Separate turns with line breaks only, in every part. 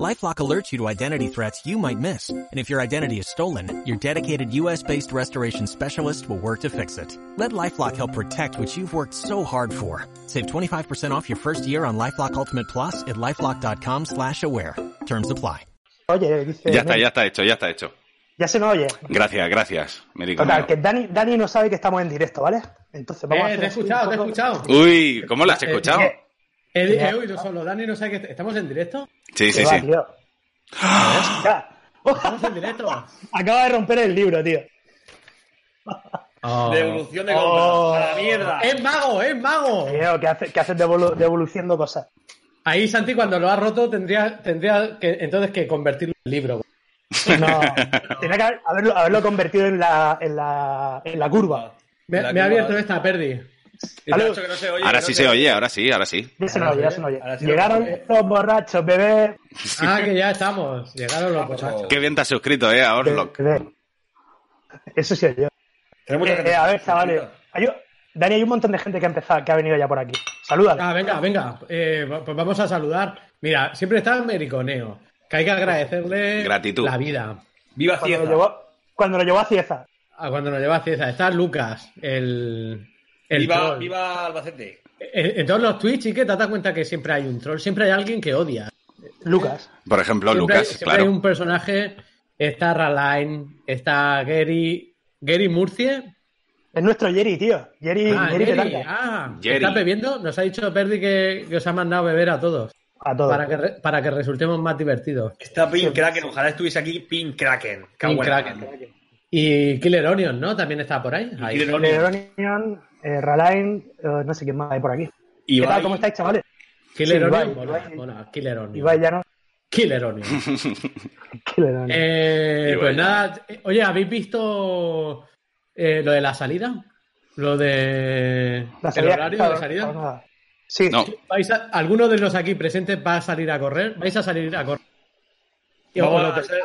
LifeLock alerts you to identity threats you might miss, and if your identity is stolen, your dedicated U.S.-based restoration specialist will work to fix it. Let LifeLock help protect what you've worked so hard for. Save 25% off your first year on LifeLock Ultimate Plus at lifeLock.com/aware. Terms apply.
Oye, dice
Ya está,
Nel.
ya está hecho, ya está hecho.
Ya se nos oye.
Gracias, gracias, médico.
Total,
mío.
que Dani, Dani no sabe que estamos en directo, ¿vale? Entonces vamos a
Eh,
hacer
te he
así un
escuchado, te he
poco-
escuchado.
Uy, ¿cómo lo has escuchado?
Eh,
He dije, uy, no solo, Dani no sabe que estamos en directo.
Sí, sí,
que va,
sí.
tío. Ya.
Estamos en directo.
Acaba de romper el libro, tío.
Devolución de compra.
Ah. Oh.
A la mierda.
Es mago, es mago.
Tío, que haces que haces devolu- devoluciendo cosas.
Ahí Santi cuando lo ha roto tendría tendría que entonces que convertirlo en libro.
No, tenía que haber- haberlo, haberlo convertido en la, en la, en la curva.
Me,
La
me ha
curva.
abierto esta perdi.
Y te
Salud.
ha dicho que no se oye,
Ahora
que no
sí se oye, ahora sí, ahora sí.
Ya se nos oye, ya se nos oye.
Ahora sí lo
Llegaron
veo.
estos borrachos, bebé.
Ah, que ya estamos. Llegaron los borrachos.
Qué bien te has suscrito, eh, a Orlock.
Bebé. Eso sí yo.
Tenemos mucha gente.
Eh, a ver, chavales. Hay un- Dani, hay un montón de gente que ha empezado, que ha venido ya por aquí. Salúdala.
Ah, venga, venga. Eh, va- pues vamos a saludar. Mira, siempre está el mericoneo. Que hay que agradecerle
Gratitud.
la vida.
Viva
Cuando
Cieza.
lo llevó, cuando lo llevó a Cieza.
A cuando nos lleva a Cieza. Está Lucas, el. el
Viva,
troll.
viva Albacete.
En, en todos los Twitch, y que te das cuenta que siempre hay un troll, siempre hay alguien que odia.
Lucas.
Por ejemplo,
siempre
Lucas,
siempre hay
claro.
un personaje, está Raline, está Gary, Gary Murcie.
Es nuestro Jerry, tío. Jerry,
ah,
Jerry
Gary,
Petanca.
ah,
Jerry.
está bebiendo, nos ha dicho Perdi que, que os ha mandado beber a todos,
A todos.
para que, re- para que resultemos más divertidos.
Está Pink Kraken. Ojalá estuviese aquí Pink Kraken.
Pink Kraken. Y Killer Onion, ¿no? También está por ahí. Ah, Ahí.
Eh,
Killer Onion.
Lebronion, eh, Ralain, eh, no sé quién más hay por aquí.
Ibai.
¿Qué tal? ¿Cómo estáis, chavales?
Killer
Sí,
Onion,
Ibai,
mola,
Ibai.
mola, Killer Onion.
Ibai ya no.
Killer Onion.
Lebronion.
Eh,
Ibai,
pues
ya.
nada, eh, oye, ¿habéis visto eh, lo de la salida? Lo de
La
el
salida-
horario
claro,
de salida.
para nada. Sí,
No,
¿Vais a- ¿Alguno de los aquí presentes va a salir a correr? ¿Vais a salir a correr? Y- o
Vamos
lo
a
que-
hacer-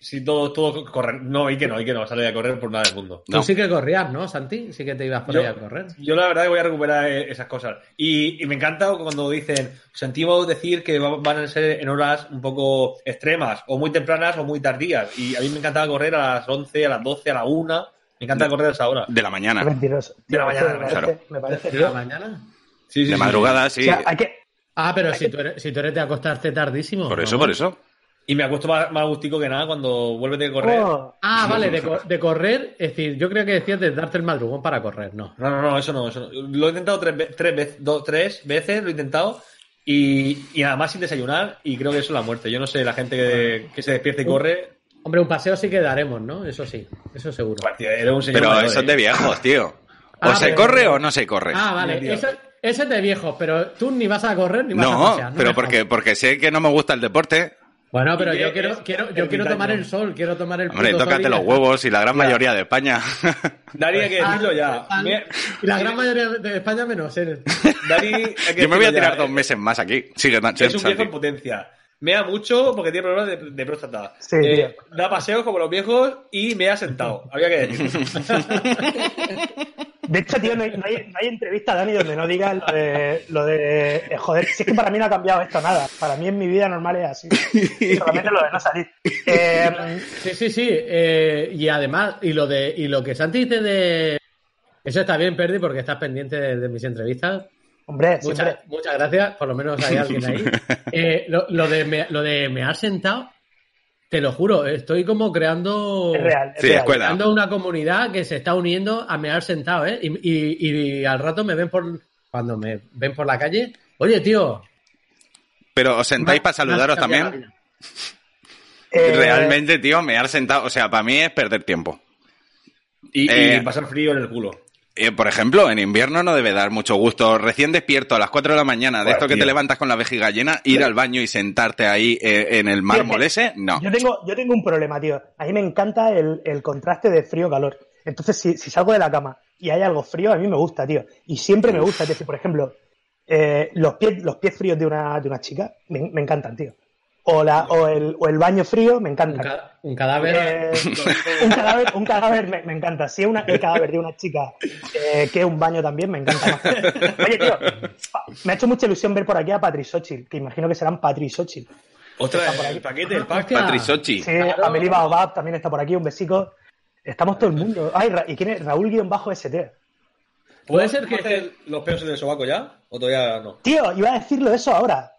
Si todo, todo corre. No, hay que no, hay que no. Sale a correr por nada del mundo.
Tú
no.
sí que corrías, ¿no, Santi? Sí que te ibas por
Yo-
ahí a correr.
Yo la verdad que voy a recuperar eh, esas cosas. Y, y me encanta cuando dicen, sentimos decir que va- van a ser en horas un poco extremas, o muy tempranas o muy tardías. Y a mí me encantaba correr a las 11, a las 12, a la 1. Me encanta correr a esa hora.
de la
es
mañana.
mentiroso.
De la mañana,
me parece,
claro.
me parece.
¿De la mañana?
Sí, sí,
De
sí.
madrugada, sí.
O sea, hay que,
Ah, pero si tú, eres, si tú eres de acostarte tardísimo.
Por
¿no?
eso, por eso.
Y me acuesto más, más gustico que nada cuando vuelves de correr.
Oh,
Ah, vale, de, co- de correr. Es decir, yo creo que decías de darte el madrugón para correr, no.
No, no, no, eso no, eso no. Lo he intentado tres, ve- tres, vez- dos, tres veces, lo he intentado. Y, y nada más sin desayunar, y creo que eso es la muerte. Yo no sé, la gente que, que se despierta y
Uh.
corre.
Hombre, un paseo sí que daremos, ¿no? Eso sí, eso seguro.
Bueno, tío, eres un señor
Pero
mayor,
eso es
¿eh?
de viejos, tío. O
Ah,
se
pero-
corre o no se corre.
Ah, vale,
Tío.
eso- ese es de viejos, pero tú ni vas a correr ni vas a
No,
pasear.
pero
me
porque, porque sé que no me gusta el deporte.
Bueno, pero yo
Y que es
quiero, quiero,
el
yo quiero tomar
ermitaño.
el sol, quiero tomar el
Hombre,
puto sol
tócate
y-
los huevos y la gran mayoría de España.
Dani, hay que decirlo ya.
Ah,
Me-
Y la gran mayoría de España menos él.
Dani, hay que
Yo me voy a
decirlo
tirar
ya. eh,
dos meses más aquí. Sigue, Nacho,
Es un viejo en
Santi.
potencia. Mea mucho porque tiene problemas de, de próstata.
Sí,
Eh, da paseos como los viejos y me ha sentado. Había que decirlo.
de hecho, tío, no hay, no hay- no hay entrevista, Dani, donde no digas lo de, lo de, eh, Joder, si es que para mí no ha cambiado esto nada. Para mí en mi vida normal es así. Solamente lo de no salir. Eh,
Sí, sí, sí. eh, y además, y lo de y lo que Santi dice de. Eso está bien, Perdi, porque estás pendiente de, de mis entrevistas.
hombre, siempre.
Muchas, muchas gracias, por lo menos hay alguien ahí. Eh, lo, lo de me, lo de me has sentado, te lo juro, estoy como creando.
Es real. Es
Sí,
real.
escuela.
Creando una comunidad que se está uniendo a mear sentado, ¿eh? Y, y- y al rato me ven por. Cuando me ven por la calle, oye, tío.
Pero os sentáis para saludaros
me has cambiado
también.
la vida.
Eh,
Realmente, tío, me has sentado. O sea, para mí es perder tiempo.
Y, y
Eh.
pasar frío en el culo.
Eh, por ejemplo, en invierno no debe dar mucho gusto. Recién despierto a las 4 de la mañana, de
Buah,
esto que
tío.
te levantas con la vejiga llena, ir al baño y sentarte ahí eh, en el mármol ese, no.
Yo tengo, yo tengo un problema, tío. A mí me encanta el, el contraste de frío-calor. Entonces, si, si salgo de la cama y hay algo frío, a mí me gusta, tío. Y siempre me gusta. Es decir, por ejemplo, eh, los, pies, los pies fríos de una, de una chica me, me encantan, tío. O, la, o, el, o el baño frío, me encanta.
Un, ca- un cadáver.
Eh, un cadáver, un cadáver me, me encanta. Si es una, el cadáver de una chica eh, que es un baño también, me encanta. más. Oye, tío, pa- me ha hecho mucha ilusión ver por aquí a Patri Xochitl, que imagino que serán Patri Xochitl.
Otra,
Está por
el
aquí.
paquete, el pack.
Hostia.
Patrisochi.
Sí, Amelie Baobab también está por aquí, un besico. Estamos todo el mundo. Ay, Ra- ¿y quién es? Raúl guión bajo ST.
Puede ser
¿Te
que.
haces los pelos en el sobaco ya? ¿O todavía no?
Tío, iba a decirlo eso ahora.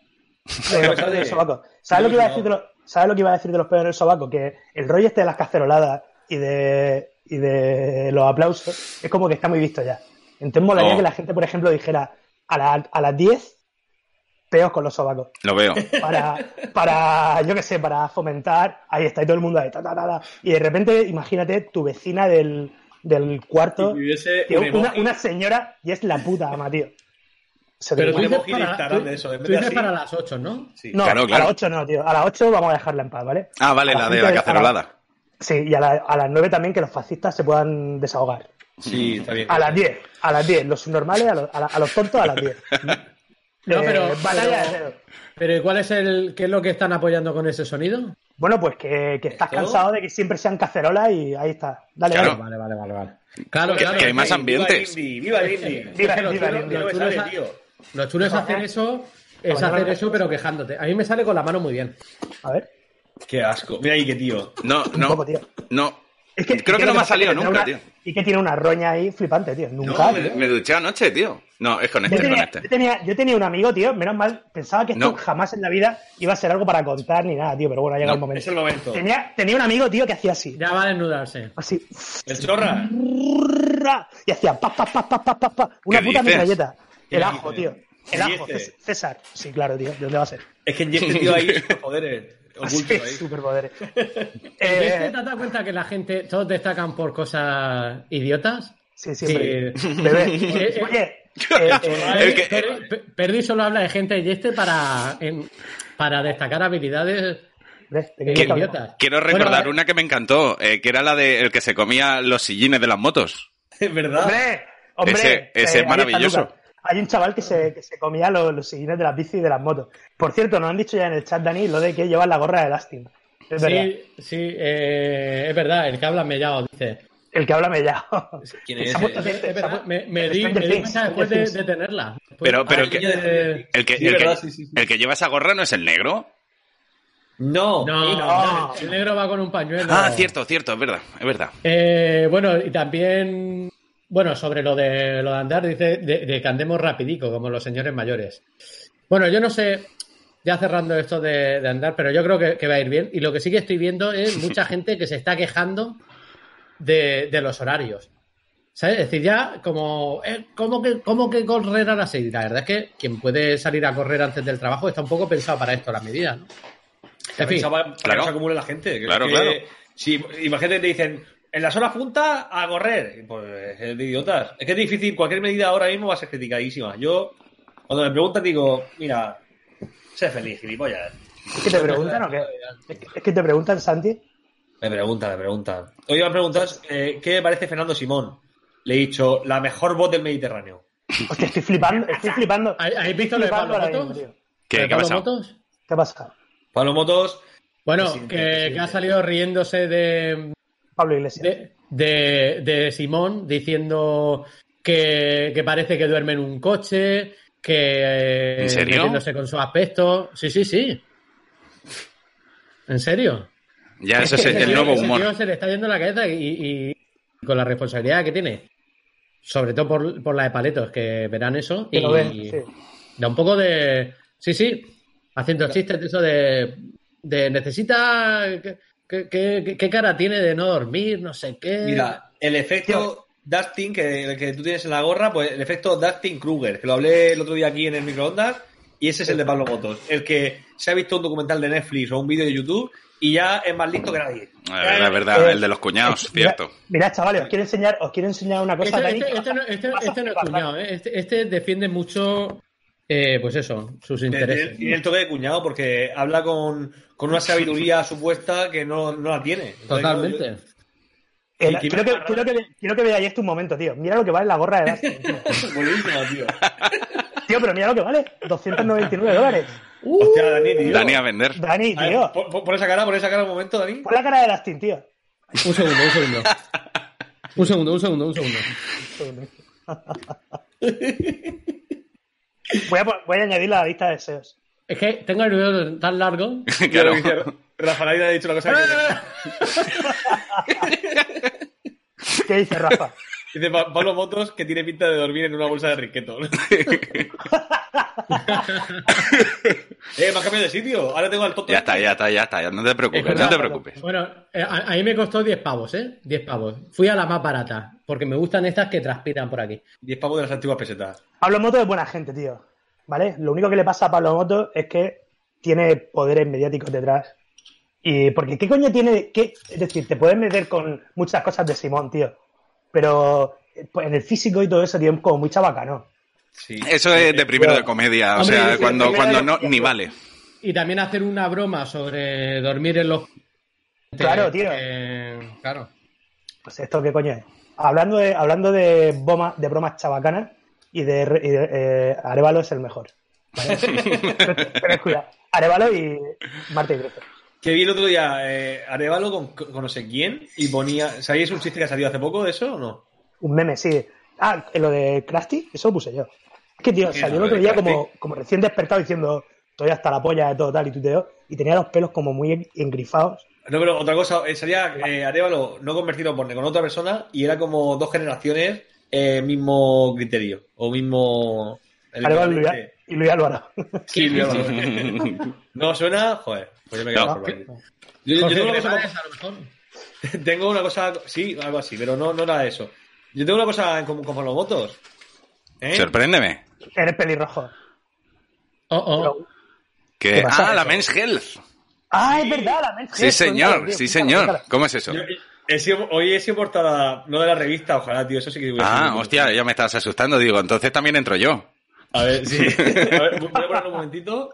De los pelos en el sobaco. ¿Sabes lo que iba a decir de los, ¿sabes lo que iba a decir de los peores en el sobaco? Que el rollo este de las caceroladas y de, y de los aplausos es como que está muy visto ya. Entonces molaría
Oh.
que la gente, por ejemplo, dijera a, la- a las 10 peos con los sobacos.
Lo veo.
Para, para, yo qué sé, para fomentar. Ahí está, y todo el mundo ahí. ta, ta, ta, ta. Y de repente, imagínate tu vecina del, del cuarto.
Si hubiese
Tío,
un
una,
emoji-
una señora y es la puta ama, tío. Se te
Pero tú
ocurre.
un
dices
emoji de
para,
Instagram
tú-
de eso, en
tú
vez de
dices
así.
para las 8, ¿no?
Sí.
no,
claro, claro.
a las 8 no, tío. A las 8 vamos a dejarla en paz, ¿vale?
Ah, vale, la de
A
la
las cinco a
cacerolada.
las- Sí, y a, la- a las 9 también que los fascistas se puedan desahogar.
Sí, está bien.
A las 10, a las 10. Los subnormales, a los, a la- a los tontos, a las 10.
No,
Eh,
pero-
batalla
pero-
de dedos.
Pero ¿y cuál es el. ¿Qué es lo que están apoyando con ese sonido?
Bueno, pues que, que estás
¿Todo?
cansado de que siempre sean cacerolas y ahí está. Dale,
Claro.
dale.
Vale, vale, vale, vale. Claro,
Que-
claro.
que hay
es
más
Viva el
ambientes.
indie, ¡Viva el indie!
Viva,
Es que lo
viva,
chulo-
lindo.
No
lo
me
chulo
sale,
es-
tío.
Lo chulo es hacer eso, es hacer eso, pero quejándote. A mí me sale con la mano muy bien.
A ver.
Qué asco. Mira ahí qué tío.
No,
poco,
no.
tío.
No.
Es
Creo que no me
pasa
ha
es
salido
tiene
nunca,
una-
tío.
Y que tiene una roña ahí flipante, tío.
No,
Nunca.
me,
tío.
me duché anoche, tío. No, es con
Yo
este, es con
tenía,
este.
yo tenía- yo tenía un amigo, tío, menos mal, pensaba que esto
No.
jamás en la vida iba a ser algo para contar ni nada, tío, pero bueno, ha llegado
No,
el momento.
Es el momento.
Tenía, tenía un amigo, tío, que hacía así.
Ya va a desnudarse.
Así.
El chorra.
¡ra! Y hacía pa, pa, pa, pa, pa, pa, pa, una
¿Qué
puta
dices?
metralleta.
¿Qué
El ajo,
dices?
tío.
¿Qué
El ajo,
dices?
Cés- César. Sí, claro, tío. ¿De dónde va a ser?
Es que este tío ahí sus poderes
Así,
ocultos ahí.
superpoderes.
¿Y
Eh,
es que te has dado cuenta que la gente, todos destacan por cosas idiotas?
sí, siempre.
Sí.
Bebé.
Eh,
Oye, eh, eh,
El que-
Perdi- Per- Perdi solo habla de gente y este para, en- para destacar habilidades
ves, te
eh,
quería hablar.
idiotas.
Quiero
Bueno,
recordar
eh,
una que me encantó, eh, que era la de el que se comía los sillines de las motos.
Es verdad.
¡Hombre! ¡Hombre! eh,
Ese- ese es
ahí está
maravilloso.
Lucas. Hay un chaval que se, que se comía los, los sillines de las bicis y de las motos. Por cierto, nos han dicho ya en el chat, Dani, lo de que llevan la gorra de Elastin. Es verdad.
Sí, sí, eh, es verdad, el que habla mellado, dice.
El que habla mellado.
¿Quién es
Se ha puesto
ese?
Es
gente, se ha
verdad,
pu-
me, me di,
Stranger
me di
Things,
cuenta después de,
Stranger Things.
de tenerla.
Pero- pero
Ah,
que-
niño de-
El que,
Sí,
el, que,
verdad, sí, sí, sí.
el que lleva esa gorra no es el negro.
No.
No,
No.
el negro va con un pañuelo.
Ah, cierto, cierto, es verdad, es verdad.
Eh, bueno, y también, bueno, sobre lo de, lo de andar, dice de, de que andemos rapidico, como los señores mayores. Bueno, yo no sé, ya cerrando esto de, de andar, pero yo creo que, que va a ir bien. Y lo que sí que estoy viendo es mucha gente que se está quejando de, de los horarios. ¿Sabes? Es decir, ya como, eh, ¿cómo, que, ¿cómo que correr a las seis? La verdad es que quien puede salir a correr antes del trabajo está un poco pensado para esto, la medida, ¿no? En fin,
Pensaba para
Claro.
que se acumule la gente. que-
Claro,
que-
claro.
Si, imagínate que te dicen, en las horas punta, a correr. Pues es de idiotas. Es que es difícil, cualquier medida ahora mismo va a ser criticadísima. Yo, cuando me preguntan, digo, mira, sé feliz, gilipollas.
¿Es que te preguntan o qué? Es que, es que te preguntan, Santi.
Me preguntan, me preguntan. Hoy me han preguntado eh, qué me parece Fernando Simón. Le he dicho, la mejor voz del Mediterráneo.
Hostia, estoy flipando, estoy flipando.
¿hay- ¿habéis
Estoy
visto lo de
flipando
Pablo
ahora mismo,
Motos?
tío.
¿Qué, qué ha
¿Pablo
pasado?
Motos?
¿Qué ha pasado?
Pablo Motos,
Bueno,
Presidente,
que, que
presidente.
ha salido riéndose de,
Pablo Iglesias.
de, de- de Simón diciendo que, que parece que duerme en un coche, que eh,
¿En serio?
metiéndose con su aspecto. Sí, sí, sí. ¿En serio?
Ya, eso es el,
Ese
el
tío-
nuevo
ese tío
humor.
se le está yendo la cabeza y, y con la responsabilidad que tiene. Sobre todo por, por la de paletos, que verán eso.
Que
Y
lo ven, sí.
da un poco de. Sí, sí. Haciendo chistes de eso de. de necesita. ¿Qué, qué, qué cara tiene de no dormir? No sé qué.
mira, el efecto Dustin que, que tú tienes en la gorra, pues el efecto Dustin Kruger, que lo hablé el otro día aquí en el microondas, y ese es el de Pablo Motos. El que se ha visto un documental de Netflix o un vídeo de YouTube y ya es más listo que nadie.
La verdad, es verdad,
Eh,
el de los cuñados,
Mira-
Ah, cierto.
Mirad, chavales, os quiero enseñar, os quiero enseñar una cosa.
Este,
Dani,
este-
que
este no, este-
vas a
este no es
flipar.
cuñado, ¿eh? Este, este defiende mucho. eh, pues eso, sus intereses.
Tiene el toque de cuñado porque habla con, con una sabiduría supuesta que no, no la tiene. Entonces,
Totalmente.
yo-
Eh,
Sí,
quiero,
que-
que, quiero, que, quiero que veáis esto un momento, tío. Mira lo que vale la gorra de Dustin. tío.
Buenísimo, tío.
Tío, pero mira lo que vale. 299 dólares. Uh,
Hostia, Dani, tío.
Dani a vender.
Dani,
A ver,
tío.
pon- pon- pon esa cara, por esa cara un momento, Dani.
Pon la cara de Dustin, tío.
Un segundo, un segundo. Un segundo, un segundo, un segundo.
Voy a, po- voy a añadir la lista de E deseos.
Es que tengo el video tan largo.
Claro.
Rafa Nadal ha dicho la cosa que
¿Qué dice Rafa?
dice Pa- Pablo Motos que tiene pinta de dormir en una bolsa de riqueto. eh, me has cambiado de sitio. Ahora tengo al tonto.
Ya está, ya está, ya está. ya No te preocupes, no te preocupes.
Bueno, eh, a, a mí me costó 10 pavos, ¿eh? 10 pavos. Fui a la más barata, porque me gustan estas que transpiran por aquí.
10 pavos de las antiguas pesetas.
Pablo Moto es buena gente, tío. ¿Vale? Lo único que le pasa a Pablo Moto es que tiene poderes mediáticos detrás. Y porque qué coño tiene qué, es decir, te puedes meter con muchas cosas de Simón, tío. Pero eh, pues, en el físico y todo eso, tío, es como muy chabacano.
Sí.
Eso es de primero de comedia, o
Hombre,
sea,
sí,
cuando,
primero
cuando
de
no,
comedia.
ni vale.
Y también hacer una broma sobre dormir en los...
Claro, tío.
Eh, claro.
Pues esto qué coño es. Hablando de, hablando de boma- de bromas chabacanas y de, re- y de, eh, Arevalo es el mejor. ¿vale? pero, pero cuidado. Arevalo y Marta y Grecia.
Que vi el otro día eh, Arevalo con, con no sé quién y ponía. ¿Sabéis un chiste que ha salido hace poco de eso o no?
Un meme, sí. Ah, lo de Krusty, eso lo puse yo. Es que, tío,
Sí,
salió el
lo
otro
de
día
Krusty.
como, como recién despertado diciendo estoy hasta la polla de todo tal y tuteo y tenía los pelos como muy engrifados.
No, pero otra cosa, eh, sería eh, Arevalo no convertido por con otra persona y era como dos generaciones, eh, mismo criterio o mismo. el-
Arevalo y Luis- y
Sí,
Luis Álvaro.
sí, Luis Álvaro. no suena, joder, pues yo me quedo
No.
por ahí. Yo, yo
Jorge
tengo, una
Cremades,
cosa,
a lo mejor.
tengo una cosa, sí, algo así, pero no, no nada de eso. Yo tengo una cosa en común con los votos. ¿eh?
Sorpréndeme.
Eres pelirrojo.
Oh, oh.
Pero-
Que,
pasa?
ah, la Men's Health.
Ah, es verdad, la men's
Sí,
health, coño,
señor,
tío,
sí,
cuéntalo,
señor.
cuéntalo.
¿Cómo es eso?
Yo- he sido- hoy he sido portada, no de la revista, ojalá, tío, eso sí que.
Ah, hostia, ya me estabas asustando. Digo, entonces también entro yo.
A ver, sí. A ver, voy a poner un momentito.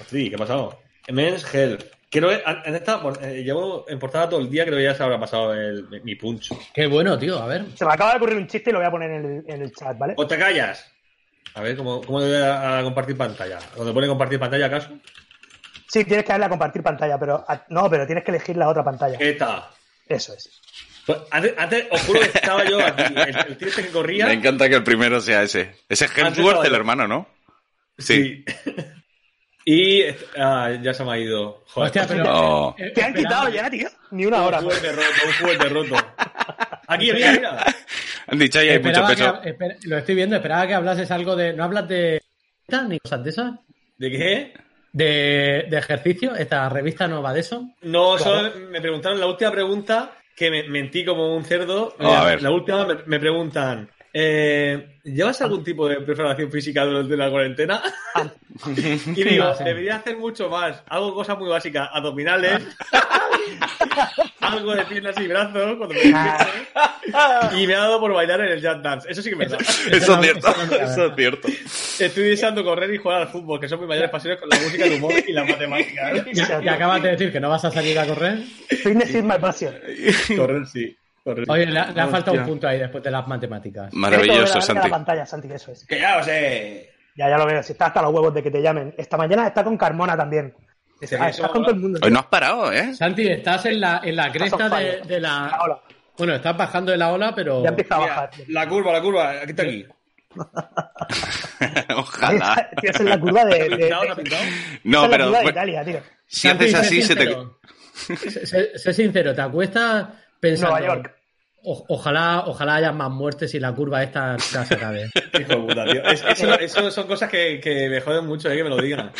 Hostia, ¿qué ha pasado? Men's Health. Creo que an- en esta, por- eh, llevo en portada todo el día, creo que ya se habrá pasado el- mi punch.
Qué bueno, tío. A ver.
Se me acaba de ocurrir un chiste y lo voy a poner en el, en el chat, ¿vale?
¿O te callas? A ver, ¿cómo, cómo le doy a, a compartir pantalla? ¿Dónde pone compartir pantalla acaso?
Sí, tienes que darle a compartir pantalla, pero a- no, pero tienes que elegir la otra pantalla.
Eta.
Eso es.
Pues antes, antes, os juro que estaba yo aquí. El, el tío este que corría.
Me encanta que el primero sea ese. Ese es
Antes
Hemsworth,
estaba
el
yo.
hermano, ¿no? Sí.
Sí. y est- ah, ya se me ha ido. Joder.
Hostia, pero...
No.
eh, eh,
Te han
esperando.
quitado ya, tío. Ni una hora.
Un juguete roto, un juguete roto. Aquí, mira, mira.
Han dicho ahí hay mucho
Esperaba que
peso.
hab- esper- lo estoy viendo, esperaba que hablases algo de. ¿No hablas de. ni cosas de esas?
¿De qué?
De, de ejercicio, esta revista no va de eso.
No,
Claro.
solo me preguntaron la última pregunta que me, mentí como un cerdo.
Oh, a
la,
ver.
la última me, me preguntan: eh, ¿Llevas algún tipo de preparación física durante la cuarentena?
Ah.
y digo:
Sí.
debería hacer mucho más. Hago cosas muy básicas: abdominales, algo de piernas y brazos cuando me
Ah.
despierto. y me ha dado por bailar en el jazz dance. Eso sí que me da.
Eso
no-
es cierto,
eso no me
eso es cierto.
Estoy deseando correr y jugar al fútbol, que son mis mayores pasiones con la ¿eh? música, el humor y las matemáticas.
Y, y acabas de decir que no vas a salir a correr.
Fitness is my passion.
correr sí. Correr, sí.
Oye, le, le ha faltado un
Hostia.
punto ahí después de las matemáticas.
Maravilloso,
Esto de la- de
Santi.
la pantalla, Santi, eso es.
Que ya lo sé.
Ya, ya lo veo. Si está hasta los huevos de que te llamen. Esta mañana está con Carmona también.
Sí,
Ah,
eso-
estás con todo el mundo.
Hoy no has parado, ¿eh?
Santi, estás en la, en la cresta
on
de,
fire.
de la.
Ahora,
Bueno, estás bajando de la ola, pero.
ya empieza a
Mira,
bajar.
la curva, la curva, aquí está aquí.
Ojalá.
Tío, es en la curva de, de- de-
Pintado, está pintado.
esa
No,
es la
pero
curva de
bueno,
Italia, tío.
si haces así, se te.
te. Sé, sé- sé sincero, te acuestas pensando.
Nueva York.
"O- ojalá, ojalá haya más muertes y la curva esta se acabe.
Hijo de puta, tío. Es- eso, eso son cosas que, que me joden mucho, eh, que me lo digan.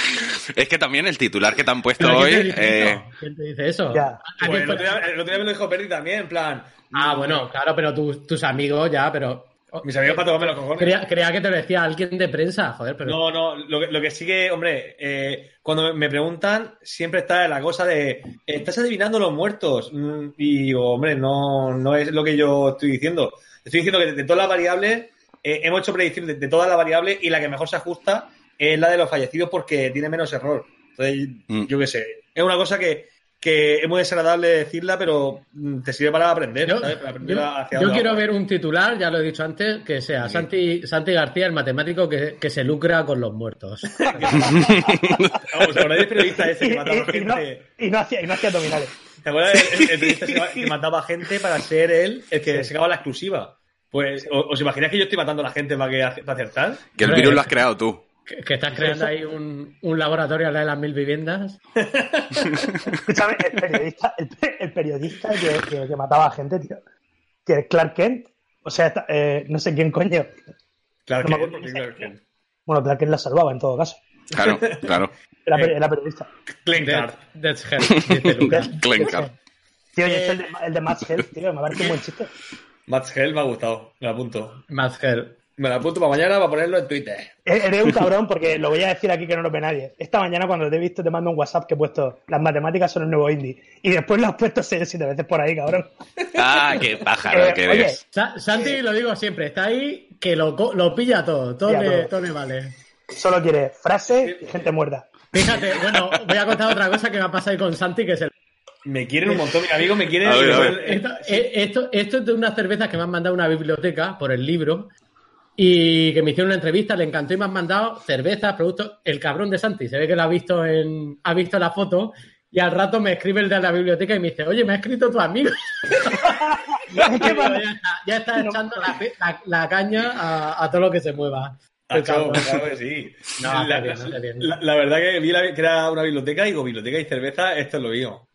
Es que también el titular que te han puesto
Pero
hoy.
¿quién, te dice
eh,
eso? ¿Quién te dice eso?
Ya.
¿A- a quién
Pues el,
fue-
otro día, el otro día me lo dijo Perry también, en plan.
Ah, bueno, claro, pero tus- tus amigos ya, pero.
Mis amigos para tocarme los cojones.
Creía, creía que te lo decía alguien de prensa, joder, pero.
No, no, lo que, lo que sí que, hombre, eh, cuando me preguntan, siempre está la cosa de, ¿estás adivinando los muertos? Mm, Y digo, hombre, no, no es lo que yo estoy diciendo. Estoy diciendo que de, de todas las variables, eh, hemos hecho predicción de, de todas las variables y la que mejor se ajusta es la de los fallecidos porque tiene menos error. Entonces,
Mm.
yo qué sé, es una cosa que que es muy desagradable decirla, pero mm, te sirve para aprender,
Yo,
¿sabes? Para aprender
yo-
hacia
yo
dónde
quiero
va.
ver un titular, ya lo he dicho antes, que sea Santi, Santi García, el matemático que, que se lucra con los muertos.
Vamos, ¿os acordáis del periodista ese que mataba
Y, y- y no,
gente?
y no hacía, y no hacía abdominales.
¿Te acuerdas del- el, el periodista que ma- que mataba gente para ser él el que sacaba la exclusiva? Pues, ¿o- ¿os imagináis que yo estoy matando a la gente para, que, ace- para acertar?
Que el
Hombre.
virus lo has creado tú.
Que, que estás creando ahí un, un laboratorio al lado de las mil viviendas.
Escúchame, el periodista, el, pe- el periodista que, que- que mataba a gente, tío. Que es Clark Kent. O sea, está- eh, no sé quién coño. No
Claro que,
me acuerdo.
porque claro que-
Bueno, Clark Kent la salvaba en todo caso.
Claro, claro.
Era, per- era periodista.
Clencard.
Death, Death's Head, dice Lucas.
Clencar.
Tío, y este el de, el de Max Health, tío, me parece un buen chiste. Eh,
Max Hell me ha gustado. Me la apunto.
Matt Hell.
Me la apunto para mañana para ponerlo en Twitter.
E- Eres un cabrón porque lo voy a decir aquí que no lo ve nadie. Esta mañana cuando te he visto te mando un WhatsApp que he puesto las matemáticas son el nuevo indie. Y después lo has puesto seis siete veces por ahí, cabrón.
Ah, qué pájaro
Eh,
que
oye,
eres.
Sa- Santi, lo digo siempre, está ahí que lo, co- lo pilla todo, todo,
Pilla
le,
todo.
todo le vale.
Solo quiere frase y gente muerta.
Fíjate, bueno, voy a contar otra cosa que me ha pasado ahí con Santi, que es el...
Me quieren un montón, mis amigos me quieren.
A ver, a ver.
Eh,
Esto, eh, esto, esto es de unas cervezas que me han mandado a una biblioteca por el libro y que me hicieron una entrevista, le encantó y me han mandado cervezas, productos. El cabrón de Santi, se ve que lo ha visto en, ha visto la foto y al rato me escribe el de la biblioteca y me dice, oye, me ha escrito tu amigo.
Es que
Digo, ya,
cuando-
está, ya está echando la, pe- la- la caña a, a todo lo que se mueva. El
Tacho,
cabrón.
claro que sí.
No,
la,
está bien, está bien.
la- la verdad que vi la- que era una biblioteca y digo, biblioteca y cerveza, esto es lo mío.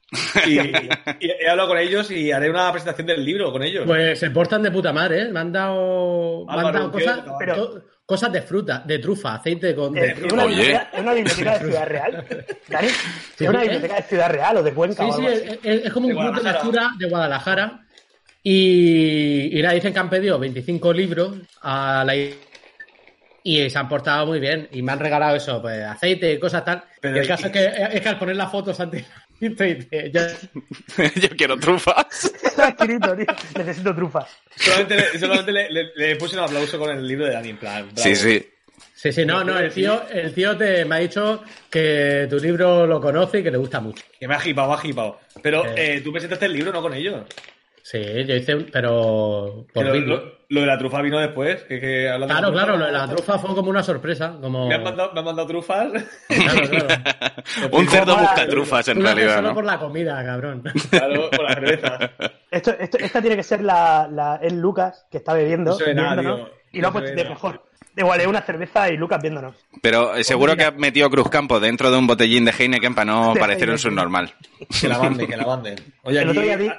Y, y he hablado con ellos y haré una presentación del libro con ellos.
Pues se portan de puta madre, ¿eh? Me han dado, me han
Álvaro,
dado
¿qué?
cosas,
Pero-
co- cosas de fruta, de trufa, aceite con...
Eh,
de-
¿Es una,
Oye.
biblioteca, es una biblioteca de Ciudad Real? ¿Dani? ¿Es una biblioteca de Ciudad Real o de Cuenca
Sí,
o
sí,
algo así?
es, es- es como
De
un club de
Guadalajara.
lectura de Guadalajara. Y, y nada, dicen que han pedido 25 libros a la i- y se han portado muy bien. Y me han regalado eso, pues aceite y cosas tal.
Pero
y el
y-
caso es que, es que al poner las fotos antes, dice, ya-
Yo quiero trufas.
Está escrito, tío. Necesito trufas.
Solamente, le, solamente le- le- le puse un aplauso con el libro de Dani, en plan. bravo.
Sí, sí.
Sí, sí, no, no, el tío, el tío te, me ha dicho que tu libro lo conoce y que le gusta mucho.
Que me ha jipado, me ha jipado. Pero eh, tú presentaste el libro, no con ellos.
Sí, yo hice, un- pero por
Pero
vídeo.
lo, lo de la trufa vino después. Que, que hablando
Claro,
con-
claro, lo de la trufa fue como una sorpresa. Como...
Me han mandado, me han mandado trufas.
Claro, claro.
Un cerdo
Hola.
busca trufas en
Tú lo haces
realidad,
solo
¿no?
por la comida, cabrón.
claro, con la cerveza.
Esto, esto- esta tiene que ser la, la el Lucas que está bebiendo
No se ve nada,
viéndonos,
tío.
y lo ha
No se
puesto
ve
de
nada.
mejor. Igual es una cerveza y Lucas viéndonos.
Pero
Pues
eh, seguro que has metido Cruz Campo dentro de un botellín de Heineken para no
De
parecer un
Heineken.
Eh.
subnormal.
Que la manden, que la manden. Oye,
El otro
aquí
día vi-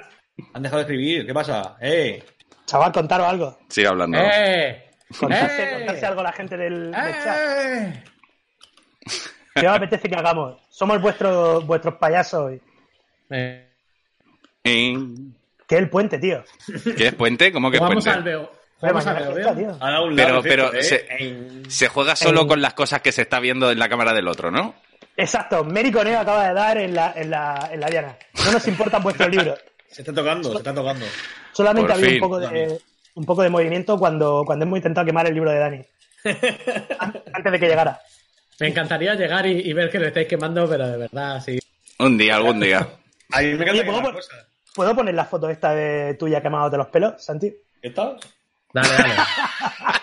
han dejado de escribir. ¿Qué pasa? ¡Eh!
Chaval, contaros algo.
Sigue hablando.
¡Eh!
Contarse,
¡Eh!
contarse algo a la gente del, del chat.
¡Eh!
¿Qué os apetece que hagamos? Somos vuestros vuestros payasos. hoy.
Eh,
Eh,
Que es el puente, tío.
¿Qué es puente? ¿Cómo que es
Jugamos
puente?
al veo.
Joder,
Jugamos al
mañana
veo, ¿eh?
fiesta,
veo.
tío.
Ha dado un
Pero-
lado,
pero
fíjate,
se-
¿eh?
Se juega solo
Eh.
con las cosas que se está viendo en la cámara del otro, ¿no?
Exacto, Mary Coneo acaba de dar en la, en la, en la diana. No nos importan vuestros libros.
Se está tocando, se está tocando.
Solamente
Por
había
fin.
un poco, de, un poco de movimiento cuando, cuando hemos intentado quemar el libro de Dani. An- Antes de que llegara.
Me encantaría llegar y, y ver que lo estáis quemando, pero de verdad, sí.
Un día, algún día.
A mí me encanta
Oye,
que
¿puedo,
las
pon-
cosas.
¿puedo poner la foto esta de tuya quemándote los pelos,
¿Eh?
Santi?
¿Está?
Dale,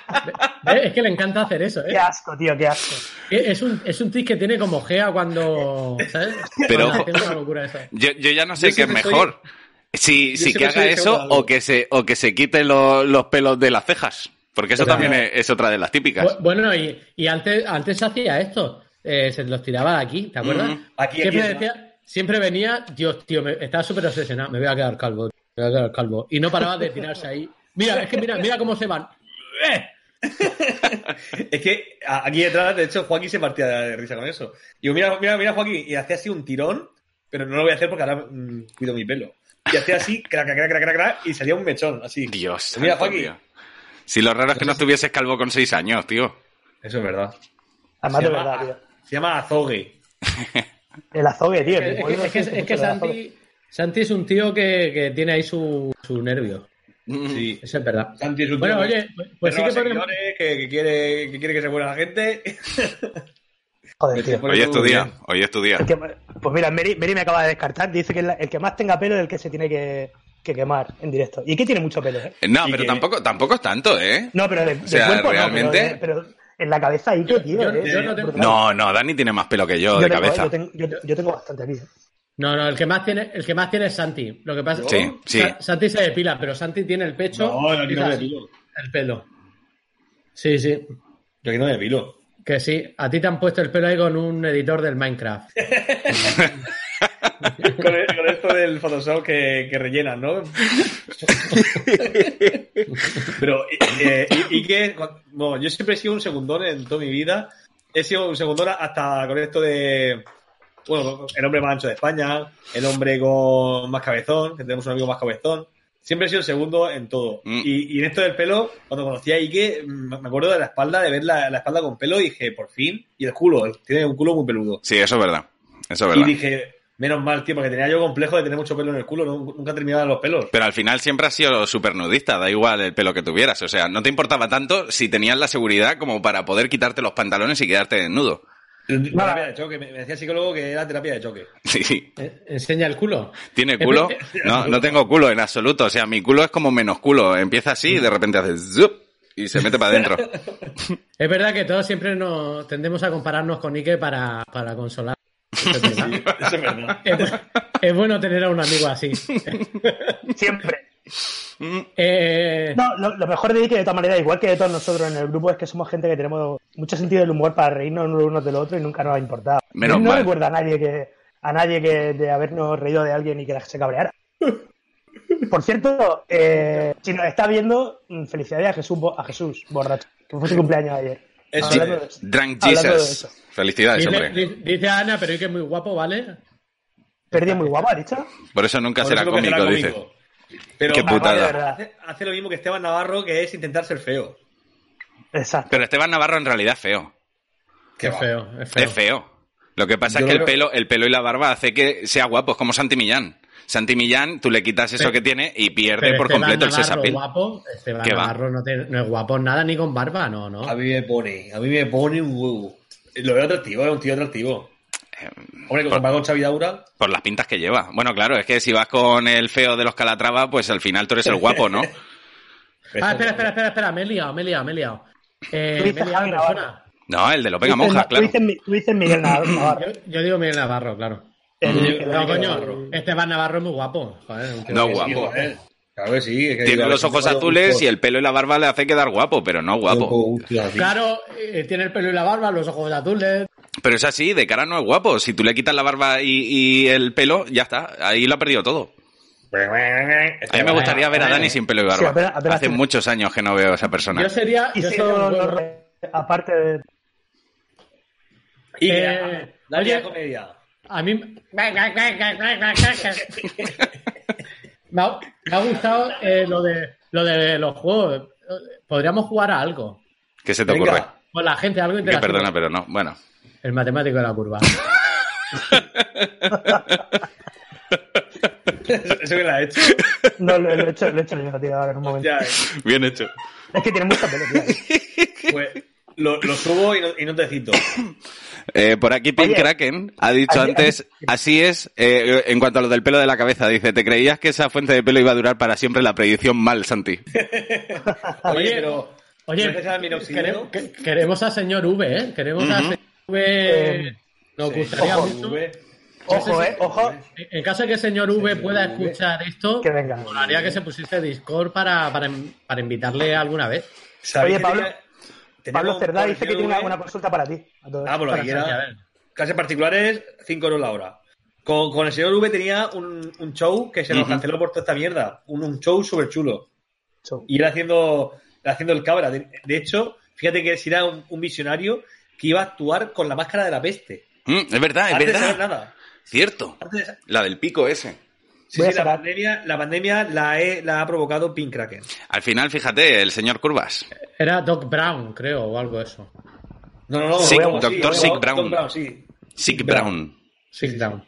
dale. Ve- Es que le encanta hacer eso, ¿eh?
Qué asco, tío, qué asco.
Es un, es un tic que tiene como gea cuando. ¿Sabes?
Pero-
Cuando hacemos una locura esa.
Yo, yo ya no sé
Yo
qué es
siempre
mejor. Si, si
siempre
que haga
estoy
eso o
seguro de algo.
que se, o que se quite lo- los pelos de las cejas. Porque eso
Pero-
también es, es otra de las típicas.
Bu- Bueno, y, y antes, antes se hacía esto. Eh, se los tiraba aquí, ¿te acuerdas?
Mm,
aquí,
siempre
aquí,
decía, siempre venía, Dios, tío, me, estaba súper obsesionado, me voy a quedar calvo, me voy a quedar calvo. Y no paraba de tirarse ahí. Mira, es que mira, mira cómo se van.
Es que a- aquí detrás, de hecho, Joaquín se partía de risa con eso. Digo, mira, mira, mira, Joaquín, y hacía así un tirón, pero no lo voy a hacer porque ahora mm, cuido mi pelo. Y hacía así, crac, crac, crac, crac, crac, y salía un mechón, así.
Dios.
Mira,
santo,
Joaquín.
tío. Si lo raro es que no estuvieses calvo con seis años, tío.
Eso es verdad.
Además, de
Se llama-
verdad, tío.
Se llama Azogue.
El azogue, tío.
Es que, es que- es que
El azogue.
Santi, Santi es un tío que, que tiene ahí su, su nervio.
Mm.
Sí.
Eso es verdad.
Santi es un
Bueno,
tío que-
oye, pues- pues sí
que roba
que podemos-
seguidores, que, que quiere, que quiere que se muera la gente.
Joder, tío.
Hoy es tu día, hoy es tu día.
El que- pues mira, Mary, Mary me acaba de descartar. Dice que la- el que más tenga pelo es el que se tiene que, que quemar en directo. Y que tiene mucho pelo, ¿eh?
No,
Y
pero
que-
tampoco, tampoco es tanto, ¿eh?
No, pero de, de
O sea,
cuerpo no,
realmente-
pero, de- pero en la cabeza y
Yo-
que, tío.
yo-
eh,
yo no tengo-
brutal.
No, no, Dani tiene más pelo que yo,
Yo
de
tengo, eh,
cabeza.
yo tengo- yo- yo tengo bastante aquí.
No, no, el que más tiene, el que más tiene es Santi. Lo que pasa
Sí,
Sa-
sí.
Santi se depila, pero Santi tiene el pecho
No, yo aquí no
quizás,
me depilo.
el pelo. Sí, sí.
Yo aquí no me depilo.
Que sí. A ti te han puesto el pelo ahí con un editor del Minecraft.
con, el- con esto del Photoshop que, que rellenan, ¿no? Pero, eh, y, y que, bueno, yo siempre he sido un segundón en toda mi vida. He sido un segundón hasta con esto de, bueno, el hombre más ancho de España, el hombre con más cabezón, que tenemos un amigo más cabezón. Siempre he sido el segundo en todo.
Mm.
Y, y en esto del pelo, cuando conocí a Ike, mm, me acuerdo de la espalda, de ver la, la espalda con pelo y dije, por fin, y el culo, él tiene un culo muy peludo.
Sí, eso es verdad. Eso es
Y
verdad.
dije, menos mal, tío, porque tenía yo complejo de tener mucho pelo en el culo, no- nunca terminaba los pelos.
Pero al final siempre has sido súper nudista, da igual el pelo que tuvieras. O sea, no te importaba tanto si tenías la seguridad como para poder quitarte los pantalones y quedarte desnudo.
Terapia de choque, me, me decía el psicólogo que era terapia de choque.
Sí, sí.
Eh, Enseña el culo.
¿Tiene culo? No, no tengo culo en absoluto. O sea, mi culo es como menos culo. Empieza así y de repente hace zup y se mete para adentro.
Es verdad que todos siempre nos tendemos a compararnos con Ike para, para consolar.
Eso es verdad.
Es, bu- es bueno tener a un amigo así.
Siempre.
Eh,
No, lo, lo mejor de Ike, de todas maneras, igual que de todos nosotros en el grupo, es que somos gente que tenemos mucho sentido del humor para reírnos unos unos del otro y nunca nos ha importado.
Menos
no
mal.
recuerda a nadie que a nadie que de habernos reído de alguien y que se cabreara. Por cierto, eh, si nos está viendo, mm, felicidades a Jesús, Bo- a Jesús borracho, que fue su cumpleaños ayer.
Eso
Hablando
es.
de eso.
Drunk
Hablando de
Jesus.
eso.
Felicidades,
dice,
hombre.
di- dice Ana, pero Ike es muy guapo, ¿vale?
Perdió muy guapa, ¿dicho?
Por eso nunca
Por
será
eso creo que
cómico, dice.
cómico. Pero
Qué putada.
de verdad.
hace, hace lo mismo que Esteban Navarro, que es intentar ser feo.
Exacto.
Pero Esteban Navarro en realidad es feo.
Qué
Es
va.
feo, es feo.
Es feo. Lo que pasa
Yo
es que el
creo-
pelo, el pelo y la barba hace que sea guapo, es como Santi Millán. Santi Millán, tú le quitas eso
Pero-
que tiene y pierde
Pero
por
Esteban
completo el
Navarro
sesapil.
guapo, Esteban
¿Qué va?
Navarro no, tiene- no es guapo nada ni con barba, no, no.
A mí me pone, a mí me pone un huevo. Lo veo atractivo, es un tío atractivo.
Em,
Hombre, con- comparado con Xavi Daura,
Por las pintas que lleva. Bueno, claro, es que si vas con el feo de los Calatrava, pues al final tú eres el guapo, ¿no?
Ah, espera, espera, espera, espera, me he liado, me he liado, me he liado. Eh,
Tú
me he
dices
liado en
Javi Navarro.
persona.
No, el de López
Tú dices-
Gamoja,
tú
claro.
dices Mi- Tú dices Miguel Nav- Navarro.
Yo, yo digo Miguel Navarro, claro.
El- el-
No,
el-
coño, Esteban Navarro es muy guapo. joder, un tío-
No
Sí,
guapo.
joder. Claro que sí. es que
Tiene
digo,
los ojos
un poco-
azules y el pelo y la barba le hace quedar guapo, pero no
un poco
guapo.
gusto así.
Claro, eh, tiene el pelo y la barba, los ojos azules.
Pero es así, de cara no es guapo. Si tú le quitas la barba y, y el pelo, ya está. Ahí lo ha perdido todo. A mí me gustaría ver a Dani sin pelo
Sí,
y barba.
apenas- apenas-
Hace muchos años que no veo a esa persona.
Yo sería.
Y
yo
si
soy un
no, no
gordo.
re- aparte de
Y
Eh,
eh, Dani,
oye-
la comedia.
A mí. Me ha, me ha gustado eh, lo, de, lo de los juegos. Podríamos jugar a algo.
¿Qué se te
Venga.
ocurre?
Con la gente, algo
Que
interesante.
perdona, pero no. Bueno.
El matemático de la curva.
Eso que la ha hecho.
No, lo, lo he hecho, lo he hecho yo, tío, ahora en un momento.
Ya, eh.
Bien hecho.
Es que tiene mucha pelo, tío.
Pues lo, lo subo y no, y no te cito.
Eh, por aquí Pink
Oye,
Kraken ha dicho
ayer-
antes, así es, eh, en cuanto a lo del pelo de la cabeza, dice, ¿te creías que esa fuente de pelo iba a durar para siempre la predicción mal, Santi?
Oye, pero.
Oye,
¿no te sabe minoxidil?
queremos, que- queremos a señor V, ¿eh? Queremos a
Ujú.
señor V.
Eh,
Nos
Sí,
gustaría
ojo,
mucho.
V.
Ojo, eh, ojo,
En caso de que el señor V
Señor
pueda
V.
escuchar esto,
que venga.
molaría que se pusiese Discord para, para, para invitarle alguna vez.
¿Sabéis
Oye,
que
Pablo-
tenía- tenía
Pablo
un
Cerdá dice que
correo
tiene una,
V?
una consulta para ti. a todo esto.
Ah, por lo que
Para Santi, a
quiera.
ver.
Clases particulares, 5 euros la hora. Con, con el señor V tenía un, un show que se nos
Ujú.
canceló por toda esta mierda. Un, un show súper chulo.
Chau.
Y era haciendo, era haciendo el cabra. De, de hecho, fíjate que si era un, un visionario que iba a actuar con la máscara de la peste.
Mm, es verdad, es
antes de saber
verdad.
nada.
Cierto.
Antes de-
La del pico ese.
sí,
Voy a
sí, la
sacar.
pandemia, la pandemia la, he- la ha provocado Pink Kraken.
Al final, fíjate, el señor Curvas.
Era Doc Brown, creo, o algo de eso.
No, no, no.
Sick-
como
Dr.
como
Sick
Doc
Brown.
sí.
Sick Brown.
Six Down.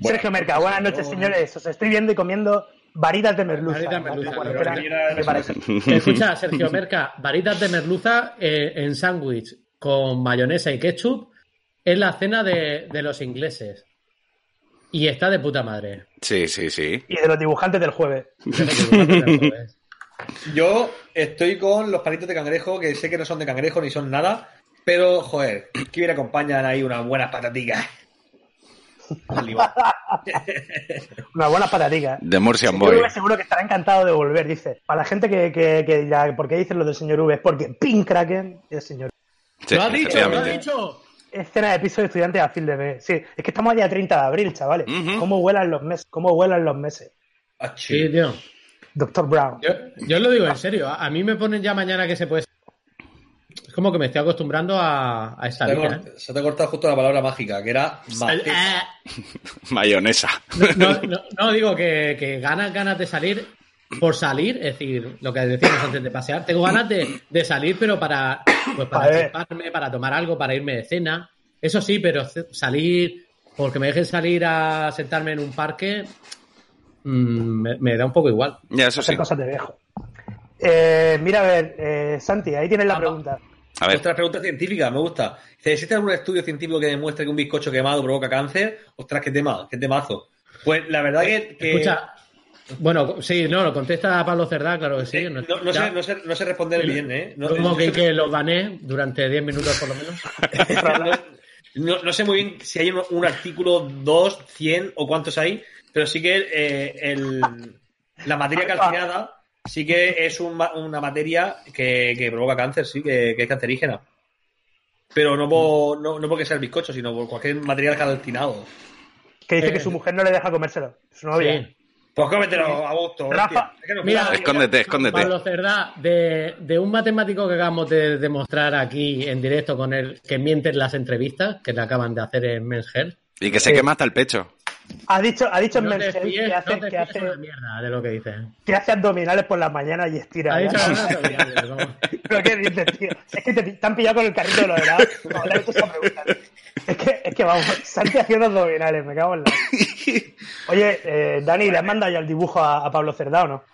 Sergio Merca, buenas noches, señores. Os estoy viendo y comiendo varitas de merluza.
Varitas de
¿no?
merluza,
La cuarentena,
pero-
me parece.
Escucha, Sergio Merca, varitas de merluza eh, en sándwich. con mayonesa y ketchup es la cena de, de los ingleses. Y está de puta madre.
Sí, sí, sí.
Y de los dibujantes del jueves.
Yo estoy con los palitos de cangrejo, que sé que no son de cangrejo ni son nada, pero joder, que bien acompañan ahí unas buenas pataticas. Oliva.
Una buena patatica.
The Morsian
Yo
Boy.
creo que seguro que estará encantado de volver, dice. Para la gente que, que, que dirá, ¿por qué dicen lo del señor V? Es porque Pink Kraken es señor
Sí,
¡Lo has dicho! ¡Lo has
efectivamente.
dicho!
Escena de piso de estudiantes a fin de mes. Sí, es que estamos a día 30 de abril, chavales.
Ujú.
¿Cómo vuelan los meses? ¿Cómo vuelan los meses?
Ah,
Sí,
chido.
tío.
Doctor Brown.
Yo, yo os lo digo en serio. ¿eh? A, a mí me ponen ya mañana que se puede. Es como que me estoy acostumbrando a, a esta
Se te ha
vida,
cort- se te ha cortado justo la palabra mágica, que era
¿eh?
maceta.
Mayonesa.
No, no- no, digo que, que ganas, ganas de salir por salir, es decir, lo que decíamos antes de pasear. Tengo ganas de, de salir, pero para, pues
A
para
ver.
chuparme, para tomar algo, para irme de cena. Eso sí, pero c- salir, porque me dejen salir a sentarme en un parque, mm, me, me da un poco igual.
Ya, eso sí.
Hacer cosas de viejo. Eh, mira, a ver, eh, Santi, ahí tienes la
Ah,
pregunta.
A ver.
Ostras, pregunta científica, me gusta. Dice, ¿existe algún estudio científico que demuestre que un bizcocho quemado provoca cáncer? Ostras, qué tema, qué temazo. Pues la verdad que...
Eh,
que- eh,
Escucha, bueno, sí, no, lo contesta Pablo Cerdá, claro que sí.
eh, no,
no-
no
ya-
sé, no, sé, no sé responder bien, ¿eh? No,
como
no
que,
sé-
que los bané durante 10 minutos por lo menos.
No, no sé muy bien si hay un, un artículo 2, 100 o cuántos hay, pero sí que eh, el- la materia calcinada sí que es un ma- una materia que, que provoca cáncer, sí, que, que es cancerígena. Pero no, por, no, no porque sea el bizcocho, sino por cualquier material calcinado.
Que dice
Eh,
que su mujer no le deja comérselo. Su novia.
Sí.
Pues cómetelo a gusto. hostia.
Rafa,
Es que no
mira,
puedo.
Escóndete, escóndete.
Pablo Cerdá, de, de un matemático que acabamos de demostrar aquí en directo con él, que mienten las entrevistas que le acaban de hacer en Men's Health.
Y que se
Sí.
quema hasta el pecho.
Ha dicho, ha dicho en
No te
Merced
fíes,
que hace,
no te
que,
fíes
hace,
una mierda de lo que dice.
que hace abdominales por las mañanas y estira.
Ha dicho
¿verdad?
la verdad, pero ya, vamos.
¿Pero qué dices, tío? Es que te, te han pillado con el carrito de los helados. Como le he hecho esa pregunta, tío. Es que, es que vamos, salte haciendo abdominales, me cago en la. Oye, eh, Dani, ¿le has mandado ya el dibujo a, a Pablo Cerdá o no?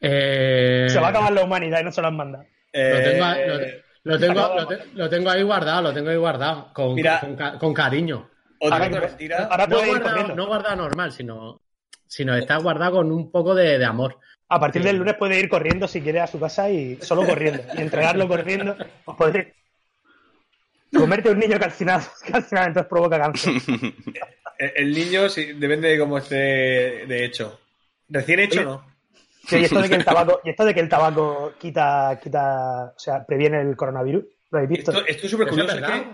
Eh,
Se va a acabar la humanidad y no se lo han mandado.
Eh,
Lo tengo, ahí- lo- lo tengo- lo te- lo tengo ahí guardado, lo tengo ahí guardado, con,
Mira.
con ca- con cariño.
otra
Ahora que-
mentira.
ahora
No
puede ir
guardado,
corriendo.
no guardado normal, sino, sino está guardado con un poco de- de amor.
A partir del lunes puede ir corriendo si quiere a su casa y solo corriendo. Y entregarlo corriendo. Os podréis. Comerte un niño calcinado, calcinado entonces provoca cáncer.
El, Eh, el niño sí, depende de cómo esté de hecho. ¿Recién hecho o no?
Sí, y esto de que el tabaco, y esto de que el tabaco quita, quita, o sea, previene el coronavirus, ¿lo habéis visto?
Esto, esto es súper
¿Eso es
curioso. es
verdad?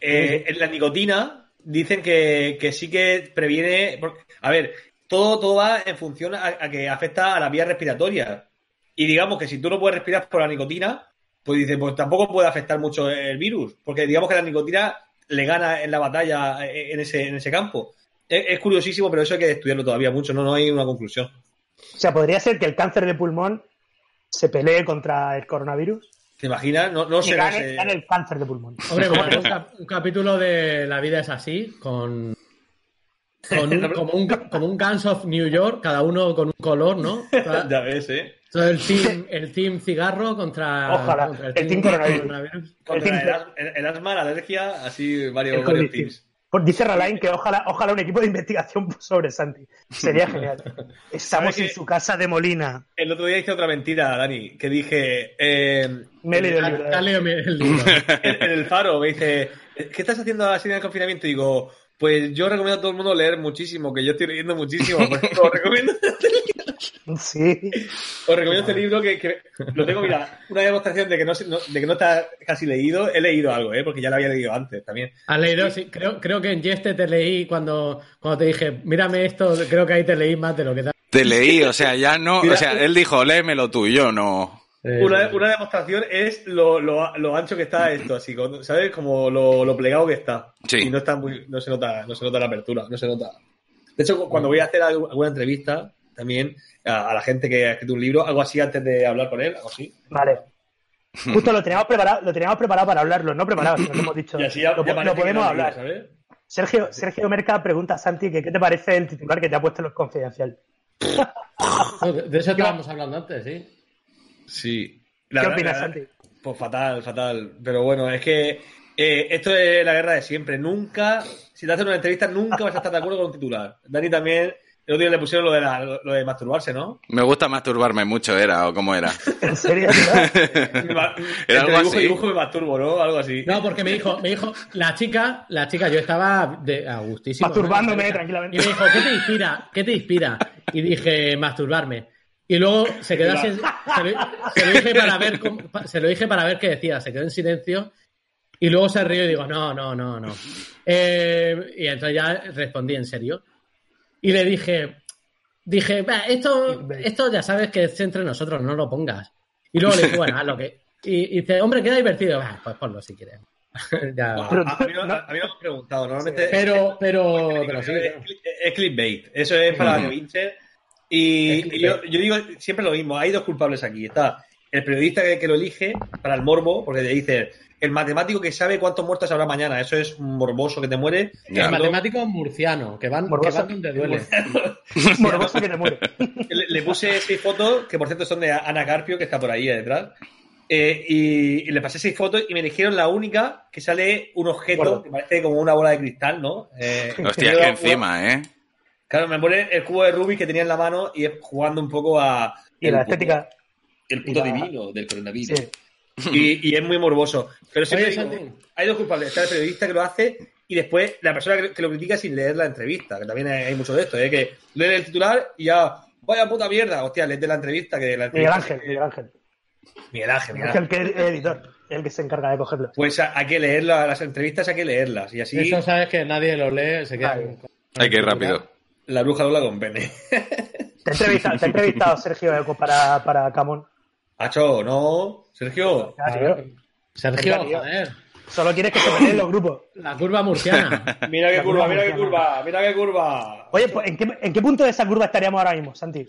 que, eh, en la nicotina dicen que, que sí que previene. porque- a ver, todo, todo va en función a, a que afecta a la vía respiratoria. Y digamos que si tú no puedes respirar por la nicotina, pues dices, pues tampoco puede afectar mucho el virus. Porque digamos que la nicotina le gana en la batalla eh, en ese, en ese campo. Es, es curiosísimo, pero eso hay que estudiarlo todavía mucho. No, no hay una conclusión.
O sea, podría ser que el cáncer de pulmón se pelee contra el coronavirus
¿Te imaginas? No, no
y
sé. no
gane,
sé.
gane el cáncer de pulmón.
Hombre, como un, cap- un capítulo de La vida es así, con, con un- como, un, como un Guns of New York, cada uno con un color, ¿no?
Ya ves, ¿eh?
Todo el team, el team cigarro contra,
Ojalá,
contra
el team coronavirus.
Contra el, as- el- el asma, la alergia, así varios,
El
varios
COVID,
tips.
Pues dice Ralain que ojalá, ojalá un equipo de investigación sobre Santi. Sería genial. Estamos
¿Sabe
en
qué?
su casa de Molina.
El otro día hice otra mentira, Dani, que dije eh, en,
Me he leído el libro.
Está Leo me- el libro.
en el faro, me dice, ¿qué estás haciendo así en el confinamiento? Y digo, pues yo recomiendo a todo el mundo leer muchísimo, que yo estoy leyendo muchísimo. Por ejemplo, os recomiendo,
Sí.
os recomiendo este libro que, que lo tengo, mira, una demostración de que no, se- no- de que no está casi leído. He leído algo, ¿eh? porque ya lo había leído antes también.
Has leído, sí, creo, creo que en Yeste te leí cuando, cuando te dije, mírame esto, creo que ahí te leí más de lo que te
Te leí, o sea, ya no. O sea, él dijo, léemelo tú, yo no.
Eh,
Una, una demostración es lo, lo- lo ancho que está esto, así, con- ¿sabes? Como lo, lo plegado que está.
Sí.
Y no está muy, no se nota, no se nota la apertura, no se nota. De hecho, cu- cuando voy a hacer algu- alguna entrevista también a, a la gente que ha escrito un libro, algo así antes de hablar con él, algo así.
Vale. Justo lo teníamos preparado, lo teníamos preparado para hablarlo, no preparado, sino que hemos dicho.
Y así ya,
lo,
ya
lo
parece que
podemos
lo
hablar.
leí, ¿sabes?
Sergio, Sergio Merca pregunta a Santi que qué te parece el titular que te ha puesto en los confidencial.
De eso estábamos hablando antes, sí.
Sí.
¿Qué opinas, Santi?
Pues fatal, fatal. Pero bueno, es que eh, esto es la guerra de siempre. Nunca, si te hacen una entrevista, nunca vas a estar de acuerdo con un titular. Dani también, el otro día le pusieron lo de, la- lo de masturbarse, ¿no?
Me gusta masturbarme mucho, era, o cómo era.
¿En serio? tío?
Me ma-
Era algo
entre dibujo,
así.
y dibujo me masturbo, ¿no? Algo así.
No, porque me dijo, me dijo, la chica, la chica, yo estaba de a gustísimo.
Masturbándome
¿no?
tranquilamente.
Y me dijo, ¿qué te inspira? ¿Qué te inspira? Y dije, masturbarme. Y luego se quedó así, se lo, se lo dije para ver cómo- se lo dije para ver qué decía, se quedó en silencio y luego se rió y digo, no, no, no, no. Eh, y entonces ya respondí en serio. Y le dije, dije, "Bah, esto, esto ya sabes que es entre nosotros, no lo pongas. Y luego le dije, bueno, haz lo que. Y, y dice, hombre, queda divertido. "Bah, pues ponlo si quieres. Ya.
Wow,
Pero-
a, a mí no, a mí no me han preguntado. Normalmente
Pero, pero, pero sí.
es, es clickbait. Eso es para que pinche. Y, y yo, yo digo siempre lo mismo. Hay dos culpables aquí. Está el periodista que, que lo elige para el morbo, porque te dice el matemático que sabe cuántos muertos habrá mañana. Eso es un morboso que te muere.
Ya.
El matemático murciano, que van, que
Morbosa.
van donde duele.
Morboso que te muere.
Le, le puse seis fotos, que por cierto son de Ana Carpio, que está por ahí eh, detrás. Eh, y, y le pasé seis fotos y me eligieron la única que sale un objeto
Gordo.
que parece como una bola de cristal, ¿no? Eh,
Hostia, es
yo-
que encima, ¿eh?
Claro, me pone el cubo de Rubik que tenía en la mano y es jugando un poco a.
Y la
el puto-
estética.
El puto
y la-
divino del coronavirus.
Sí.
Y, y es muy morboso. Pero siempre
Oye,
digo,
Santi.
hay dos culpables. Está el periodista que lo hace y después la persona que, que lo critica sin leer la entrevista. Que también hay, hay mucho de esto, ¿eh? Que lee el titular y ya. Vaya puta mierda. Hostia, lees de la entrevista. Que la
Miguel
entrevista
Ángel, Miguel Ángel.
Miguel Ángel,
Miguel Ángel,
Miguel Ángel.
que es editor, el que se encarga de cogerlo.
Pues a- hay que leerlas, las entrevistas hay que leerlas. Y así
Eso sabes que nadie lo lee, se queda.
Vale.
Hay que ir rápido.
la bruja dobla con pene.
Te ha entrevistado, te ha entrevistado Sergio Eco para, para Camón.
Hacho, no. Sergio.
Ah, tío.
Sergio,
Venga, tío.
joder,
Solo quieres que se peleen los grupos.
la curva murciana.
Mira qué
La
curva,
curva
mira qué
murciana.
curva, mira qué curva.
Oye, pues, ¿en, qué, en qué punto de esa curva estaríamos ahora mismo, Santi?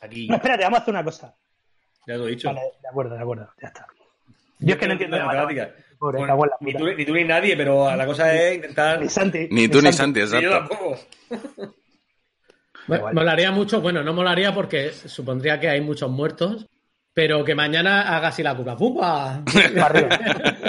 Aquí.
No, espérate, vamos a hacer una cosa.
Ya lo he dicho.
Vale, de acuerdo, de acuerdo, ya está. Yo es que no entiendo la matemática. Pobre,
Bueno,
cago en la
ni,
puta.
tú, ni tú ni nadie, pero la cosa es intentar.
Ni Santi.
Ni tú ni Santi,
Sí, yo
exacto.
tampoco.
Me-
Igual.
Molaría mucho, bueno, no molaría porque supondría que hay muchos muertos, pero que mañana haga así la curva. ¡Pumba!
Para arriba.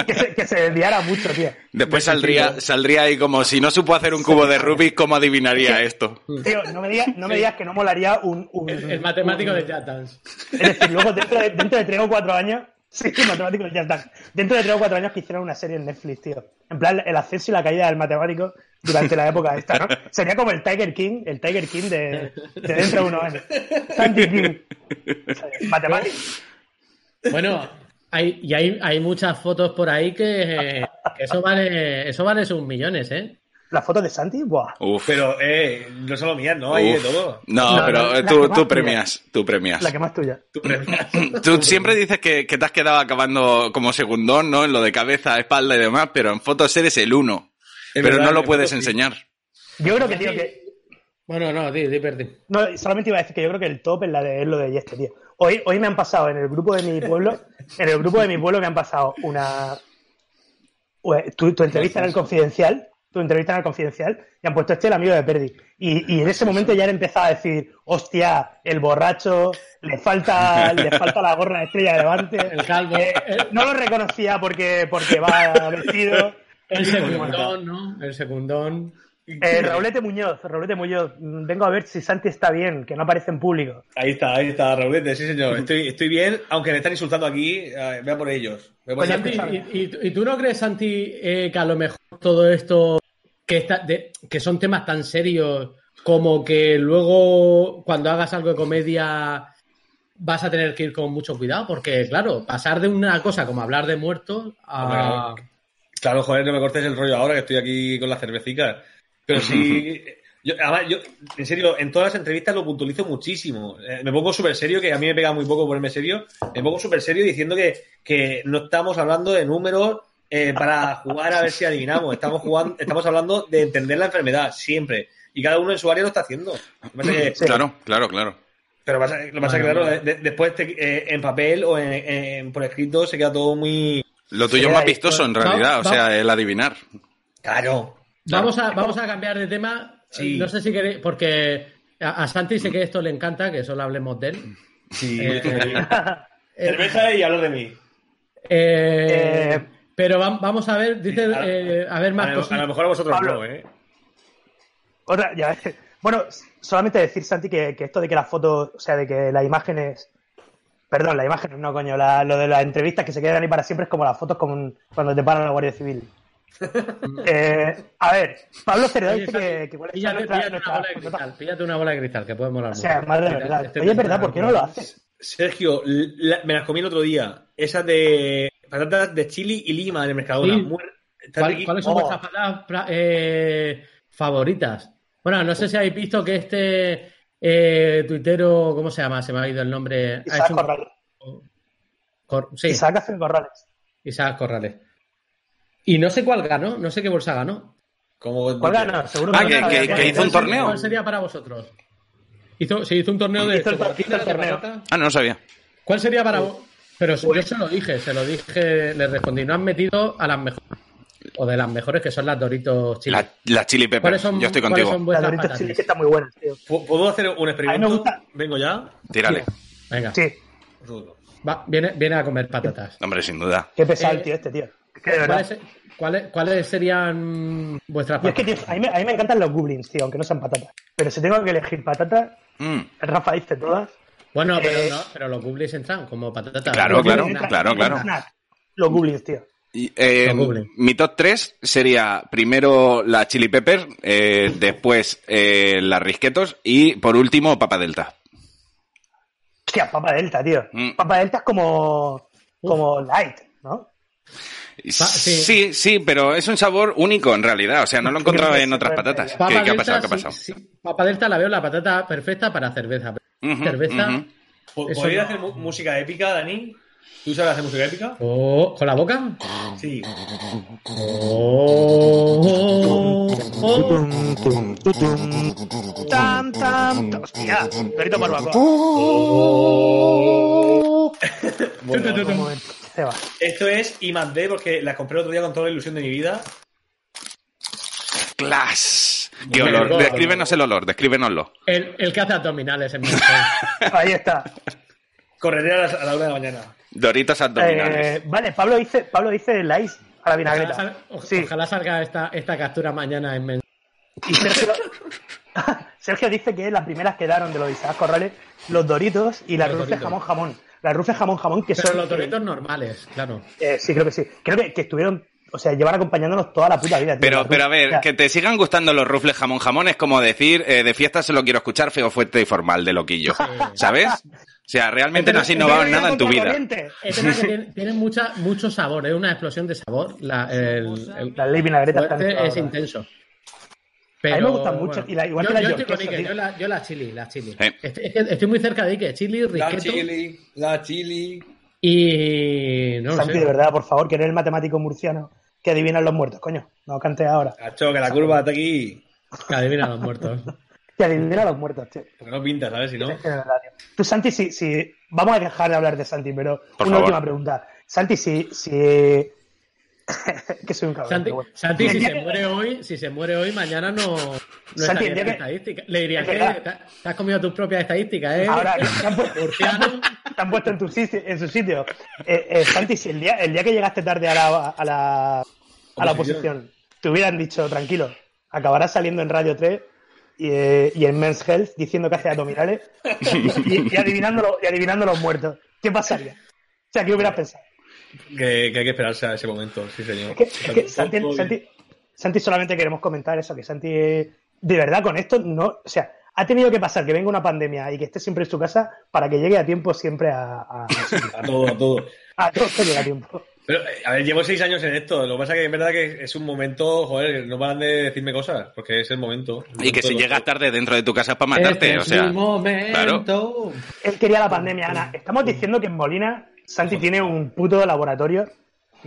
que, se, que se desviara mucho, tío.
Después saldría, saldría ahí como si no supo hacer un cubo de Rubik, ¿cómo adivinaría esto?
Tío, no me digas, no me digas que no molaría un. un-
El, el matemático
un-
de Jatans.
Es decir, luego dentro de, dentro de 3 o 4 años. Sí, el matemático del Jazz Dance. Dentro de 3 o 4 años que hicieran una serie en Netflix, tío. En plan, el ascenso y la caída del matemático durante la época esta, ¿no? Sería como el Tiger King, el Tiger King de, de dentro de unos años. Santi King. O sea, Matemático.
Bueno, hay, y hay, hay muchas fotos por ahí que, que eso vale eso vale sus millones, ¿eh?
Las fotos de Santi, buah.
Uf.
Pero, eh, no solo mías, ¿no? Hay de
uf.
todo.
No,
No,
pero
no,
eh,
la
tú,
que más
tú
tuya.
premias, tú premias.
La que más tuya.
Tú premias.
Tú siempre dices que, que te has quedado acabando como segundón, ¿no? En lo de cabeza, espalda y demás, pero en fotos eres el uno.
Es
pero
verdad,
no lo
en
puedes
fotos sí.
enseñar.
Yo creo que, tío, que.
Bueno, no, di, di, perdí.
No, solamente iba a decir que yo creo que el top es, la de, es lo de Yeste, tío. Hoy, hoy me han pasado en el grupo de mi pueblo, en el grupo de mi pueblo me han pasado una. Ue- Tu, tu entrevista en el confidencial, tu entrevista en el confidencial, y han puesto este el amigo de Perdi. Y, y en ese momento ya han empezado a decir, hostia, el borracho, le falta, le falta la gorra de estrella de levante.
El calvo.
Eh, eh, no lo reconocía porque, porque va vestido.
El secundón, ¿no? El secundón.
Eh, Raulete Muñoz, Raulete Muñoz, mm, vengo a ver si Santi está bien, que no aparece en público.
Ahí está, ahí está, Raulete, sí, señor. Estoy, estoy bien, aunque me están insultando aquí. eh, Vea por ellos. Vea por
Pues, Santi,
ellos.
y, y- y tú no crees, Santi, eh, que a lo mejor todo esto, que, está- de- que son temas tan serios, como que luego cuando hagas algo de comedia vas a tener que ir con mucho cuidado? Porque, claro, pasar de una cosa como hablar de muertos a...
Claro, joder, no me cortes el rollo ahora que estoy aquí con las cervecitas. Pero sí. Yo, además, yo, en serio, en todas las entrevistas lo puntualizo muchísimo. Eh, me pongo súper serio, que a mí me pega muy poco ponerme serio. Me pongo súper serio diciendo que, que no estamos hablando de números eh, para jugar a ver si adivinamos. Estamos jugando, estamos hablando de entender la enfermedad, siempre. Y cada uno en su área lo está haciendo. Lo que pasa es que-
Claro, claro, claro.
pero pasa- lo que pasa es que,
Bueno,
claro, de- después te- eh, en papel o en- en- por escrito se queda todo muy.
Lo tuyo es
Era
más
esto.
vistoso en
Va-
realidad, o
va-
sea, el adivinar.
Claro.
Vamos a, vamos a cambiar de tema. Eh,
Sí.
No sé si queréis, porque a, a Santi sé que esto le encanta, que solo hablemos de él.
Sí.
Eh,
Cerveza y hablar de mí.
Eh,
Eh,
pero va- vamos a ver, dice,
Sí, a-
eh, a ver más
a, lo-
cosas.
a lo mejor a vosotros
Pablo.
no, ¿eh?
Otra, ya, eh, bueno, solamente decir, Santi, que, que esto de que las fotos, o sea, de que las imágenes. Perdón, las imágenes, no, coño. la- lo de las entrevistas que se quedan ahí para siempre es como las fotos con, cuando te paran la Guardia Civil. Eh, a ver, Pablo Cereda
Oye,
dice
Santi,
que, que cuáles son
Píllate,
nuestras- nuestras-
píllate una bola de cristal, píllate una bola de cristal, que puede molar
O sea, madre de verdad.
Este
Oye, es verdad,
pensar-
¿por qué no lo haces?
Sergio, la- me las comí el otro día. Esas de patatas de chili y lima en el Mercadona.
Sí.
Muy- está
¿Cuál-
riqui-
¿Cuáles son
Oh.
vuestras patatas pra- eh, favoritas? Bueno, no sé si habéis visto que este eh, tuitero, ¿cómo se llama? Se me ha ido el nombre. Ha
Isaac
hecho un-
Corrales.
Cor- sí, Isaac.
Isaac hace Corrales.
Corrales. Y no sé cuál ganó, no sé qué bolsa ganó.
Como-
¿Cuál gana? Seguro
Ah,
no
que-
gana.
que-
¿Cuál-
hizo un
cuál sería-
torneo.
¿Cuál sería para vosotros? Hizo, se hizo un torneo de.
Hizo el tor- hizo el
de
torneo.
patata.
Ah, no lo sabía.
¿Cuál sería para vos? Pero yo
Pues-
se lo dije, se lo dije, les respondí. No han metido a las mejores, o de las mejores que son las Doritos chiles.
Las la chili peppers.
¿Cuáles son,
Yo estoy
cuáles
contigo.
son
La
vuestras
Doritos
patatas?
Chile que está muy buena, tío.
¿Pu- ¿Puedo hacer un experimento?
A mí me gusta.
Vengo ya.
Tírale.
Venga,
Sí,
va, viene, viene a comer patatas.
Hombre, sin duda.
qué pesado el
Eh,
tío este, tío. Es que de verdad.
¿Cuáles, cuáles, cuáles serían vuestras
Y es que,
patatas?
tío, a mí, me- a mí me encantan los goblins, tío, aunque no sean patatas. Pero si tengo que elegir patatas,
Mm,
Rafa dice todas.
Bueno, pero,
eh,
no, pero los goblins entran como patatas.
Claro,
Los
claro,
goblins entran.
claro, claro.
Snack. Los goblins, tío.
Y, eh,
Lo google.
mi top 3 sería primero la chili pepper, eh, después eh, las risquetos y por último papa delta.
Hostia, Papa Delta, tío.
Mm.
Papa Delta es como, como light, ¿no?
sí.
Sí, sí, pero es un sabor único en realidad. O sea, no lo he encontrado en otras patatas.
Papa
¿Qué, qué ha
Delta,
pasado? ¿Qué ha
sí,
pasado?
sí. Papa Delta la veo la patata perfecta para cerveza.
Ujú,
cerveza
ujú.
¿Po-
Eso
¿Podría
no.
hacer mu- música épica, Dani? ¿Tú sabes hacer música épica?
o- Oh, con la boca.
Sí.
Oh, oh,
Tam, tam, tam. Hostia, perrito barbacoa.
Bueno,
Un momento, se va.
esto es I más D porque la compré el otro día con toda la ilusión de mi vida.
Clash. ¿Qué
Hombre,
olor?
gordo.
Descríbenos el olor, descríbenoslo.
El, el que hace abdominales en mi
Ahí está.
Correré a las- a la, una de la mañana.
Doritos abdominales.
Eh, vale, Pablo dice, Pablo dice light a la
Ojalá,
vinagreta.
sal- o-
Sí.
ojalá salga esta, esta captura mañana en men-
Y Sergio, Sergio dice que las primeras quedaron de los de Isaac Corrales, los Doritos y la
Los
Rufe
Doritos.
jamón jamón. La Rufe jamón jamón que
Pero
son
los doritos normales, claro.
eh, sí, creo que sí. Creo que, que estuvieron, o sea, llevan acompañándonos toda la puta vida. tío,
Pero,
las
pero a
Ruffles. O
ver,
sea,
que te sigan gustando los rufles jamón jamón es como decir, eh, de fiesta se lo quiero escuchar feo, fuerte y formal de loquillo. ¿Sabes? O sea, realmente no has innovado en nada en tu vida.
El tema es que tiene, tiene mucha, mucho sabor, es una explosión de sabor. La, el, el
Las ley vinagretas
fuerte
están
Pues, es
todas-
intenso.
A
Pero,
mí me gustan mucho, y la- igual
yo,
que la
yo
York,
estoy con
eso,
Ike,
tío.
yo la, yo la chili, la chili.
Sí.
Estoy, es que estoy muy cerca de Ike, chili,
La
risqueto
chili, la chili.
y... No lo
Santi,
sé.
de verdad, por favor, que eres el matemático murciano que adivinan los muertos, coño. No cantes ahora.
Cacho, que la curva está aquí.
Que adivina los muertos.
Que adivinan los muertos, tío.
Porque no pinta, ¿sabes? Si no.
Es verdad, tío. Tú, Santi, si, si- Vamos a dejar de hablar de Santi, pero
Por
una
favor.
última pregunta. Santi, si. si... que soy un cabrón.
Santi,
pero bueno.
Santi, si se muere hoy, si se muere hoy, mañana no, no
Santi,
estaría
el día
en
que-
estadística. Le dirían
es
que
verdad.
te, te has comido tus propias estadísticas, ¿eh?
Ahora, te han, puesto,
Murciano.
te han puesto en, tu sitio, en su sitio. Eh, eh, Santi, si el día, el día que llegaste tarde a la, a la, a la oposición, te hubieran dicho, tranquilo, acabarás saliendo en Radio 3 y, eh, y en Men's Health diciendo que hace abdominales y, y adivinando los- y adivinando los muertos. ¿Qué pasaría? O sea, ¿qué hubieras pensado?
Que, que hay que esperarse a ese momento, sí, señor.
Es que, es que Santi, Santi- Santi, solamente queremos comentar eso, que Santi, eh, de verdad, con esto no, o sea, ha tenido que pasar que venga una pandemia y que esté siempre en su casa para que llegue a tiempo siempre a... A,
A todo, a todo.
a todo esto llega a tiempo.
Pero, eh, a ver, llevo seis años en esto. Lo que pasa es que es verdad que es un momento, joder, que no paran de decirme cosas, porque es el momento.
Y que si llegas tarde dentro de tu casa es
Eh,
para matarte,
Este
o
es
sea.
mi momento.
Él quería la pandemia, Ana. Estamos diciendo que en Molina Santi tiene un puto laboratorio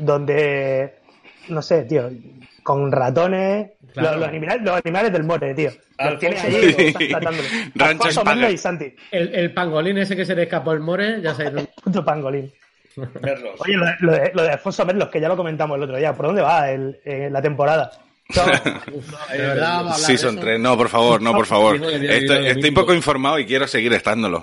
donde, no sé, tío, con ratones,
Claro.
los, los animales, los animales del mote, tío. Los
Alfonso
tiene
Mendo.
allí, están tratándolo.
Rancho
Alfonso Mendo
Espaguet.
y Santi,
El, el pangolín ese que se le escapó el more, ya sabéis dónde.
puto pangolín.
Verlos.
Oye, lo de, lo de- lo de Alfonso Merlos, que ya lo comentamos el otro día, ¿por dónde va el- eh, la temporada? No,
Eh,
De verdad, vamos a hablar
Sí,
de
son
eso.
tres. No, por favor, no, por favor.
Sí, no, que tiene que ir
Estoy,
al
estoy
domingo.
poco informado y quiero seguir estándolo.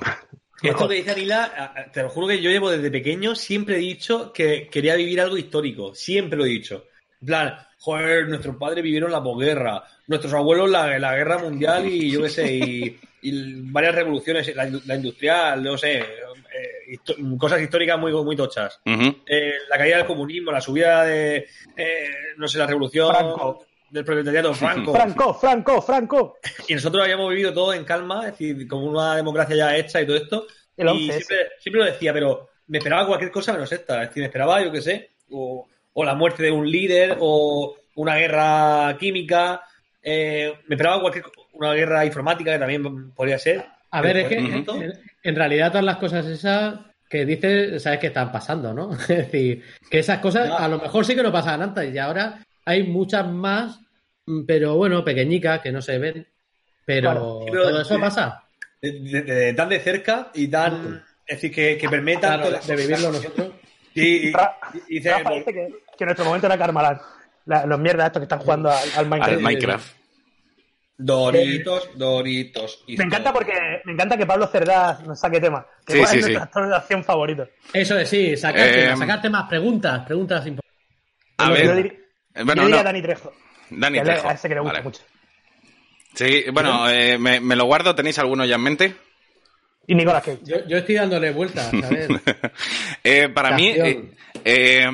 Esto que dice Anila, a- a- te lo juro que yo llevo desde pequeño, siempre he dicho que quería vivir algo histórico, siempre lo he dicho. En plan, joder, nuestros padres vivieron la posguerra, nuestros abuelos la, la guerra mundial y yo qué sé, y, y varias revoluciones, la, la industrial, no sé, eh, histo- cosas históricas muy, muy tochas.
Ujú.
Eh, la caída del comunismo, la subida de, eh, no sé, la revolución
Franco.
del proletariado Franco.
Franco, Franco, Franco.
Y nosotros habíamos vivido todo en calma, es decir, como una democracia ya hecha y todo esto.
El
y
11S.
siempre, siempre lo decía, pero me esperaba cualquier cosa menos esta. Es decir, me esperaba, yo qué sé, o, o la muerte de un líder, o una guerra química. eh, me esperaba cualquier co- una guerra informática que también podría ser.
A ver, es
Pero
que
por
en,
esto-
en realidad todas las cosas esas que dices, sabes que están pasando, ¿no? Es decir, que esas cosas
Ya.
a lo mejor sí que no pasaban antes y ahora hay muchas más, mm, pero bueno, pequeñicas que no se ven. Pero
Claro,
pero-
todo eso pasa.
de- de- de- tan de cerca y tan. Es decir, que, que permee tanto
Mm. Claro,
las
de vivirlo nosotros.
Y, y-
Ra-
y dice,
Rafa dice que, que nuestro momento era Carmalán. La- los mierdas estos que están jugando al, al Minecraft.
Al Minecraft.
Doritos, Doritos. y
Me encanta
todo".
porque me encanta que Pablo Cerdá nos saque tema. Que
Sí,
¿cuál
sí,
es
sí.
nuestro actor de acción favorito.
Eso es, sí, sacarte,
Em.
sacarte más preguntas, preguntas importantes.
A
Yo
ver. eh,
dir-
bueno,
yo diría
no,
Dani Trejo.
Dani
que a él-
Trejo.
A ese que le gusta
Vale.
mucho.
Sí, bueno, eh, me, me lo guardo. ¿Tenéis alguno ya en mente?
Y Nicolas Cage.
Yo, yo estoy dándole vueltas, a ver.
Eh, para mí,
Acción.
eh, eh,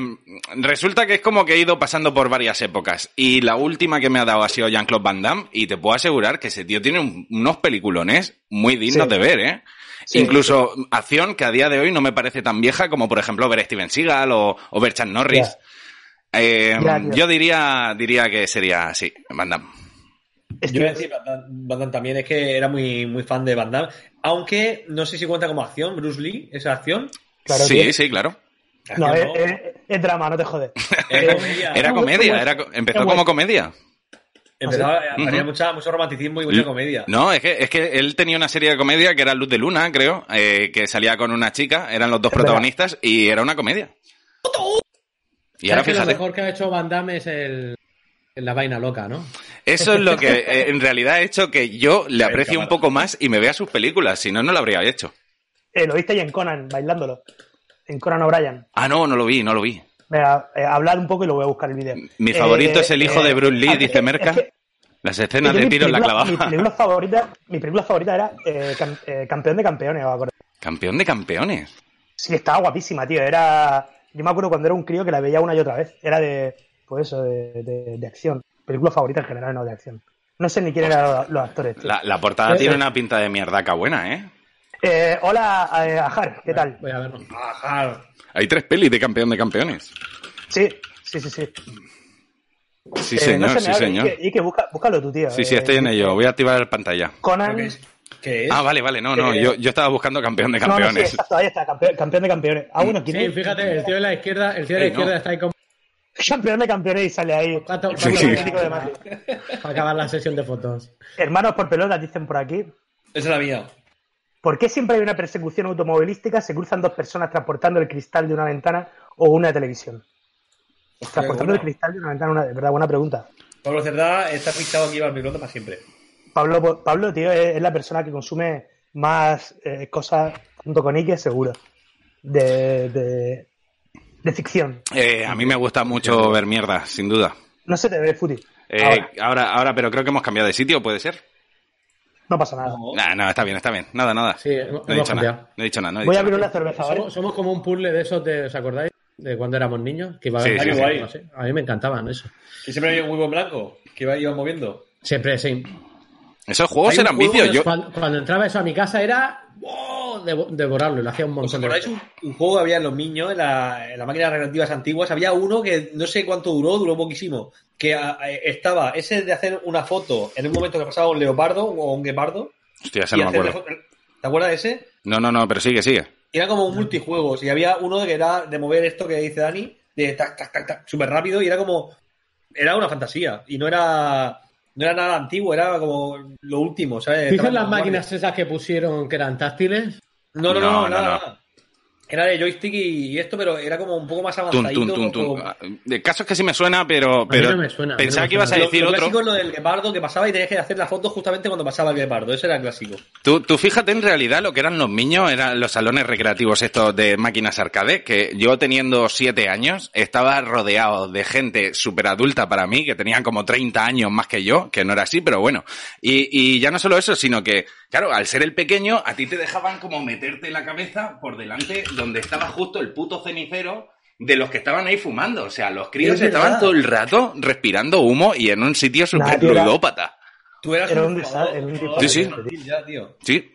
resulta que es como que he ido pasando por varias épocas. Y la última que me ha dado ha sido Jean-Claude Van Damme. Y te puedo asegurar que ese tío tiene un- unos peliculones muy dignos
Sí.
de ver, ¿eh?
Sí.
Incluso acción que a día de hoy no me parece tan vieja como, por ejemplo, ver a Steven Seagal o, o ver Chuck Norris. Eh,
Ya, tío.
yo diría, diría que sería así, Van Damme.
Yo iba a decir Van Damme, Van Damme también, es que era muy, muy fan de Van Damme. Aunque no sé si cuenta como acción, Bruce Lee, esa acción.
Claro,
sí,
tío.
sí, claro.
No, eh, es,
Acción, ¿no?
es- es drama, no te jodes. Eh,
Es comedia.
Era
¿cómo- cómo
comedia,
es?
era, co- empezó
¿Cómo
como
es?
comedia.
Empezaba, había
Ujú.
mucha, mucho romanticismo y mucha comedia.
No, es que, es que él tenía una serie de comedia que era Luz de Luna, creo, eh, que salía con una chica, eran los dos
Es verdad.
protagonistas y era una comedia. Y ahora
Sabes que Lo
fíjate,
mejor que ha hecho Van Damme es el, la vaina loca, ¿no?
eso es lo que eh, en realidad ha hecho que yo le
Ay,
aprecie un
cámara.
poco más y me vea sus películas, si no, no lo habría hecho.
Eh, lo viste ahí en Conan, bailándolo. En Conan O'Brien.
Ah, no, no lo vi, no lo vi.
Venga, eh, hablad un poco y lo voy a buscar el vídeo.
Mi
Eh,
favorito es el hijo
eh,
de Bruce Lee,
ah,
dice
es
Merca.
que-
Las escenas
Yo
de
mi
tiros la
película- Mi
clavaba.
película favorita, mi película favorita era eh, cam- eh, Campeón de Campeones, me acuerdo.
Campeón de campeones.
Sí, estaba guapísima, tío. Era. Yo me acuerdo cuando era un crío que la veía una y otra vez. Era de. Pues eso, de, de- de acción. Película favorita en general, no de acción. No sé ni quién eran los, los actores. tío.
La, la portada
Eh,
tiene
eh.
una pinta de mierdaca buena, ¿eh?
Eh, hola, eh, Ajar, ¿qué tal?
Voy a verlo.
Ajá.
Hay tres pelis de campeón de campeones.
Sí, sí, sí, sí.
Sí,
Eh,
señor,
no se me
sí,
hable,
señor.
Y que, y que busca, búscalo tú, tío.
Sí, sí,
Eh,
estoy en ello. Voy a activar la pantalla.
Conan.
¿Qué es? ¿Qué es?
Ah, vale, vale, no, no,
Eh,
yo, yo estaba buscando campeón de
No, no, sí,
campeones.
exacto, ahí está, campeón, campeón de campeones. Ah, bueno, ¿quién
Sí,
es?
fíjate, el tío de la izquierda, el tío de la
Ey, Eh, no.
izquierda está ahí como
Campeón de campeones y sale ahí.
¿Cuánto-
El
cuánto-
político de Madrid.
para acabar la sesión de fotos.
Hermanos por pelotas, dicen por aquí.
Esa es la mía.
¿Por qué siempre hay una persecución automovilística? Se cruzan dos personas transportando el cristal de una ventana o una televisión. Transportando el
bueno.
cristal de una ventana, una, de verdad, buena pregunta.
Pablo Cerdá está fichado aquí para el microondas para siempre.
Pablo, Pablo tío, es, es la persona que consume más eh, cosas junto con Ike, seguro. De, de, de ficción.
Eh, a mí me gusta mucho ver mierda, sin duda.
No se te ve fútil.
Eh, ahora.
Ahora.
ahora, pero creo que hemos cambiado de sitio, ¿puede ser?
No pasa nada.
No.
Nah, no, está bien, está bien. Nada, nada.
Sí, hemos
no he dicho
cambiado.
nada. No he dicho nada. no he
Voy a
dicho
abrir
nada.
una cerveza, ¿vale?
Somos, somos como un puzzle de esos de, ¿os acordáis? De cuando éramos niños, que iba a
Sí, sí,
sí.
no sé, A mí me encantaban eso.
Que siempre había un huevo en blanco que iba, iba moviendo.
Siempre, sí.
Esos juegos
Hay un
eran
juego
vicios.
de
Yo...
Cuando, cuando entraba eso a mi casa era ¡wow! devo- devorarlo, y lo
Pues
hacía un
¿Os
montón de
acordáis un, un juego que había en los niños, en, la, en las máquinas recreativas antiguas? Había uno que no sé cuánto duró, duró poquísimo. Que a- a- estaba ese de hacer una foto en un momento que pasaba un leopardo o un guepardo.
Hostia, ese
y
no me
hacer la
acuerdo.
foto- ¿Te acuerdas de ese?
No, no, no, pero sigue, sigue.
Era como
Mm.
un multijuegos y había uno que era de mover esto que dice Dani, de tac, tac, tac, tac, súper rápido y era como... Era una fantasía y no era... No era nada antiguo, era como lo último, ¿sabes?
¿Dices
Estaba
las
como-
máquinas esas que pusieron que eran táctiles?
No, no, no,
No, no,
nada,
no.
nada. Era de joystick y y esto, pero era como un poco más
Tun,
avanzadito.
tun, tun, Ah. Eh, tun.
como-
De casos que sí me suena, pero, pero
no me suena, a mí no
pensaba
me
que ibas a
suena.
decir
lo
otro.
clásico es lo del guepardo que pasaba y tenías que hacer la foto justamente cuando pasaba el guepardo. Ese era el clásico.
Tú, tú fíjate, en realidad lo que eran los niños eran los salones recreativos estos de máquinas arcade, que yo teniendo siete años estaba rodeado de gente súper adulta para mí, que tenían como 30 años más que yo, que no era así, pero bueno. Y, y ya no solo eso, sino que, claro, al ser el pequeño, a ti te dejaban como meterte la cabeza por delante donde estaba justo el puto cenicero de los que estaban ahí fumando. O sea, los críos
Es verdad.
estaban todo el rato respirando humo y en un sitio súper
tío, era-
ludópata.
Tú eras
Era un
jugador,
desa- era un
jugador,
Sí, sí.
infantil ya, tío.
Sí,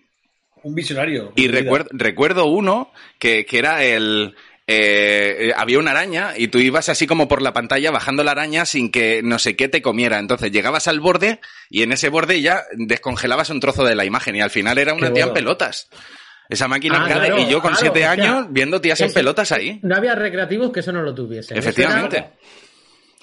Un visionario.
Y recuerdo, recuerdo uno que, que era el... eh, eh, había una araña y tú ibas así como por la pantalla bajando la araña sin que no sé qué te comiera. Entonces llegabas al borde y en ese borde ya descongelabas un trozo de la imagen y al final era una
Qué
tía en
bueno.
pelotas. Esa máquina
Ah,
arcade.
claro,
y yo con
claro,
siete
o sea,
años viendo tías en
ese-
pelotas ahí.
No había recreativos que eso no lo tuviesen. Eso era-
Efectivamente.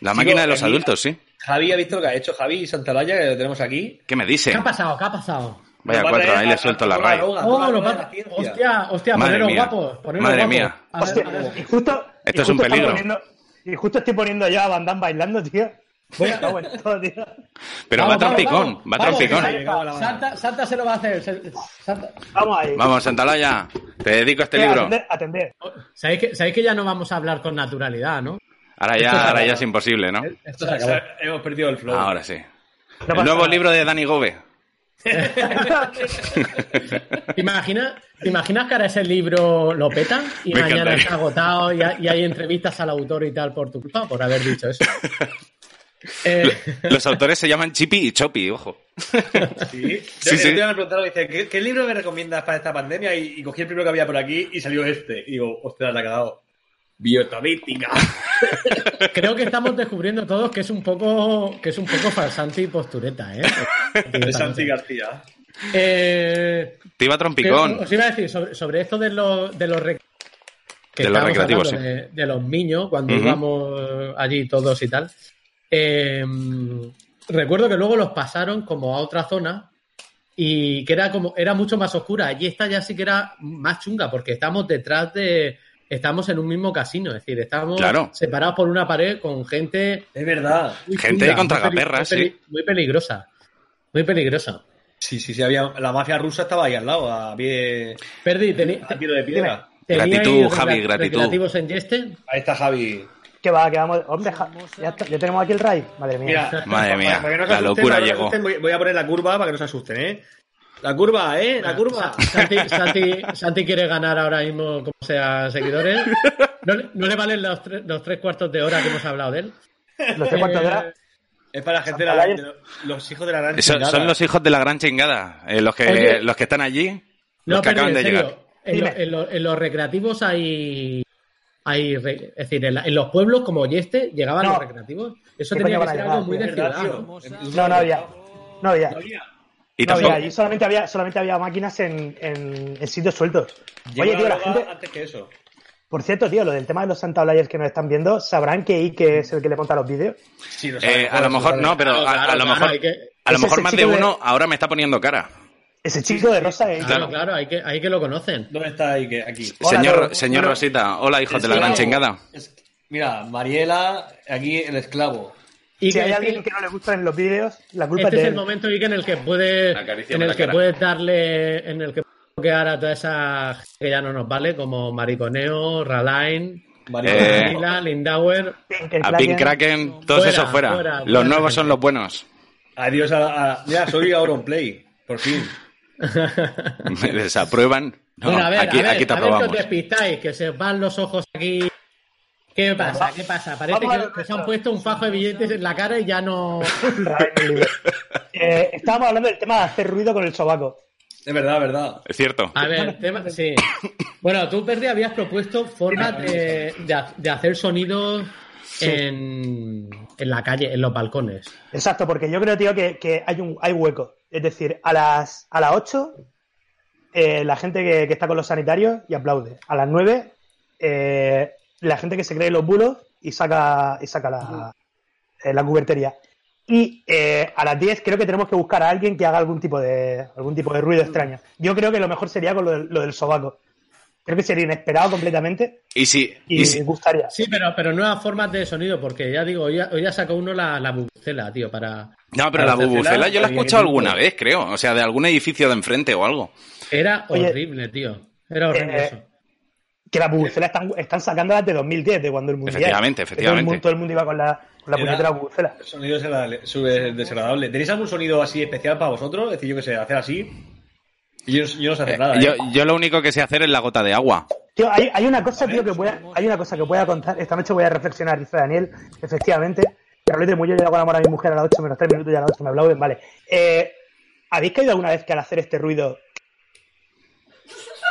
La
Sí,
máquina de
no,
los
mira.
adultos, sí.
Javi ha visto lo que ha hecho Javi y Santalaya, que lo tenemos aquí.
¿Qué me
¿Qué
dicen?
ha pasado? ¿Qué ha pasado?
Vaya
Nos va a
cuatro,
traer
ahí
a-
le suelto
a
la
toda
raya.
droga, toda
Oh,
la
lo
droga de
pa-
la ciencia.
Hostia, hostia,
Madre
poneros
mía.
guapos. poneros
Madre
guapos.
mía.
A ver,
Hostia,
a ver.
y justo, y
Esto es un
justo están
peligro.
poniendo- y justo estoy poniendo yo a Bandán bailando, tío. Voy a cago en todo, tío.
Pero
Vamos,
va
vamos,
trompicón,
vamos,
va trompicón.
vamos, Santa, Santa, Santa se lo va a hacer. se- Santa-
Vamos ahí.
Vamos, Santalaya, te dedico este
Eh,
libro.
Atender, atender.
¿Sabéis que, sabéis que ya no vamos a hablar con naturalidad, ¿no?
Ahora ya, ahora ya es imposible, ¿no?
O sea, o sea, hemos perdido el flow.
Ahora sí.
No
el
pasa
nuevo
nada.
libro de Dani Gobe.
¿Te imaginas, te imaginas que ahora ese libro lo petan y
Me
mañana
encantaría.
está agotado y, ha- y hay entrevistas al autor y tal por tu culpa, por haber dicho eso? Eh,
Los autores se llaman Chippy y Choppy, ojo.
Sí,
Sí, sí.
sí. me preguntaron, dice, ¿qué, qué libro me recomiendas para esta pandemia? Y, y cogí el primero que había por aquí y salió este. Y digo, ostras, te ha quedado. Biotabítica.
creo que estamos descubriendo todos que es un poco que es un poco falsante y postureta, ¿eh?
de Santi García.
Eh,
Te iba
Pero
trompicón.
Os iba a decir sobre, sobre esto de los de los rec- que
De los
estábamos
recreativos,
hablando de, de los niños cuando
Ujú.
íbamos eh, allí todos y tal. Eh, recuerdo que luego los pasaron como a otra zona y que era como era mucho más oscura. Allí esta ya sí que era más chunga porque estamos detrás de estamos en un mismo casino, es decir, estamos
Claro.
separados por una pared con gente
Es verdad.
muy
Gente
chunga,
con
muy peli-
tragaperras,
muy peli-
sí.
muy peligrosa, muy peligrosa.
Sí, sí, sí, había. La mafia rusa estaba ahí al lado, a pie,
Perdi, teni-
a tiro de piedra.
¿teníais
Gratitud,
recre-
Javi, gratitud.
recreativos en Yeste?
Ahí está Javi.
Que va, que vamos. Hombre, ja- ya, está- ya tenemos aquí el raid. Madre mía.
Mira,
Madre
para-
mía,
para que no se
la
asusten,
locura
para que no se
llegó.
asusten, voy- Voy a poner la curva para que no se asusten, ¿eh? La curva, ¿eh? La curva.
Santi, Santi- Santi quiere ganar ahora mismo, como sea, seguidores. No, le- no le valen los, tres- los tres cuartos de hora que hemos hablado de él.
Los tres cuartos de hora.
Es para la gente de la, de los hijos de la gran
Son,
chingada.
son los hijos de la gran chingada. eh, los, que,
Oye.
los que están allí, los
No,
que
pero
acaban
en
de
serio,
llegar.
En, lo-
Dime.
en lo- en los recreativos hay. hay re- es decir, en, la- en los pueblos como Yeste llegaban
No.
los recreativos. Eso
¿Qué coño
tenía que
van a
ser
llegar,
algo muy
tío?
de
Es verdad,
ciudad.
tío.
¿no?
No, no había. No había.
No había.
Y
No
tampoco-
había. Allí solamente había, solamente había máquinas en, en, en sitios sueltos.
Llegó
Oye, tío, la
droga
gente.
Antes que eso.
Por cierto, tío, lo del tema de los Santa Blayers que nos están viendo, sabrán que Ike es el que le monta los vídeos.
Sí, lo
eh,
sabemos,
a lo mejor
sabemos.
no, pero a,
Claro,
a lo
claro,
mejor,
hay que-
a lo
ese-
mejor
ese
más de
chico de-
uno ahora me está poniendo cara.
Ese chico de rosa
Ah,
es.
Claro, claro, hay que, hay que lo conocen.
¿Dónde está ahí? que- Aquí.
Hola,
señor
no,
señor
no.
Rosita, hola hijos de la gran chingada.
Es- Mira, Mariela, aquí el esclavo.
Y
Si
que
hay
es
alguien
que-
que no le gustan los vídeos, la culpa
Este
es
es
de
el
él.
momento Iker, en el que puede
Acariciame
en el
la
que
cara.
puedes darle en el que puedes bloquear a toda esa gente que ya no nos vale como Mariconeo, Raline,
Mariela.
Eh,
Mila, Lindauer,
Pink, el
A
Kraken.
Pink Kraken, todos
Fuera,
esos fuera.
fuera,
Los
fuera,
nuevos
gente.
son los buenos.
Adiós a, a- Mira, soy Auronplay. Por fin.
Me desaprueban. No,
bueno, a ver,
aquí,
a ver,
aquí te
a ver que os
aprobamos.
despistáis, que se os van los ojos aquí. ¿Qué pasa? ¿Qué pasa? Parece
Vamos a
que,
ver
que se han puesto un fajo de billetes en la cara y ya no.
Eh, estábamos hablando del tema de hacer ruido con el sobaco.
Es verdad, es verdad.
Es cierto.
A ver, tema, sí. Bueno, tú, Perdi, habías propuesto formas de, de ha- de hacer sonidos en, en la calle, en los balcones.
Exacto, porque yo creo, tío, que, que hay un hay hueco. Es decir, a las, a las 8, eh, la gente que, que está con los sanitarios y aplaude. A las 9, eh, la gente que se cree los bulos y saca, y saca la, eh, la cubertería. Y eh, a las 10 creo que tenemos que buscar a alguien que haga algún tipo de algún tipo de ruido extraño. Yo creo que lo mejor sería con lo del, lo del sobaco. creo que sería inesperado completamente
Y si,
y,
y si-
gustaría.
Sí, pero, pero nuevas formas de sonido, porque ya digo, hoy ya, hoy ya sacó uno la, la bubucela, tío, para...
No, pero
para
la
hacer
bubucela
cela,
yo la he
eh,
escuchado
tipo-
alguna vez, creo. O sea, de algún edificio de enfrente o algo.
Era
Oye,
horrible, tío. Era horrible
eh,
eso.
Que las bubucelas están, están sacando las de 2010, de cuando el mundial.
Efectivamente,
Que Todo
efectivamente.
el mundo, todo el mundo iba con la, con la
Era-
puñetera bubucela.
Sonido desagradable, sube- desagradable. ¿Tenéis algún sonido así especial para vosotros? Es decir, yo que sé, hacer así. Yo, yo no sé hacer
Eh,
nada. ¿eh?
yo, yo lo único que sé hacer es la gota de agua.
Tío, hay, hay una cosa, tío, que voy a- hay una cosa que voy a contar. Esta noche voy a reflexionar, dice Daniel, efectivamente. Pero lo muy yo llego a enamorar a mi mujer a las 8 menos 3 minutos y a las 8 me aplauden, vale. Eh, ¿Habéis caído alguna vez que al hacer este ruido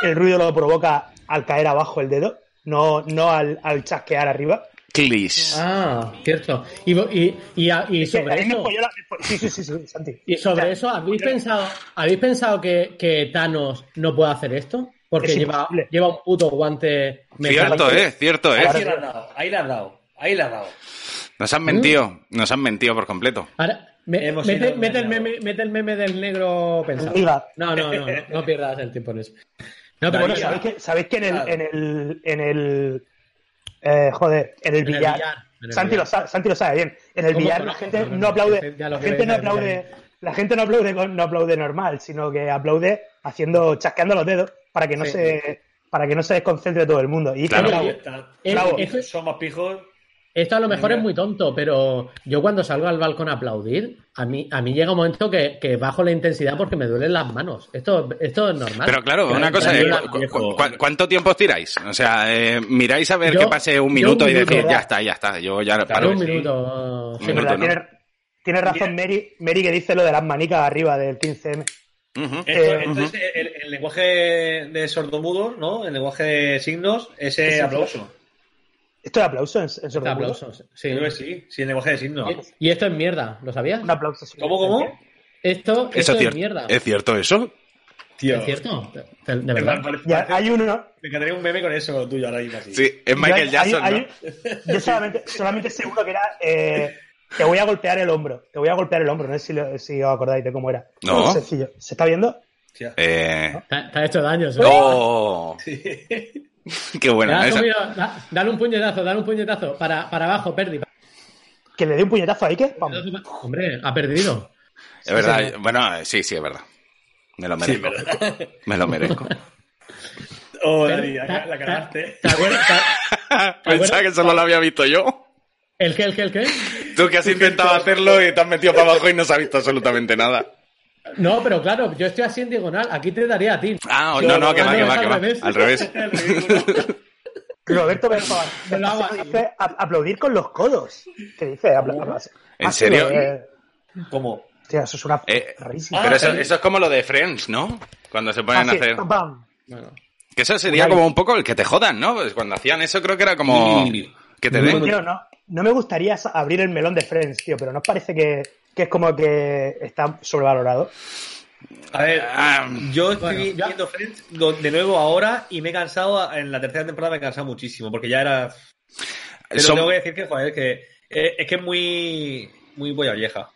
el ruido lo provoca al caer abajo el dedo? No, no al, al chasquear arriba.
Clis.
Ah, cierto. Y, vo- y, y, a- y
Sí, Eh, a
sobre
mí me
eso...
empolló la- me empolló- Sí, sí, sí, sí, Santi.
Y sobre
O sea,
eso, ¿habéis pensado, ¿habéis pensado que, que Thanos no puede hacer esto? Porque
Es
lleva,
imposible.
lleva un puto guante metálico.
Cierto es, cierto
Ahí
es.
sí la has dado, ahí la has dado, ahí la has dado.
Nos han
Mm.
mentido, nos han mentido por completo.
Ahora, me-
Hemos
mete,
sido
mete el
engañados.
meme, mete el meme del negro pensado.
Diga.
No, no, no, no, no pierdas el tiempo en eso. No, pero
Bueno,
bueno,
¿sabéis que, sabéis que en el,
Claro.
en el, en el eh, joder, en el
En el
billar,
billar, en el
Santi, Lo
billar.
sabe, Santi lo sabe bien, en el
¿Cómo
billar la
conozco?
gente
No, no,
no aplaude,
ya lo
la
que
gente
veis
no
en el
aplaude,
billar.
la gente no aplaude con- no aplaude normal, sino que aplaude haciendo, chasqueando los dedos para que no
Sí.
se para que no se desconcentre todo el mundo. Y
Claro.
Ahí
bravo,
está.
eh,
bravo.
eso-
Son más pijos.
esto a lo mejor es muy tonto, pero yo cuando salgo al balcón a aplaudir, a mí, a mí llega un momento que, que bajo la intensidad porque me duelen las manos. Esto, esto es normal.
Pero claro, una cosa es,
Ah, yo
la-
¿cu- cu- cu- cu- ¿cuánto tiempo os tiráis? O sea, eh, miráis a ver
Yo-
que pase un
yo
minuto
un
y
minuto,
decís, ya
¿verdad?
está, ya está, yo ya
Pero
paro.
un
sí.
minuto.
Un
Es verdad,
minuto, ¿no?
tiene, tiene razón Mary, Mary que dice lo de las manicas arriba del 15M.
Ujú.
Esto,
Eh,
esto es el, el lenguaje de sordomudo, ¿no? El lenguaje de signos, ese
Sí, sí, sí.
aplauso.
Esto de aplauso en, en sordomudo?
Aplausos. Sí.
Creo que sí, sí, el lenguaje de signos.
Y esto es mierda, ¿lo sabías?
Un aplauso. sí.
¿Cómo, cómo?
Esto,
Eso
esto
es
es
cierto.
mierda.
¿Es cierto eso?
Tío,
Es cierto, de- de,
me
verdad.
parece-
Ya, hay uno,
Me encantaría un meme con eso tuyo ahora mismo. Así.
Sí, es Michael
Yo hay-
Jackson,
hay-
¿no?
hay- Yo solamente, solamente seguro que era. eh, te voy a golpear el hombro. Te voy a golpear el hombro. No sé si, lo- si os acordáis de cómo era.
No.
Muy sencillo. ¿Se está viendo?
Hostia.
Eh,
Te, te ha hecho daño. ¿sabes?
¡Oh! Qué
Te
buena
has
esa.
comido- da- dale un puñetazo, dale un puñetazo. Para, para abajo, Perdi.
Que le dé un puñetazo a Ike. Vamos.
Hombre, ha perdido.
Es verdad, bueno, eh, sí, sí, es verdad. Me lo merezco. Me lo merezco.
Oh,
Pero-
Dani, la, la
ta-
cagaste.
¿Te acuerdas?
Pensaba que solo lo había visto yo.
¿El qué, el qué, el qué?
Tú que has intentado hacerlo y te has metido para abajo y no se ha visto absolutamente nada.
No, pero claro, yo estoy así en diagonal. Aquí te daría a ti.
Ah, no, no, que va, que va, que va. Al revés.
El ridículo.
Roberto Benzoa.
Me lo hago así.
dice a- aplaudir con los codos. ¿Qué dice? Apla- apla-
¿En
Ah, sí,
serio?
eh,
¿Cómo?
Hostia, eso es una.
Eh,
rarísima.
pero eso, eso es como lo de Friends, ¿no? Cuando se
Ah,
ponen a
sí,
hacer.
pam, pam.
Que eso sería como un poco el que te jodan, ¿no? Pues cuando hacían eso creo que era como. Que te den.
Tío, no, no me gustaría sa- abrir el melón de Friends, tío, pero ¿no os parece que, que es como que está sobrevalorado?
A ver,
Ah,
yo estoy
Bueno, ya.
viendo Friends do- de nuevo ahora y me he cansado, en la tercera temporada me he cansado muchísimo, porque ya era... Pero
son-
tengo que decir que, joder, que eh, es que es muy... Muy boya vieja.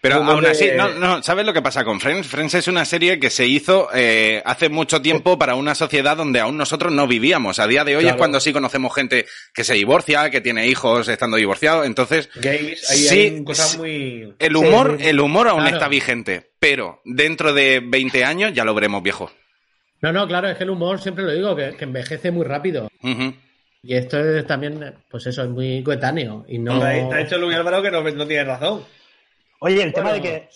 Pero
Como
aún
de-
así, no, no, ¿sabes lo que pasa con Friends? Friends es una serie que se hizo eh, hace mucho tiempo para una sociedad donde aún nosotros no vivíamos. A día de hoy es
Claro.
cuando sí conocemos gente que se divorcia, que tiene hijos estando divorciado. Entonces,
Gays, ahí
Sí,
hay cosas
sí.
muy...
el humor,
sí.
el humor aún
Claro.
está vigente. Pero dentro de 20 años ya lo veremos viejo.
No, no, claro, es que el humor, siempre lo digo, que- que envejece muy rápido.
Ujú.
Y esto es también, pues eso, es muy coetáneo. Y no.
Te ha- te ha hecho Luis Álvaro que no, no tiene razón.
Oye, el tema de que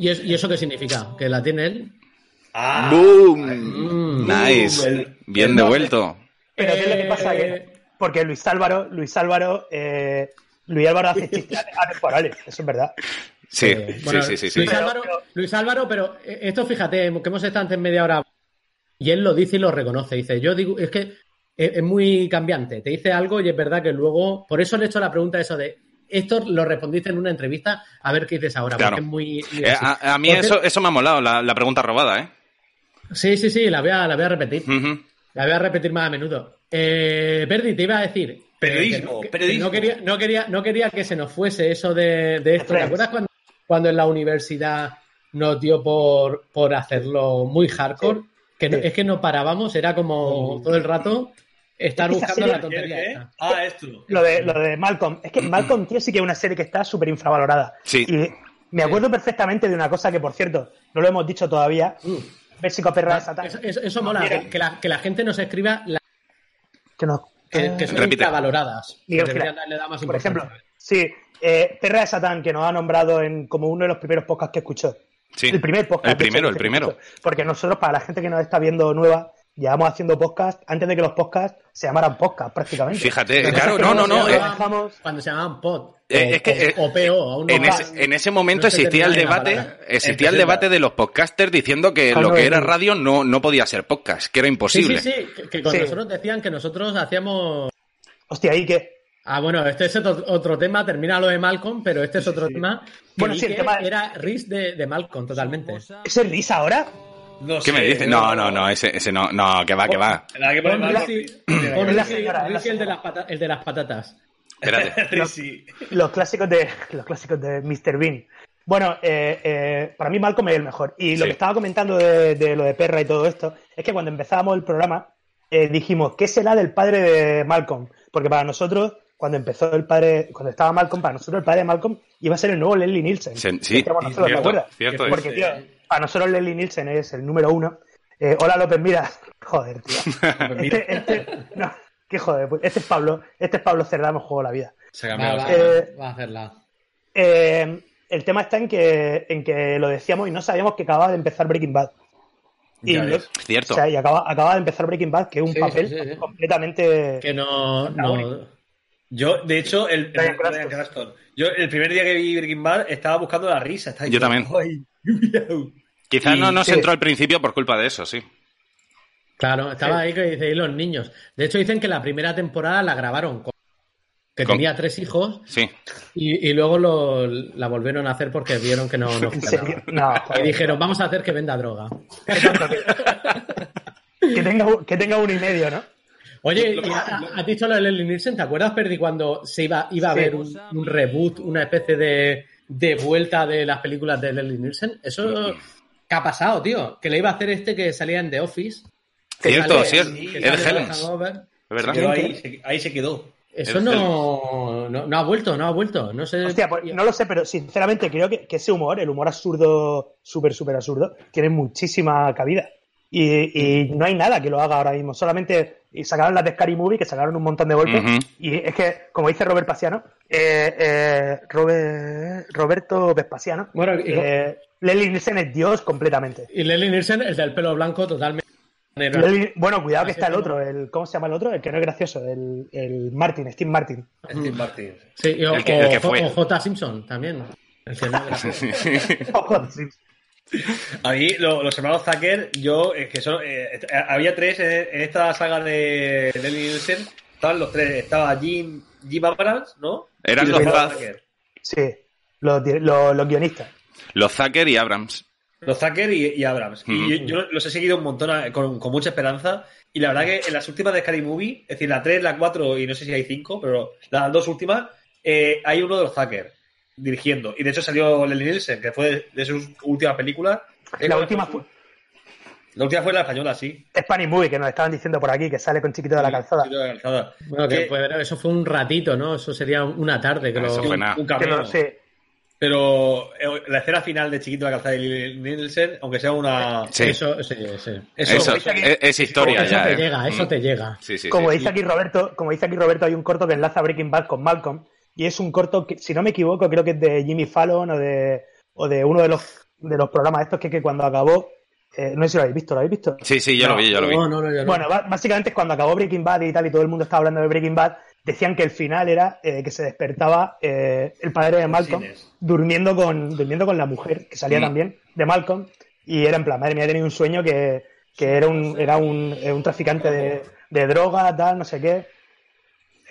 ¿Y, es- y eso qué significa? ¿Que la tiene él?
Ah,
mm.
¡Boom! Nice.
el-
Bien
el-
devuelto.
Pero ¿qué es lo que
Eh,
pasa? Que, porque Luis Álvaro, Luis Álvaro, eh, Luis Álvaro hace chistes atemporales, eso es verdad.
Sí,
Eh,
sí,
bueno,
sí, sí. sí.
Luis, Álvaro,
Pero-
Luis Álvaro, pero eh, esto fíjate, que hemos estado antes media hora y él lo dice y lo reconoce. Dice, yo digo, es que es, es muy cambiante. Te dice algo y es verdad que luego. Por eso le he hecho la pregunta eso de. Esto lo respondiste en una entrevista, a ver qué dices ahora,
Claro.
porque es muy. muy
Eh,
así.
a, a mí
Porque-
eso, eso me ha molado, la, la pregunta robada, ¿eh?
Sí, sí, sí, la voy a, la voy a repetir.
Ujú.
La voy a repetir más a menudo. Eh, Perdi, te iba a decir. eh,
Periodismo,
que no, que-
periodismo.
No quería, no, quería, no quería que se nos fuese eso de, de esto. ¿Te
Friends.
acuerdas cuando, cuando en la universidad nos dio por, por hacerlo muy hardcore? Que no-
Sí.
es que no parábamos, era
Mm.
como todo el rato estar
Es que esa
buscando
serie
la tontería.
¿Eh?
esta.
Ah, esto.
Lo de, lo de Malcolm. Es que Malcolm, tío, sí que es una serie que está súper infravalorada.
Sí.
Y me acuerdo perfectamente de una cosa que, por cierto, no lo hemos dicho todavía. México Perra de Satán.
Mm. Eso, eso- eso mola,
mira.
que, que la, que la gente nos escriba las
Que nos-
que, que son
Repite.
infravaloradas.
Miguel
Que deberían
Gila.
darle- le da más
Ah. por ejemplo,
importancia.
sí, eh, Perra de Satán, que nos ha nombrado en como uno de los primeros podcasts que escuchó.
Sí.
El primer podcast.
El primero,
de hecho,
el primero.
que escuchó. Porque nosotros, para la gente que nos está viendo nueva, llevamos haciendo podcast antes de que los podcasts se llamaran podcast, prácticamente.
Fíjate,
Lo que
claro,
pasa es que
no, no,
cuando
no.
se
eh,
llama- dejamos-
Cuando se llamaban pod.
Eh,
o-
es que,
o-
eh,
o PO, aún no
en,
va-
ese, en ese momento
no sé
existía el
determinar la
debate,
palabra.
existía el
Empecé
debate
ya.
de los podcasters diciendo que
Ah,
lo
no,
que
no.
era radio no, no podía ser podcast, que era
Sí, sí,
imposible.
sí, que, que con
Sí.
nosotros decían que nosotros hacíamos...
Hostia, ahí que.
Ah, bueno, este es otro, otro tema, termina lo de Malcolm, pero este es otro tema. que
Bueno,
vi
sí, el
que
tema-
era Riz de, de Malcolm, totalmente.
¿Eso es risa ahora?
No
¿Qué me dices? No, no, no, ese, ese no, no, que va, que va.
Nada que poner
Con
más.
Riz
Es la
con Riz-
señora, es la
Riz el de las pata- el de las patatas.
Espérate.
Sí,
Los clásicos de, los clásicos de Mr. Bean. Bueno, eh, eh, para mí Malcolm es el mejor. Y lo
Sí.
que estaba comentando de, de lo de perra y todo esto, es que cuando empezábamos el programa, eh, dijimos, ¿qué será del padre de Malcolm? Porque para nosotros, cuando empezó el padre, cuando estaba Malcolm, para nosotros el padre de Malcolm iba a ser el nuevo Leslie Nielsen.
Sí,
Que
sí,
decíamos nosotros, ¿te
cierto,
acuerdas?
cierto
es.
Porque, tío, para nosotros Leslie Nielsen es el número uno. Eh, hola López, mira. Joder, tío.
Pues
Este, este- no, qué joder, pues, este es Pablo, este es Pablo Cerdá, me juego la vida.
Se
Va, va,
Eh,
va a hacerla.
Eh, el tema está en que, en que lo decíamos y no sabíamos que acababa de empezar Breaking Bad. Y,
Ya
lo-
ves.
o
Cierto.
sea, y acaba, acaba de empezar Breaking Bad, que es un
Sí,
papel
sí, sí, sí.
completamente.
Que no... no
Yo, de hecho, el,
Bryan
el-
Cranston.
Bryan Cranston. Yo, el primer día que vi Breaking Bad, estaba buscando la risa. estaba
Yo
diciendo, "Ay,
Quizás no nos
sí.
entró al principio por culpa de eso, sí.
Claro, estaba ahí que dice, y los niños. De hecho, dicen que la primera temporada la grabaron con... Que
Con-
tenía tres hijos
Sí.
y, y luego lo- la volvieron a hacer porque vieron que no, no
¿En
funcionaba.
serio? No,
Y
joder.
dijeron, vamos a hacer que venda droga.
que, tenga, un- que tenga uno y medio, ¿no?
Oye, y ha- has dicho lo de Leslie Nielsen, ¿te acuerdas, Perdi, cuando se iba, iba a
Sí.
haber un, un reboot, una especie de, de vuelta de las películas de Leslie Nielsen? Eso, ¿qué ha pasado, tío? Que le iba a hacer este que salía en The Office. que
Cierto,
sale-
cierto.
que
Ed
sale en
Helms,
Hangover.
¿verdad?
Se quedó ahí, se- ahí se quedó.
Eso
Ed
no, no, no ha vuelto, no ha vuelto. No sé.
Hostia, pues, no lo sé, pero sinceramente creo que, que ese humor, el humor absurdo, súper, súper absurdo, tiene muchísima cabida. Y, y no hay nada que lo haga ahora mismo. Solamente y sacaron las de Scary Movie, que sacaron un montón de golpes.
Ujú.
Y es que, como dice Robert Pasiano, eh, eh, Robert- Roberto Vespasiano,
Bueno, y-
eh, Leslie Nielsen es Dios completamente.
Y Leslie Nielsen, el del pelo blanco, totalmente.
Leslie- bueno, cuidado que está el otro, el ¿cómo se llama el otro? El que no es gracioso, el, el Martin, Steve Martin.
Steve Martin.
Sí, y o,
El que- el que
o-
fue.
o J. Simpson también. El que no era-
A mí, lo- los hermanos Zucker, yo, es que son, eh, est- eh, había tres en, en esta saga de Lenny Nielsen. Estaban los tres. Estaba Jim, Jim Abrams, ¿no?
Eran
Y
los
hermanos
Baz.
Zucker.
sí, los, di- los- los guionistas.
Los Zucker y Abrams.
Los Zucker y, y Abrams. Y yo, yo los he seguido un montón eh, con, con mucha esperanza. Y la verdad que en las últimas de Scary Movie, es decir, la 3, la 4 y no sé si hay 5, pero las dos últimas, eh, hay uno de los Zucker dirigiendo. Y de hecho salió Lenny Nielsen, que fue de, de sus últimas películas. Eh,
La última fue
La última fue la española, sí.
Spanish Movie, que nos estaban diciendo por aquí, que sale con Chiquito de la Calzada.
Sí, de la calzada.
Bueno, que
Que-
puede haber- eso fue un ratito, ¿no? Eso sería una tarde que
Ah,
lo-
eso fue nada.
un
Que
cameo.
no sé.
Pero eh, la escena final de Chiquito la calzada de Lenny Nielsen, aunque sea una...
Sí. Eso,
Eso, sí, sí.
es,
eso-
es historia
Eso
ya.
te
eh.
llega, eso
Mm.
te llega.
Sí, sí,
como
sí.
dice aquí Roberto, como dice aquí Roberto, hay un corto que enlaza Breaking Bad con Malcolm y es un corto que, si no me equivoco, creo que es de Jimmy Fallon o de, o de uno de los, de los programas estos que, que cuando acabó, eh, no sé si lo habéis visto, ¿lo habéis visto?
Sí, sí, yo lo vi, yo lo vi.
No, no, no, yo no.
Bueno, ba- básicamente es cuando acabó Breaking Bad y tal y todo el mundo estaba hablando de Breaking Bad, decían que el final era eh, que se despertaba eh, el padre de Malcolm
cines.
durmiendo con, durmiendo con la mujer, que salía
Mm.
también, de Malcolm, y era en plan, madre mía, he tenido un sueño que, que era un, era un, eh, un traficante de, de droga, tal, no sé qué.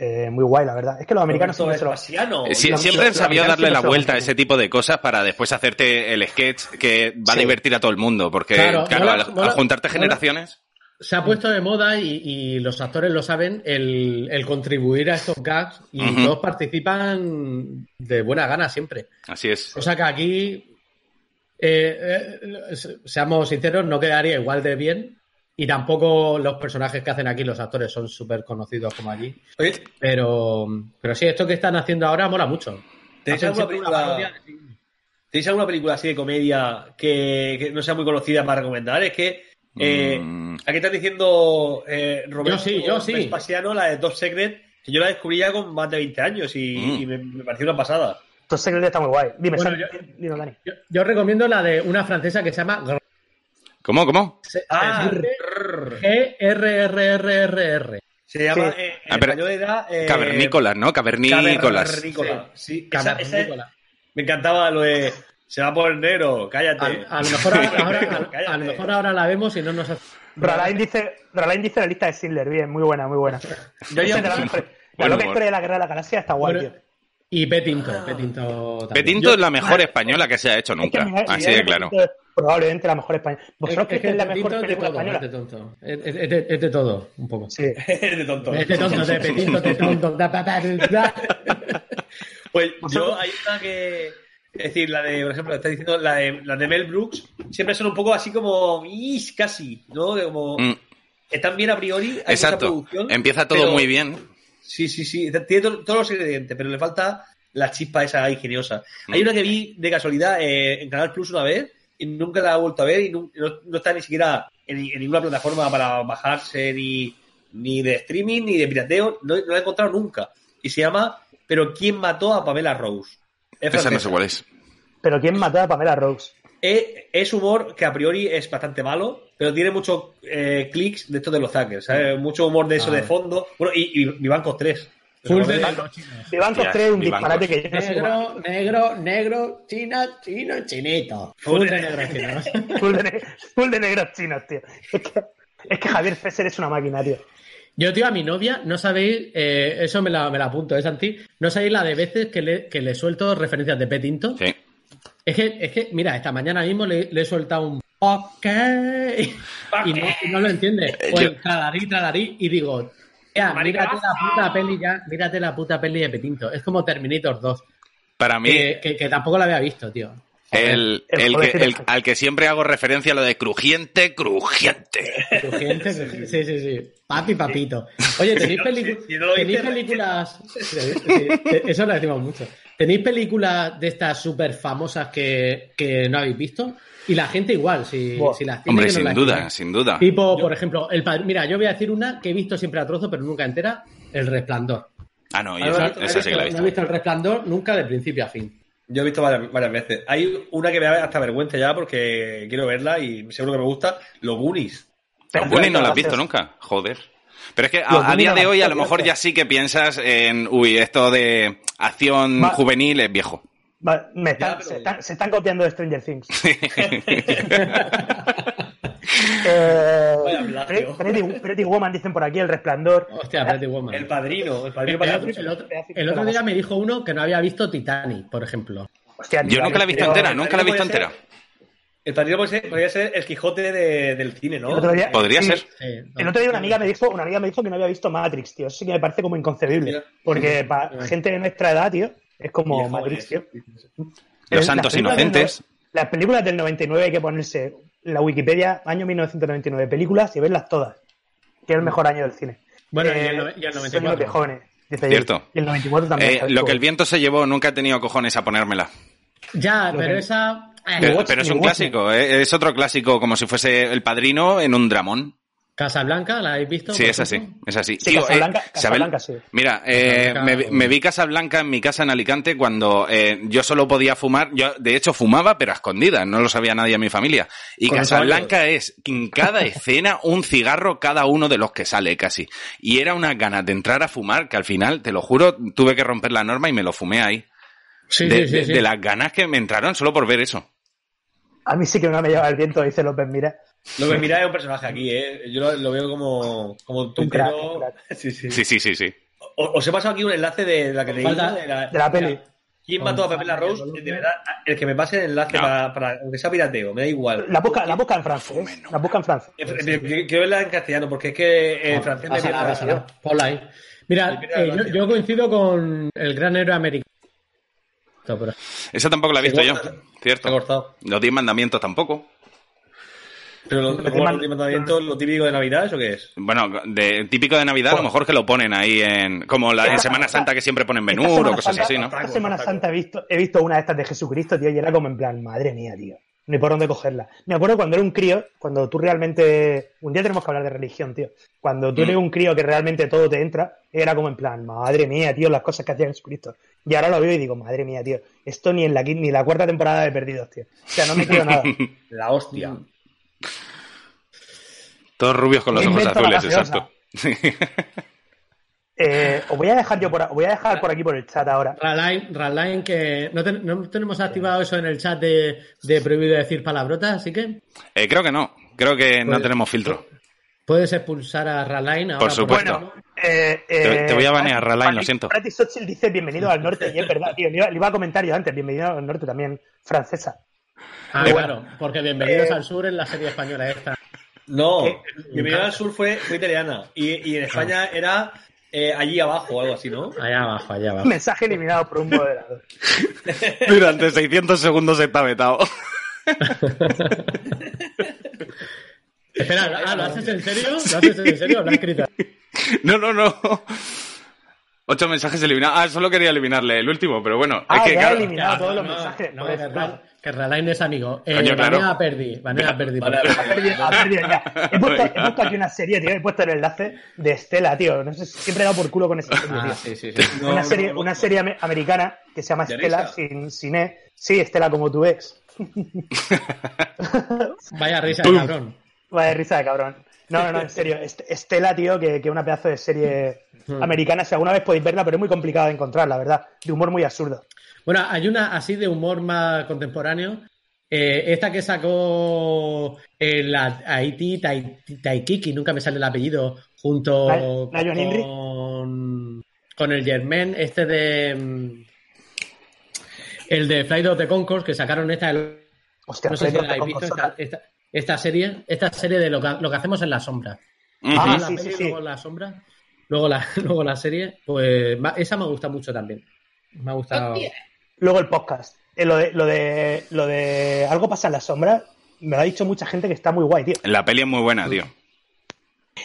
Eh, muy guay, la verdad. Es que los americanos siempre
Roberto
se lo-
Vespasiano.
Eh, sí,
la-
siempre han
la-
sabido
la-
darle
la-
la
la-
vuelta a
la-
ese tipo de cosas para después hacerte el sketch que va
Sí.
a divertir a todo el mundo. Porque,
Claro,
claro,
mola-
al, al
mola-
juntarte
mola-
generaciones.
Se ha puesto de moda y, y los actores lo saben, el, el contribuir a estos gags y
Ujú.
todos participan de buena gana siempre.
Así es.
Cosa que aquí, eh, eh, se- seamos sinceros, no quedaría igual de bien Y tampoco los personajes que hacen aquí, los actores, son súper conocidos como allí.
Oye,
Pero, pero sí, esto que están haciendo ahora mola mucho.
Ah,
¿tenéis
Hacen
alguna
siempre una parodia de
película,
sí.
¿tenéis alguna película así de comedia que, que no sea muy conocida para recomendar? Es que eh,
Mm.
aquí estás diciendo eh, Roberto
Yo sí, yo sí.
Vespasiano, la de Top Secret, que yo la descubrí ya con más de 20 años y,
Mm.
y me, me pareció una pasada.
Entonces Secret está muy guay. Dime,
Bueno,
Sam, dime, Dani.
Yo, yo recomiendo la de una francesa que se llama Gr-
¿Cómo, cómo?
se- se-
Ah, rrr.
G-R-R-R-R-R.
se llama
Sí.
eh, en
Ah, pero-
español era eh,
Cavernícolas, ¿no? Cavernícolas.
Cavernícola. Sí, esa- esa-
Cavernícola.
me encantaba lo de se va a poner negro, cállate.
A, a lo mejor ahora, ahora- a- a
Cállate.
lo mejor ahora la vemos y no nos hace-
Ralain dice, Ralain dice la lista de Sindler, bien, muy buena, muy buena.
Yo ya-
Esa te la mejor. La
Buen
loca
humor.
historia de la guerra de la galaxia está guay,
Bueno,
tío.
Y Petinto, Petinto también.
Petinto
Yo-
es la mejor española que se ha hecho
Es que
nunca.
mi- mi
Así
idea
de claro.
Petinto es Probablemente la mejor española. Vosotros
es
creéis
que
que es la
Petinto
mejor
es de
película
todo, es de
española.
tonto. Es, es- es de, es de todo, un poco.
Sí.
de tonto.
Es de tonto, de Petinto, de tonto. da, da, da, da.
Pues yo hay una que. Es decir, la de, por ejemplo, está diciendo la de, la de Mel Brooks, siempre son un poco así como. "Ish", casi, ¿no? De Como.
Mm,
Están bien a priori. hay mucha
Exacto.
producción,
Empieza todo
pero-
muy bien.
Sí, sí, sí. Tiene to- todos los ingredientes, pero le falta la chispa esa ingeniosa.
Mm.
Hay una que vi de casualidad eh, en Canal Plus una vez y nunca la he vuelto a ver y nu- no, no está ni siquiera en, en ninguna plataforma para bajarse ni, ni de streaming ni de pirateo. No, no la he encontrado nunca. Y se llama ¿Pero quién mató a Pamela Rose? Es,
Esa no
francesa.
sé cuál es.
Pero ¿quién mató a Pamela Rose?
Eh, es humor que a priori es bastante malo, pero tiene muchos eh, clics de esto de los hackers, ¿sabes?
Mm.
Mucho humor de eso
Ah.
de fondo. Bueno, y, y Vivancos 3.
Full de
Pero-
los chinos.
Vivancos
Hostias,
3 es un
Vivancos.
disparate que yo no sé cuál-
Negro, negro, negro, chino, chino, chinito. Full de negro, chino.
Full de, ne- full de negros chinos, tío. Es que, es que Javier Fesser es una máquina, tío.
Yo, tío, a mi novia, no sabéis, eh, eso me la, me la apunto, es Santi, no sabéis la de veces que le, que le suelto referencias de Petinto.
Sí.
Es que, es que, mira, esta mañana mismo le, le he soltado un ok y no, y no lo entiende. O
yo-
el tralarí, tralarí, y digo, ya, mírate la puta peli ya, mírate la puta peli de Petinto. Es como Terminator 2,
Para mí,
que, que- que tampoco la había visto, tío.
el,
el
el que,
jovencito.
el- al que siempre hago referencia lo de crujiente, crujiente.
Crujiente, crujiente. Sí, sí, sí. Papi, papito. Oye, tenéis, pelicu-
si no lo
tenéis
dices, la
películas. Sí, sí, te- eso lo decimos mucho. ¿Tenéis películas de estas súper famosas que, que no habéis visto? Y la gente igual, si,
Buah.
si las tiene.
Hombre,
que nos
sin
las
duda,
escriban.
sin duda.
Tipo, por ejemplo, el padre. Mira, yo voy a decir una que he visto siempre a trozo, pero nunca entera: El Resplandor.
Ah, no, y
Ahora
esa,
lo he visto,
esa sí que la he
No
visto.
he visto El Resplandor nunca de principio a fin.
Yo he visto varias, varias veces. Hay una que me da hasta vergüenza ya porque quiero verla y seguro que me gusta. Los Goonies.
Los Goonies no la has visto
Gracias.
nunca. Joder. Pero es que
Los
a, a día
Goonies
de hoy a lo
gracias.
mejor ya sí que piensas en, uy, esto de acción
Ma-
juvenil es viejo.
Va, me están-
Ya, pero-
se, están, se están copiando de Stranger Things. Eh,
Vaya plagio.
Pretty- Pretty, Pretty Woman dicen por aquí, El Resplandor.
Hostia, Pretty Woman.
El padrino. El
El
padrino para
otro, el otro- el otro día me dijo uno que no había visto Titanic, por ejemplo.
Hostia,
Yo
tío,
nunca la he visto
tío,
entera, nunca la he
Puede
visto
ser.
entera.
El padrino puede ser- podría ser el Quijote de- del cine, ¿no?
El otro día-
Podría
Sí.
ser.
Sí,
El otro día una amiga me dijo, una amiga me dijo que no había visto Matrix, tío. Eso sí que me parece como inconcebible.
Mira.
Porque para gente de nuestra edad, tío, es como
Viejo,
Matrix,
eh.
tío.
joder.
Los
Las
Santos
películas del
Inocentes.
no- Las películas del 99 hay que ponerse la Wikipedia, año 1999, películas y verlas todas. Que es el mejor año del cine.
Mm. Bueno, y
Eh,
el no- y el
son
94.
unos de jóvenes. dice
Cierto.
Jay. Y el 94 también.
Eh,
¿sabes
lo
tú?
que el viento se llevó, nunca he tenido cojones a ponérmela.
Ya,
Lo
pero
que-
esa. eh,
Pero,
Watch-
pero es
ni
un
Watch-
clásico, eh, es otro clásico, como si fuese El Padrino en un dramón.
Casablanca, ¿la habéis visto?
Sí,
por
es así,
ejemplo?
es así.
Sí,
Tío,
Casablanca-
Isabel,
Casablanca, sí.
Mira, eh,
Casablanca,
me, vi-
o-
me vi Casablanca en mi casa en Alicante cuando eh, yo solo podía fumar, yo de hecho fumaba pero a escondidas, no lo sabía nadie en mi familia. Y
Con los
Casablanca es en cada escena un cigarro cada uno de los que sale casi. Y era una ganas de entrar a fumar que al final, te lo juro, tuve que romper la norma y me lo fumé ahí.
Sí,
de,
sí, sí,
de-
sí.
de las ganas que me entraron solo por ver eso.
A mí sí que no me lleva el viento, dice López, mira.
Lo que mira es un personaje aquí, ¿eh? Yo lo, lo veo como, como un
Un crack,
tuitero.
un crack.
Sí, sí.
Sí, sí, sí, sí.
O- Os he pasado aquí un enlace de la que leí,
Falta-
de la,
De la peli.
¿Quién mató a Pamela Rose? De verdad, el que me pase el enlace
No.
para, para- aunque sea pirateo, me da igual.
La busca, la busca en francés. La busca en francés.
Eh, eh, eh, Quiero verla en castellano, porque es que en francés me
Pásala,
pierde la
pásala.
gracia.
Ponla ahí. Mira,
Me pierde la
eh, yo,
gracia.
yo coincido con el gran héroe americano. Esto, pero-
Esa tampoco la he visto yo,
corta. Se ha
cierto.
cortado.
Los diez mandamientos tampoco.
¿Pero lo,
Encima-
como el mandamiento, lo típico de Navidad, eso qué es?
Bueno, de, típico de Navidad, a lo mejor que lo ponen ahí en. Como la, en Semana Santa que siempre ponen menú
Esta Semana
o cosas
Santa-
así, ¿no?
Esta Semana Santa he visto, he visto una de estas de Jesucristo, tío, y era como en plan, madre mía, tío. Ni por dónde cogerla. Me acuerdo cuando era un crío, cuando tú realmente. Un día tenemos que hablar de religión, tío. Cuando tú
Mm.
eres un crío que realmente todo te entra, era como en plan, madre mía, tío, las cosas que hacía Jesucristo. Y ahora lo veo y digo, madre mía, tío, esto ni en la, quin- ni la cuarta temporada de Perdidos, tío. O sea, no me creo nada.
La hostia.
Todos rubios con los
Me
ojos
invento la
azules, exacto.
Eh, os voy a dejar yo por, os voy a dejar por aquí por el chat ahora.
Radline, Radline, que no, ten- no tenemos activado eso en el chat de, de prohibido decir palabrotas, así que
Eh, creo que no. Creo que no
Pues-
tenemos filtro.
puedes expulsar a Radline ahora.
Por supuesto.
favor.
Eh,
Te-
eh,
te voy a banear,
Prati-
Ralain, lo
Prati-
siento.
Prati Sochil dice bienvenido al norte, y es verdad, tío. Le iba, le iba a comentar yo antes, bienvenido al norte también, francesa.
Ah,
Pero
claro, porque bienvenidos
Eh,
al sur en la serie española esta.
No,
¿Qué?
Bienvenida al Sur fue, fue italiana. Y, y en España era eh, allí abajo o algo así, ¿no?
Allá abajo, allá abajo.
Mensaje eliminado por un moderador.
Durante 600 segundos está vetado.
Espera, ah, ¿lo haces en serio? ¿Lo haces en serio? ¿Lo has escrito?
No, no, no. Ocho mensajes eliminados. Ah, solo quería eliminarle el último, pero bueno.
Ah,
es que,
ya
claro,
he eliminado
Ya,
todos los
no,
mensajes.
no,
por
que,
eso,
Ra- que Radline es amigo. Eh,
Coño, claro.
banea a Perdi, banea a Perdi, por
Vale,
favor.
Ha perdido, ha perdido ya. He puesto, he puesto aquí una serie, tío. He puesto el enlace de Estela, tío. No sé, si- siempre he dado por culo con ese serie, tío.
Ah, sí, sí, sí.
No,
una
no,
serie,
no.
una serie ame- americana que se llama
¿De
Estela,
risa?
sin, sin E. Sí, Estela como tu ex.
Vaya risa,
Tum.
cabrón.
Vaya risa de cabrón. No, no, no, en serio. Est- Estela, tío, que es una pedazo de serie
Hmm.
americana. Si alguna vez podéis verla, pero es muy complicada de encontrar, la verdad. De humor muy absurdo.
Bueno, hay una así de humor más contemporáneo. Eh, esta que sacó el a- Haití Tai- Taikiki, nunca me sale el apellido, junto
Lion- Lion Henry.
con, con el Germain, este de. mm, El de Flight of the Concourse, que sacaron esta. el-
Hostia,
no sé si
Flight of
la
the
habéis visto,
Conchords.
esta, esta- esta serie, esta serie de lo que, lo que hacemos en la sombra.
Ujú.
Ah,
la
sí,
peli,
sí, sí.
luego la sombra, luego la, luego la serie. Pues va- esa me gusta mucho también. Me ha gustado.
Hostia.
Luego el podcast. Eh, lo, de, lo, de, lo de Algo pasa en la sombra, me lo ha dicho mucha gente que está muy guay, tío.
La peli es muy buena, tío.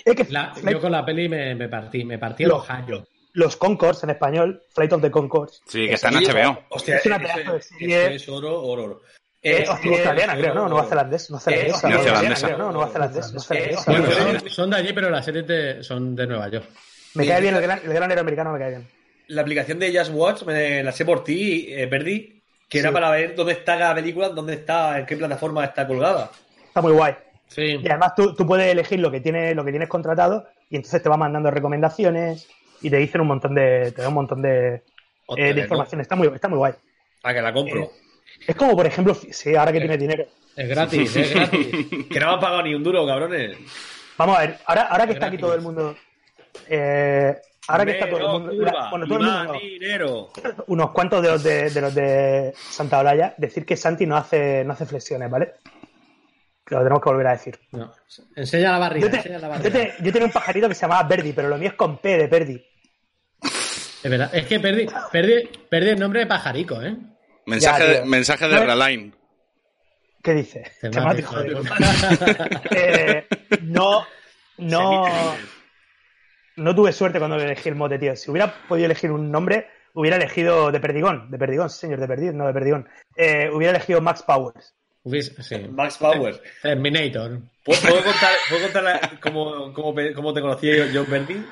Es que
La-
Flight-
yo con la peli me, me partí, me partí
Lo-
los años.
los Concords en español, Flight of the Concords.
Sí, que está en
Sí,
HBO.
Hostia,
Es una
eso
pedazo de
es-
serie.
eso es oro, oro, oro.
Eh,
Eh,
hostia, australiana,
oro,
creo, ¿no?
oro,
Nueva
oro.
Zelandesa. No
Eh,
zelandesa,
hostia,
neozelandesa.
creo, No, Nueva zelandesa. no zelandesa.
Bueno,
Bueno,
pero-
son, son de allí, pero las series de- son de Nueva York.
Me cae bien el gran, el gran héroe americano, me cae bien.
La aplicación de Just Watch me la sé por ti, eh, Verdi, que era
Sí.
para ver dónde está cada película, dónde está, en qué plataforma está colgada.
Está muy guay.
Sí.
Y además tú, tú puedes elegir lo que tienes, lo que tienes contratado y entonces te va mandando recomendaciones y te dicen un montón de, te da un montón de,
Hostia,
eh, de
¿no?
información. Está muy, está muy guay.
Ah, que la compro.
Es como, por ejemplo, sí, ahora que tiene dinero.
Es gratis, es gratis.
Que no me han pagado ni un duro, cabrones.
Vamos a ver, ahora, ahora que está aquí
Gratis.
todo el mundo. eh, ahora que está todo el
Menos
mundo.
curva,
la- bueno, todo el
más
mundo. no,
dinero.
unos cuantos de los de, de los de Santa Olaya. Decir que Santi no hace, no hace flexiones, ¿vale? Que lo tenemos que volver a decir.
No. Enseña la barriga,
Yo, te-
enseña
yo,
la barriga.
te- yo tenía un pajarito que se llamaba Verdi, pero lo mío es con P de Verdi.
Es verdad, es que perdí, perdí, perdí el nombre de pajarico, ¿eh?
Mensaje,
Ya,
de-
tío.
mensaje de
No es-
Raline.
¿Qué dice?
Te
Qué mal,
mato,
hijo de
hijo de
puta.
puta.
Eh, no, no, no tuve suerte cuando elegí el mote, tío. Si hubiera podido elegir un nombre, hubiera elegido de Perdigón, de Perdigón, sí, señor, de Perdigón, no de Perdigón. Eh, hubiera elegido Max Powers.
Hubiese- sí.
Max Powers.
Terminator.
¿Puedo, puedo contar, puedo contar la- cómo, cómo pe- cómo te conocí yo, yo Verdi?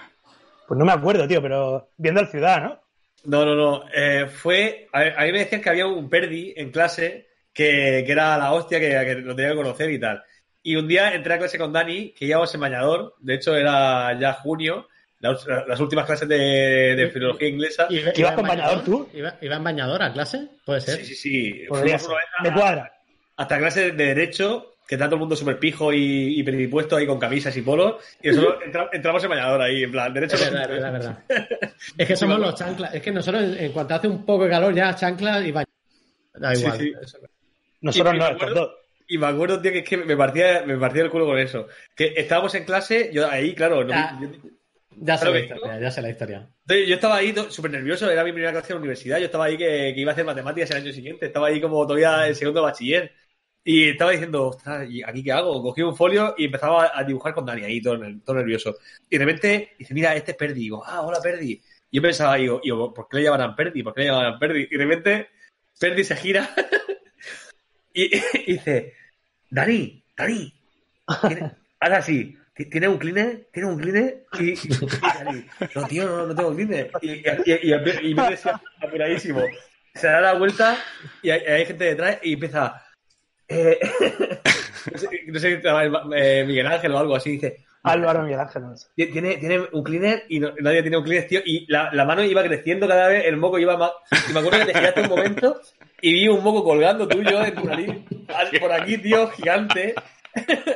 Pues no me acuerdo, tío, pero viendo al ciudad, ¿no?
No, no, no. Eh, fue. A, a mí me decían que había un Perdi en clase que, que era la hostia, que, que lo tenía que conocer y tal. Y un día entré a clase con Dani, que llevamos en bañador. De hecho, era ya junio, la- las últimas clases de, de filología inglesa.
¿Iba,
¿Ibas con bañador tú?
¿Iba, iba en bañador a clase? Puede ser.
Sí, sí, sí.
Podría
Fuimos
ser.
una vez a-
pues Me cuadra.
hasta clases de derecho, que está todo el mundo súper pijo y, y predispuesto ahí con camisas y polos. Y nosotros entra- entramos en bañador ahí, en plan, derecho.
Es verdad, es verdad, es verdad. Es que somos los chanclas. Es que nosotros, en, en cuanto hace un poco de calor, ya chanclas y bañador. Da
Sí,
igual.
sí.
Eso-
Nosotros
Y- y
no,
me
estos
acuerdo-
dos.
Y me acuerdo, tío, que es que me partía, me partía el culo con eso. Que estábamos en clase, yo ahí, claro, no-
Ya.
yo,
Ya sé
Claro
la
que
historia, ya sé la historia.
entonces, yo estaba ahí to- súper nervioso, era mi primera
Ah.
clase en la universidad, yo estaba ahí que, que iba a hacer matemáticas el año siguiente, estaba ahí como todavía en segundo de bachiller. Y estaba diciendo, ostras, ¿y aquí qué hago? Cogí un folio y empezaba a dibujar con Dani ahí, todo, ner- todo nervioso. Y de repente dice, mira, este es Perdi. Y digo, ah, hola Perdi. Y yo pensaba, digo, digo, ¿por qué le llamarán Perdi? ¿Por qué le llamarán Perdi? Y de repente Perdi se gira y, y dice, Dani, Dani, ¿tiene- ahora sí, ti- ¿tiene un cleaner? ¿Tiene un cleaner? Y, y Dani, no, tío, no, no tengo cleaner. Y, y, y, y- y me decía, apuradísimo. Se da la vuelta y hay, hay gente detrás y empieza... eh, no sé, no sé qué se llama, eh, Miguel Ángel o algo así, dice...
Álvaro Miguel Ángel. no sé.
Tiene, tiene un cleaner y no- nadie tiene un cleaner, tío. Y la, la mano iba creciendo cada vez, el moco iba más. Y me acuerdo que te giraste un momento y vi un moco colgando tuyo de tu nariz. al- Por aquí, tío, gigante.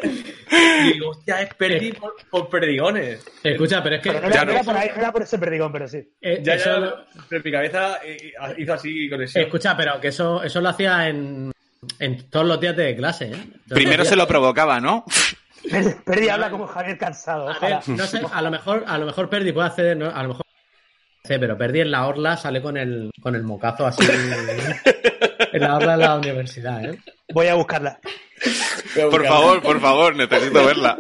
Y digo, hostia, es perdí por, por perdigones.
Escucha, pero es que
Pero no
Ya
era,
no.
era por ahí, era por ese perdigón, pero sí.
eh,
Ya,
eso
ya,
lo-
pero mi cabeza eh, hizo así con eso.
escucha, pero que eso, eso lo hacía en, en todos los días de clase, ¿eh? Todos
Primero
los
se
días.
lo provocaba, ¿no?
Perdi, Perdi habla como Javier cansado.
A ver,
Ojalá.
no sé, a lo mejor, a lo mejor Perdi puede hacer, no, a lo mejor sé, pero Perdi en la orla sale con el con el mocazo así en la orla de la universidad, ¿eh?
Voy a buscarla.
Por favor, por favor, necesito verla.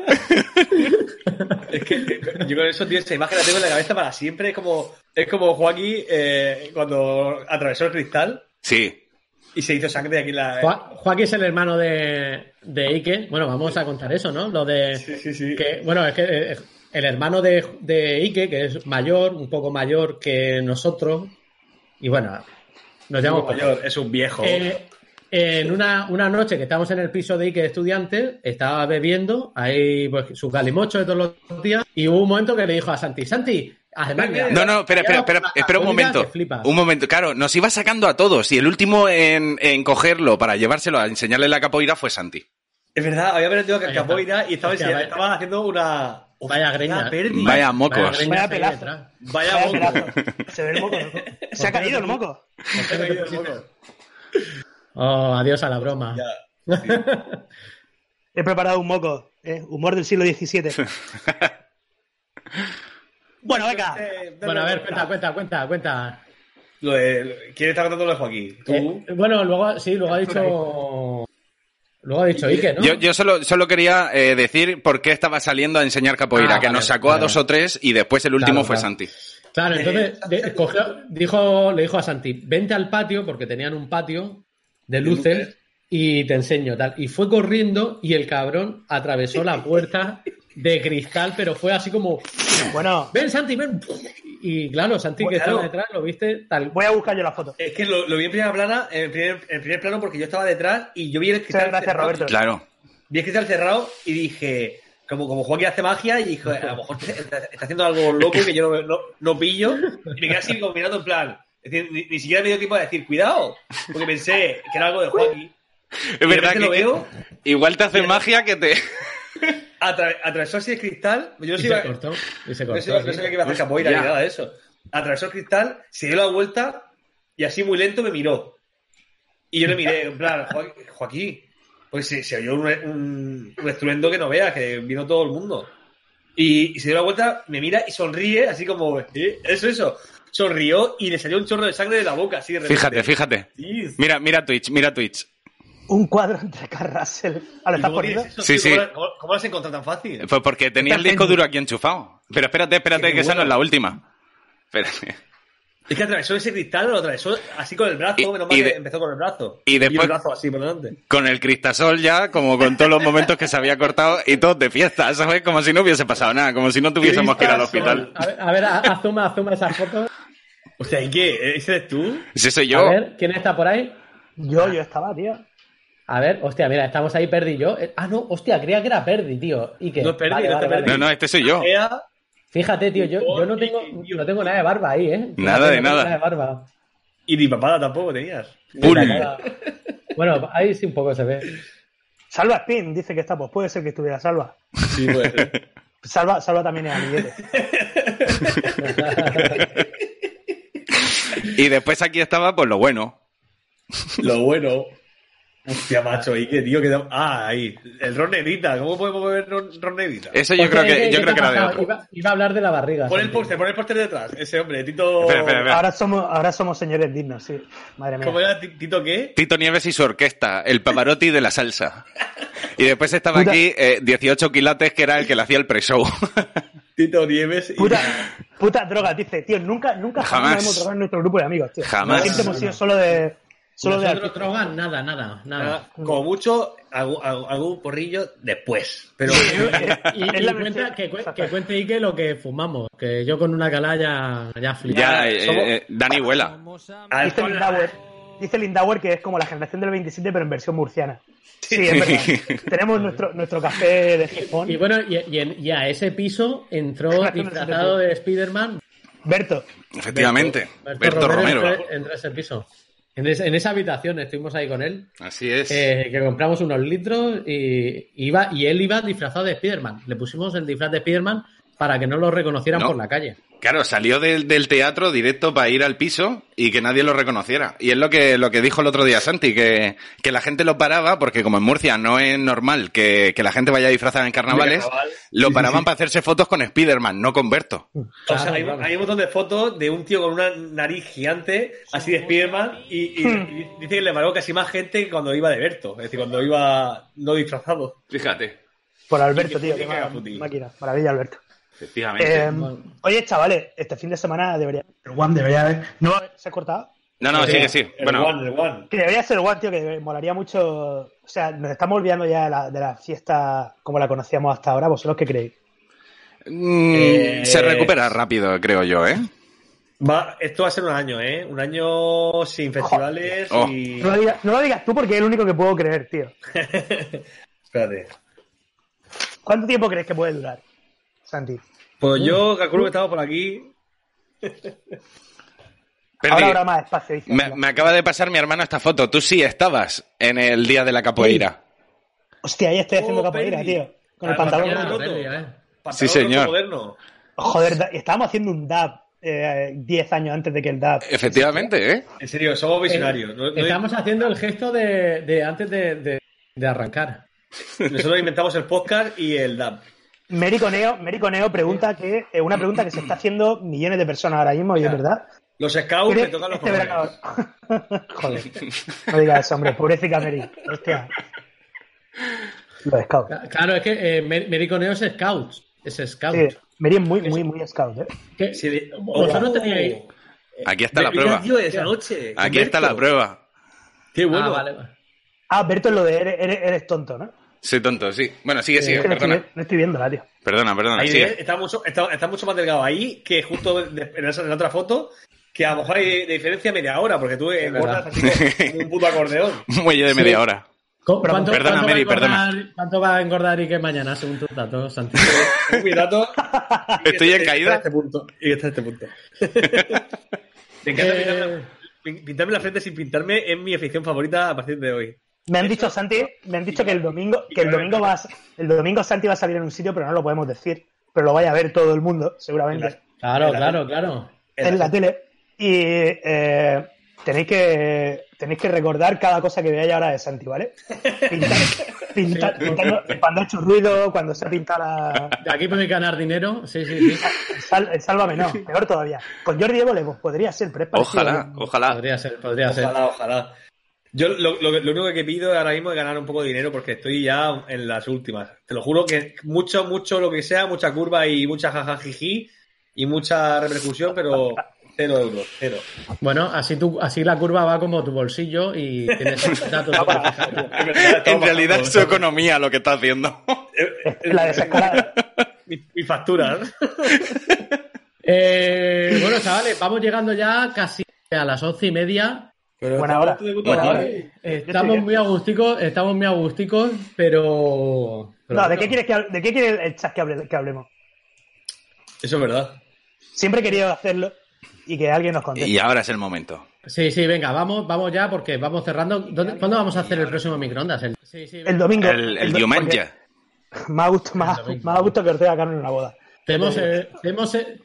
Es que eh, yo con eso, tío, esa imagen la tengo en la cabeza para siempre. Es como, es como Joaquín eh, cuando atravesó el cristal
Sí.
y se hizo sangre aquí en la.
Joa- Joaquín es el hermano de, de Ike. Bueno, vamos a contar eso, ¿no? Lo de.
eh, Sí, sí, sí.
que- bueno, es que eh, el hermano de, de Ike, que es mayor, un poco mayor que nosotros. Y bueno, nos
Muy
llamamos
mayor, es un viejo.
Eh, en una, una noche que estábamos en el piso de Ike de estudiantes, estaba bebiendo ahí pues, sus galimochos de todos los días y hubo un momento que le dijo a Santi, Santi, además... mira,
No, no, espera, espera, espera, espera un
Mira,
momento.
se flipa.
Un momento, claro, nos iba sacando a todos y el último en, en cogerlo para llevárselo a enseñarle la capoeira fue Santi.
Es verdad, había aprendido
Ahí
a
está.
capoeira y estaba,
Hostia,
enseñando-
vaya.
estaba haciendo una.
Vaya greña.
Una perdi.
Vaya mocos.
greña
Vaya
ahí
pelazo.
detrás.
Vaya
Vaya
moco.
pedazo. Se ve el moco. ¿no? Se ha caído el moco.
Se me ha ido el moco.
Oh, adiós a la broma.
Ya.
He preparado un moco. ¿eh? Humor del siglo XVII. bueno, venga.
Eh,
Bueno, a ver, cuenta, cuenta, cuenta, cuenta.
Lo de- ¿Quién está contando lo de Joaquín? ¿Tú?
Eh, bueno, luego, sí, luego ha dicho... Luego ha dicho Ike, ¿no?
Yo, yo solo, solo quería eh, decir por qué estaba saliendo a enseñar capoeira,
Ah,
que
vale,
nos sacó a
vale.
dos o tres y después el último
Claro,
fue
claro.
Santi.
Claro, entonces de- cogió- dijo, le dijo a Santi, vente al patio, porque tenían un patio de luces, y te enseño tal. Y fue corriendo y el cabrón atravesó la puerta de cristal, pero fue así como,
Bueno,
ven Santi, ven. Y claro, Santi que
Bueno,
estaba
claro.
detrás, lo viste tal.
voy a buscar yo la foto.
Es que lo, lo vi en primera plana, en primer, en primer plano, porque yo estaba detrás y yo vi el
Muchas
cristal.
gracias,
cerrado.
Roberto.
Claro.
Vi el cristal cerrado y dije, como, como Joaquín hace magia, y dije, a lo mejor está, está haciendo algo loco que yo no, no- no pillo. Y me quedé así como mirando en plan. Es decir, ni, ni siquiera me dio tiempo a decir, cuidado, porque pensé que era algo de Joaquín.
Es verdad que
lo veo,
igual te hace magia que te...
atra- atravesó así el cristal. Yo no
Y
sé,
se
iba-
cortó. Y se
no
cortó.
sé- no
sí.
sabía que iba a hacer capoeira ni
Hostia.
nada de eso. Atravesó el cristal, se dio la vuelta y así muy lento me miró. Y yo le miré, en plan, "Jo- Joaquín, pues se, se oyó un, un- un estruendo que no veas, que vino todo el mundo. Y, y se dio la vuelta, me mira y sonríe, así como, "¿Eh? eso, eso. Sonrió y le salió un chorro de sangre de la boca, así de repente.
Fíjate, fíjate.
Sí,
Mira, mira Twitch, mira Twitch.
Un cuadro entre Carrasel. Ah, lo
¿y
estás
cómo tienes
poniendo.
eso,
Sí,
tío?
sí.
¿Cómo la- ¿Cómo, cómo lo has encontrado tan fácil?
Pues porque tenía el disco duro aquí enchufado. Pero espérate, espérate,
Qué
que esa no
bueno.
es la última. Espérate.
Es que atravesó ese cristal, lo atravesó así con el brazo,
Y-
menos mal
y
que
de-
empezó con el brazo.
y después-
el brazo así por delante.
Con el cristasol ya, como con todos los momentos que se había cortado y todos de fiesta, ¿sabes? Como si no hubiese pasado nada, como si no tuviésemos que ir al hospital.
A ver, a ver, a- a zoom, a zoom esas fotos.
O sea, ¿y qué? ¿Ese eres tú?
Sí, soy
A
yo.
ver, ¿quién está por ahí?
"Ah".
Yo, yo estaba, tío.
A ver, hostia, mira, estamos ahí Perdi y yo. Eh, Ah, no, hostia, creía que era Perdi, tío. ¿Y
No es Perdi, no está Perdi.
No, no, este soy yo.
Ea,
Fíjate, tío, yo, yo no, tengo, no tengo nada de barba ahí, ¿eh?
Nada de
No tengo
nada.
de barba.
Y ni papada tampoco tenías.
Bull.
Nada. Bueno, ahí sí un poco se ve.
Salva Spin dice que está, pues puede ser que estuviera Salva.
Sí, pues.
Salva, salva también es amiguete.
Y después aquí estaba, pues lo bueno.
Lo bueno. Hostia, macho, y qué tío, que. Ah, ahí. El Ron Nevita. ¿Cómo podemos ver Ron, Ron Nevita?
Eso
Pues
yo creo que, yo creo que era de otro.
Iba, iba a hablar de la barriga.
Pon el
Santi.
póster, pon el póster detrás. Ese hombre, Tito.
Espera, espera, espera.
Ahora somos, ahora somos señores dignos, sí. Madre mía.
¿Cómo era Ti- Tito qué?
Tito Nieves y su orquesta, el Pavarotti de la salsa. Y después estaba
Puta.
aquí eh, 18 quilates, que era el que le hacía el pre-show.
Tito Nieves. y-
Puta, puta droga, dice, tío, nunca, nunca
Jamás.
hemos drogado en nuestro grupo de amigos, tío.
Jamás.
Siempre hemos sido solo de. Solo de
Nosotros drogas, nada, nada, nada.
Ah, Como mucho, algún, algún- algún porrillo después. Pero.
Y,
Es
y
la
cuenta,
versión-
que, cue- que cuente Ike lo que fumamos, que yo con una calaya ya flipo.
ya, eh,
somos-
eh, Dani vuela.
Dice
alcohol-
Lindauer, dice Lindauer que es como la generación del 27, pero en versión murciana. Sí, es verdad. Tenemos nuestro, nuestro café de Gijón.
Y bueno, y, y en- y a ese piso entró disfrazado de Spider-Man.
Berto,
Efectivamente. Berto Romero.
Entró, entró a ese piso. En, es- en esa habitación estuvimos ahí con él,
Así es.
eh, que compramos unos litros y, iba, y él iba disfrazado de Spider-Man. Le pusimos el disfraz de Spider-Man para que no lo reconocieran
No.
por la calle.
Claro, salió del, del teatro directo para ir al piso y que nadie lo reconociera. Y es lo que, lo que dijo el otro día Santi, que, que la gente lo paraba, porque como en Murcia no es normal que, que la gente vaya disfrazada en carnavales,
carnaval.
lo paraban para hacerse fotos con Spiderman, no con Berto.
O sea, hay, hay un montón de fotos de un tío con una nariz gigante, así de Spiderman, y, y- y dice que le marcó casi más gente que cuando iba de Berto, es decir, cuando iba no disfrazado.
Fíjate,
por Alberto,
Y que
tío.
fue
qué
que era
ma-
fútil.
máquina. Maravilla, Alberto.
efectivamente.
Eh, oye, chavales, este fin de semana debería. El One debería haber. ¿No va a haber- se ha cortado?
no, no, Ah, sí, que sí.
El
Bueno,
One, el One.
Que debería ser el One, tío, que debe- molaría mucho. O sea, nos estamos olvidando ya de la, de la fiesta como la conocíamos hasta ahora. ¿Vosotros qué creéis?
mm,
Eh,
se recupera rápido, creo yo, ¿eh?
Va- esto va a ser un año, ¿eh? Un año sin festivales
Oh.
y...
No lo, digas, no lo digas tú porque es el único que puedo creer, tío.
Espérate.
¿Cuánto tiempo crees que puede durar, Santi?
Pues
Uh.
yo calculo que estamos por aquí.
Perdí.
Ahora habrá más espacio. dice
me,
Ángela.
me acaba de pasar mi hermano esta foto. Tú sí estabas en el día de la capoeira.
Hostia, ahí estoy haciendo
Oh,
capoeira,
Perdi.
tío. Con el
Ah,
pantalón.
mañana
roto.
roto.
Perdi, ¿eh?
Pantalón
señor.
Moderno.
Joder, da- estábamos haciendo un DAB eh, 10 años antes de que el DAB.
Efectivamente, ¿eh?
En serio, somos
Eh,
visionarios. No- no-
Estamos haciendo el gesto de, de antes de, de- de arrancar.
Nosotros inventamos el podcast y el DAP.
Mérico Neo, Mérico Neo pregunta que. eh, una pregunta que se está haciendo millones de personas ahora mismo, y es
Ya.
verdad.
Los scouts
Creo
que tocan los
este verano-
colores.
Joder, no digas eso, hombre. Pobrecita Mary. Hostia. Los scouts.
Ca- Claro, es que eh, Mer- Merico Neo es scout. Es scout.
Sí, Mary es muy, muy, muy scout, ¿eh?
Que-
Sí, de-
Vosotros teníais.
Aquí está la
Mira,
prueba.
tío, esa noche.
Aquí está la
Humberto.
prueba.
Qué
Ah,
bueno.
vale, vale.
Ah, Berto, lo de eres, eres- eres tonto, ¿no?
Soy tonto, sí. Bueno, sigue,
Eh, Es
sigue.
que no, estoy,
Perdona,
no estoy viéndola, tío.
perdona, perdona.
Ahí
Sigue.
está, mucho, está, está mucho más delgado ahí que justo de- en, esa- en la otra foto, que a lo mejor hay de diferencia media hora, porque tú engordas así como un puto acordeón.
Un muelle de media hora.
Co-
Pero-
¿Cuánto,
Perdona,
cuánto
Meri,
va a
perdona.
engordar- ¿Cuánto va a engordar y qué mañana, según tus datos, Santi?
Cuidado.
Estoy en
Y está
caída.
este punto. Y está este punto. Me encanta pintarme,
Eh,
la, pin- pintarme la frente sin pintarme es mi afición favorita a partir de hoy.
Me han dicho, Santi, me han dicho que el domingo, que el domingo vas, el domingo Santi va a salir en un sitio, pero no lo podemos decir. Pero lo vaya a ver todo el mundo, seguramente.
claro, claro, claro.
en la tele. Y eh, tenéis, que, tenéis que recordar cada cosa que veáis ahora de Santi, ¿vale? Pintar, pintar- pintando- cuando ha hecho ruido, cuando se ha pintado la.
De aquí podéis ganar dinero. Sí, sí, sí.
Sál- el sálvame, no, peor todavía. Con Jordi Évole, pues podría ser, pero es parecido.
Ojalá, ojalá.
Podría ser, podría ser.
Ojalá, ojalá. Yo lo, lo- lo único que pido ahora mismo es ganar un poco de dinero porque estoy ya en las últimas. Te lo juro que mucho, mucho lo que sea, mucha curva y mucha jajajiji y mucha repercusión, pero cero euros, cero.
Bueno, así, tú, así la curva va como tu bolsillo y tienes datos.
En realidad es su economía lo que está haciendo.
La desesperada.
mi, mi factura. ¿no?
Eh, bueno, chavales, vamos llegando ya casi a las once y media.
Buena hora. buena hora.
Estamos muy agusticos, estamos muy agusticos, pero... pero
No, ¿de
bueno.
qué quieres que hable- de qué quiere el chat que, hable- que hablemos?
Eso es verdad.
Siempre he querido hacerlo y que alguien nos conteste.
Y ahora es el momento.
Sí, sí, venga, vamos, vamos ya porque vamos cerrando. ¿Dónde- ¿Cuándo vamos a hacer el próximo microondas? El- sí, sí,
El domingo.
El, el
do-
Diumenge.
porque Me ha gustado, me ha- me ha gustado que Ortega gane una boda.
Tenemos, eh, tenemos, eh,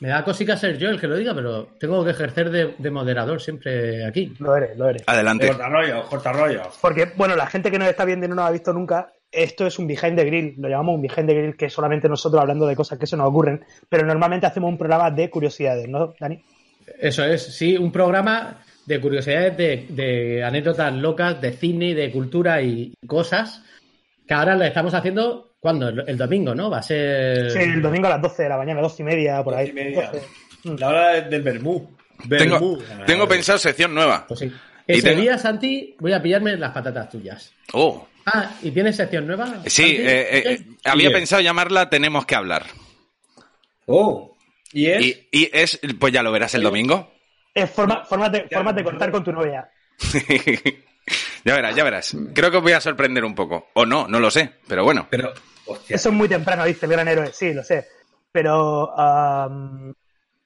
Me da cosica ser yo el que lo diga, pero tengo que ejercer de, de moderador siempre aquí.
Lo eres, lo eres.
Adelante.
Corta rollo, corta rollo.
Porque, bueno, la gente que nos está viendo y no nos ha visto nunca, esto es un behind the grill, lo llamamos un behind the grill, que es solamente nosotros hablando de cosas que se nos ocurren, pero normalmente hacemos un programa de curiosidades, ¿no, Dani?
Eh,
Eso es, sí, un programa de curiosidades, de, de anécdotas locas, de cine, de cultura y cosas, que ahora lo estamos haciendo. ¿Cuándo? El, el domingo, ¿no? Va a ser.
Sí, el domingo a las 12 de la mañana, 12 y media, por ahí.
Y media. Mm.
12.
La hora del Bermú.
Tengo,
uh,
Bermú. Ah.
tengo pensado sección nueva.
Pues sí.
Y
Ese
tengo-
día, Santi, voy a pillarme las patatas tuyas.
Oh.
Ah, ¿y tienes sección nueva?
Ah,
Sí,
Santi?
eh, eh, eh, había pensado llamarla Tenemos que hablar.
Oh. ¿Y es?
Y, y es, pues ya lo verás el domingo.
Es forma, formas de, formas de cortar con tu novia.
ya verás, ya verás. Creo que os voy a sorprender un poco. O no, no lo sé, pero bueno.
Pero, hostia.
Eso es muy temprano, dice el gran héroe, sí, lo sé. Pero, am,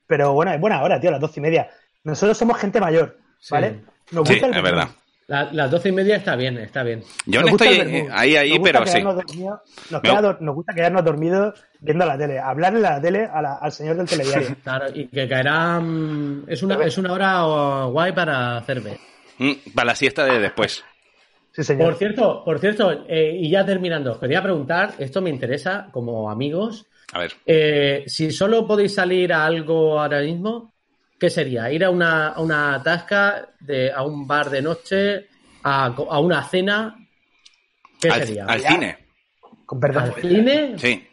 pero bueno, es buena hora, tío, las 12 y media. Nosotros somos gente mayor, ¿vale? Nos
Sí,
gusta el
es verdad.
La- las doce y media está bien, está bien.
Yo no
Nos gusta
estoy
el vermú.
ahí, ahí,
Nos gusta
pero sí.
quedarnos dormidos- nos,
Me-
queda dor- nos gusta quedarnos dormidos viendo la tele, hablarle a la tele a la- al señor del telediario.
Claro, y que caerá. mm, Es una, es una hora oh, guay para hacer ver.
Mm, Para la siesta de después.
Sí, señor.
Por cierto, por cierto, eh, y ya terminando, os quería preguntar, esto me interesa como amigos,
A ver.
eh, si solo podéis salir a algo ahora mismo, ¿qué sería? ¿Ir a una, a una tasca, de, a un bar de noche, a, co- a una cena? ¿Qué
Al,
sería?
al cine.
Con
¿Al
perdón.
cine?
Sí.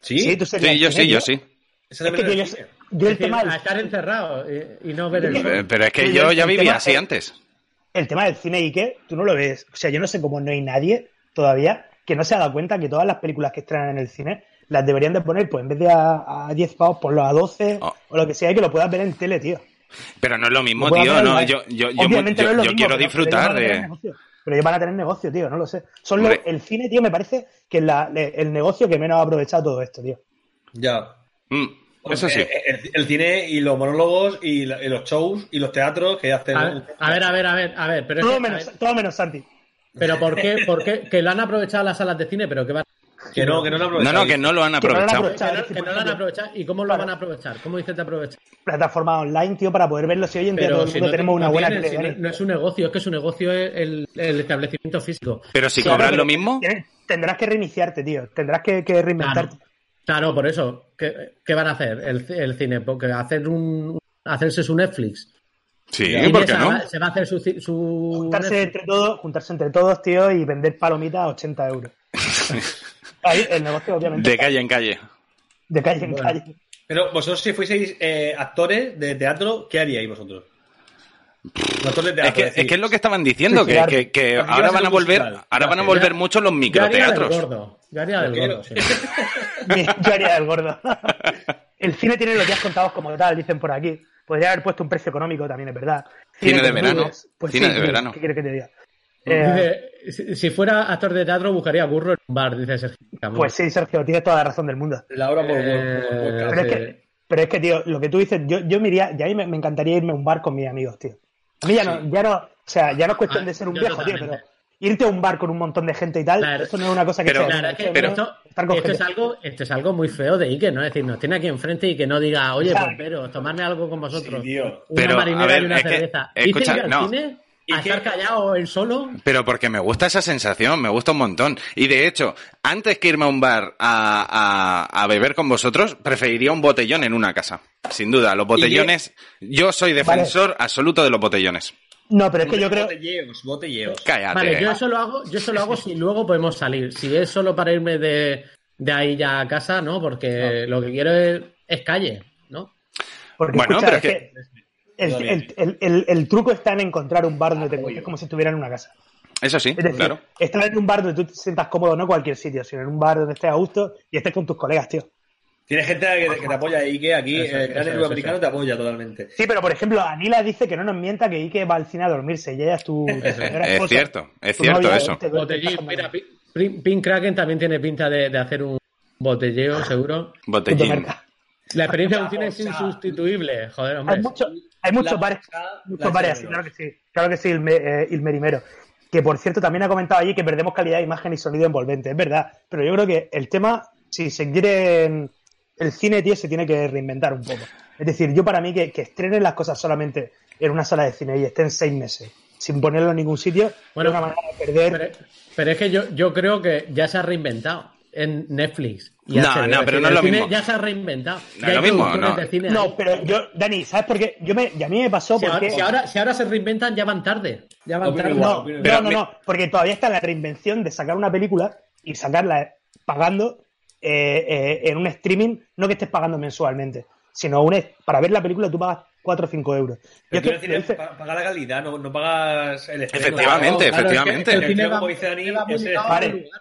¿Sí?
Sí, tú serías
Sí, yo
el
sí, yo
primero.
sí.
Eso también
Es que
lo
yo,
decía.
yo el
Es decir,
tema
a
del-
estar encerrado eh, y no ver el
Eh,
sol.
Pero es que
Sí,
yo
el-
ya
el
vivía
tema
así
es-
antes.
el tema del cine y que tú no lo ves. O sea, yo no sé cómo no hay nadie todavía que no se ha dado cuenta que todas las películas que estrenan en el cine las deberían de poner, pues en vez de a, a 10 pavos, ponlo a 12
Oh.
o lo que sea y que lo puedas ver en tele, tío.
Pero no es lo mismo,
Lo puedas
tío.
ver en
No,
la-
yo, yo, yo,
Obviamente
yo-
no es lo
yo
mismo,
quiero
pero-
disfrutar
pero ellos van a tener
de.
negocio. Pero ellos van a tener negocio, tío, no lo sé. Son lo-
Hombre.
el cine, tío, me parece que es la- le- el negocio que menos ha aprovechado todo esto, tío.
Ya.
Mm, Eso
Porque
sí.
Pues, eh, El, el cine y los monólogos y, la- y los shows y los teatros que hacen.
A ver, a ver, a ver, a ver, a ver, pero, es
Todo
que- a
menos,
ver,
todo menos Santi.
pero ¿por qué? ¿Por qué? Que lo han aprovechado las salas de cine, pero que van
Que no, que no lo
No,
aprovechan.
no, que no lo han
Que no lo han
aprovechado.
aprovechado.
que no, que no lo han aprovechado. ¿Y cómo lo
Claro.
van a aprovechar? ¿Cómo dices de aprovechar?
Plataforma online, tío, para poder verlo. Si hoy en día todo
Pero
el
si
mundo
no,
tenemos una
no
buena
tienen,
tele.
si no,
Dani.
no es un negocio, es que su negocio es el, el establecimiento físico.
Pero si
Sí,
cobran
pero-
lo mismo.
Tienes- Tendrás que reiniciarte, tío. Tendrás que, que
Claro,
reinventarte.
claro, por eso. ¿Qué, qué van a hacer el, el cine? Porque hacer un, hacerse su Netflix.
Sí,
Y
¿por qué
esa
no?
va- Se va a hacer su. ci- su
Juntarse
Netflix.
entre todos, juntarse entre todos, tío, y vender palomitas a 80 euros. Ahí el negocio, obviamente,
De calle en calle.
de calle en
Bueno.
calle.
Pero vosotros, si fueseis eh, actores de teatro, ¿qué haríais vosotros? Los actores de
Es
teatro.
que, es que es lo que estaban diciendo, que,
Suicidarte.
que- que
Porque iba
ahora
a ser
van a
un
volver,
musical.
ahora van a
Ya,
volver
ya.
mucho los
Yo haría del
microteatros.
gordo. Yo haría del
Porque-
gordo. sí.
Yo haría el gordo. El cine tiene los días contados como tal, dicen por aquí. Podría haber puesto un precio económico también, es verdad.
Cine de
con
verano.
nubes. Pues
Cine
sí,
de
tío,
verano.
¿Qué quieres que te diga? Eh,
Pues Dice, si, si fuera actor de teatro, buscaría burro en un bar, dice Sergio. Ramos.
pues sí, Sergio, tienes toda la razón del mundo.
La hora por, por-
Eh,
por- por-
Pero es
sí.
que, pero es que tío, lo que tú dices, yo, yo me iría, ya a mí me, me encantaría irme a un bar con mis amigos, tío. A mí ya no, ya no, o sea, ya no es cuestión
Ah,
de ser un
yo
viejo, tío,
totalmente.
pero irte a un bar con un montón de gente y tal,
Claro.
eso no es una cosa que
Pero-
sea.
Claro, es que
pero-
esto,
estar con
esto es
gente.
algo, esto es algo muy feo de Ike, ¿no? Es decir, nos tiene aquí enfrente y que no diga, oye,
Claro.
bomberos, tomarme algo con vosotros.
Sí, tío.
Una
Pero,
marinera
a ver,
y una
es que-
cerveza.
escucha,
¿Dicen que al
no.
cine?
¿Y
¿A
qué?
estar callado él solo?
Pero porque me gusta esa sensación, me gusta un montón. Y de hecho, antes que irme a un bar a, a- a beber con vosotros, preferiría un botellón en una casa. Sin duda, los botellones. Yo soy defensor absoluto de los botellones.
No, pero es que yo creo,
Botelleos, botelleos.
Cállate.
Vale, yo eso lo hago, yo eso lo hago si luego podemos salir. Si es solo para irme de, de ahí ya a casa, ¿no? Porque lo que quiero es, es calle, ¿no?
Porque
Bueno,
escucha,
pero
es
es
que el, el- el- el- el truco está en encontrar un bar
Ah,
donde te encuentres como si estuviera en una casa.
Eso sí,
Es decir,
claro.
estar en un bar donde tú te sientas cómodo, no cualquier sitio, sino en un bar donde estés a gusto y estés con tus colegas, tío.
Tienes gente que, que te apoya y que aquí
Eso,
el gran
eso,
héroe
eso,
americano
eso.
te apoya totalmente.
Sí, pero por ejemplo, Anila dice que no nos mienta que Ike va al cine a dormirse y ella es tu, tu señora
Eh, Es
esposa.
cierto, es
Tu
cierto
novia, este
eso.
te duerme,
Botellín,
estás
mira,
con-
Pin- Pin Pin Kraken también tiene pinta de, de hacer un botelleo, seguro.
con tu
Botellín.
marca.
La experiencia de un cine
O
es
sea,
insustituible, joder, hombre.
Hay, mucho- hay muchos
La-
bares,
la-
muchos
la-
bares así, claro que sí, claro que sí, Ilme- eh, Ilmerimero. Que por cierto, también ha comentado allí que perdemos calidad de imagen y sonido envolvente, es verdad. Pero yo creo que el tema, si se quieren el cine, tío, se tiene que reinventar un poco. Es decir, yo para mí que, que estrenen las cosas solamente en una sala de cine y estén seis meses sin ponerlo en ningún sitio,
Bueno,
es una manera de perder.
Pero, pero es que yo, yo creo que ya se ha reinventado en Netflix. y
No,
HBO.
no,
Es
pero no
decir,
es
el
lo
cine
mismo.
Ya se ha reinventado.
No es
Ya hay
lo mismo,
productores
no.
de cine ahí.
no, pero yo, Dani, ¿sabes por qué? Yo me, y a mí me pasó
Si
porque.
ahora, si, ahora, si ahora se reinventan, ya van tarde. Ya van
Opino
tarde.
igual.
No,
Pero-
no, no, no, porque todavía está la reinvención de sacar una película y sacarla pagando eh, eh, en un streaming, no que estés pagando mensualmente, sino un, para ver la película tú pagas 4 o 5 euros. Yo
Yo
es
quiero
que-
decir, es pa- pagar la calidad, no, no pagas el estreno.
Efectivamente,
Claro, es que
efectivamente.
el
El
cine
cine,
va-
como dice Dani,
va muy
ese-
ligado a
Vale.
otro lugar.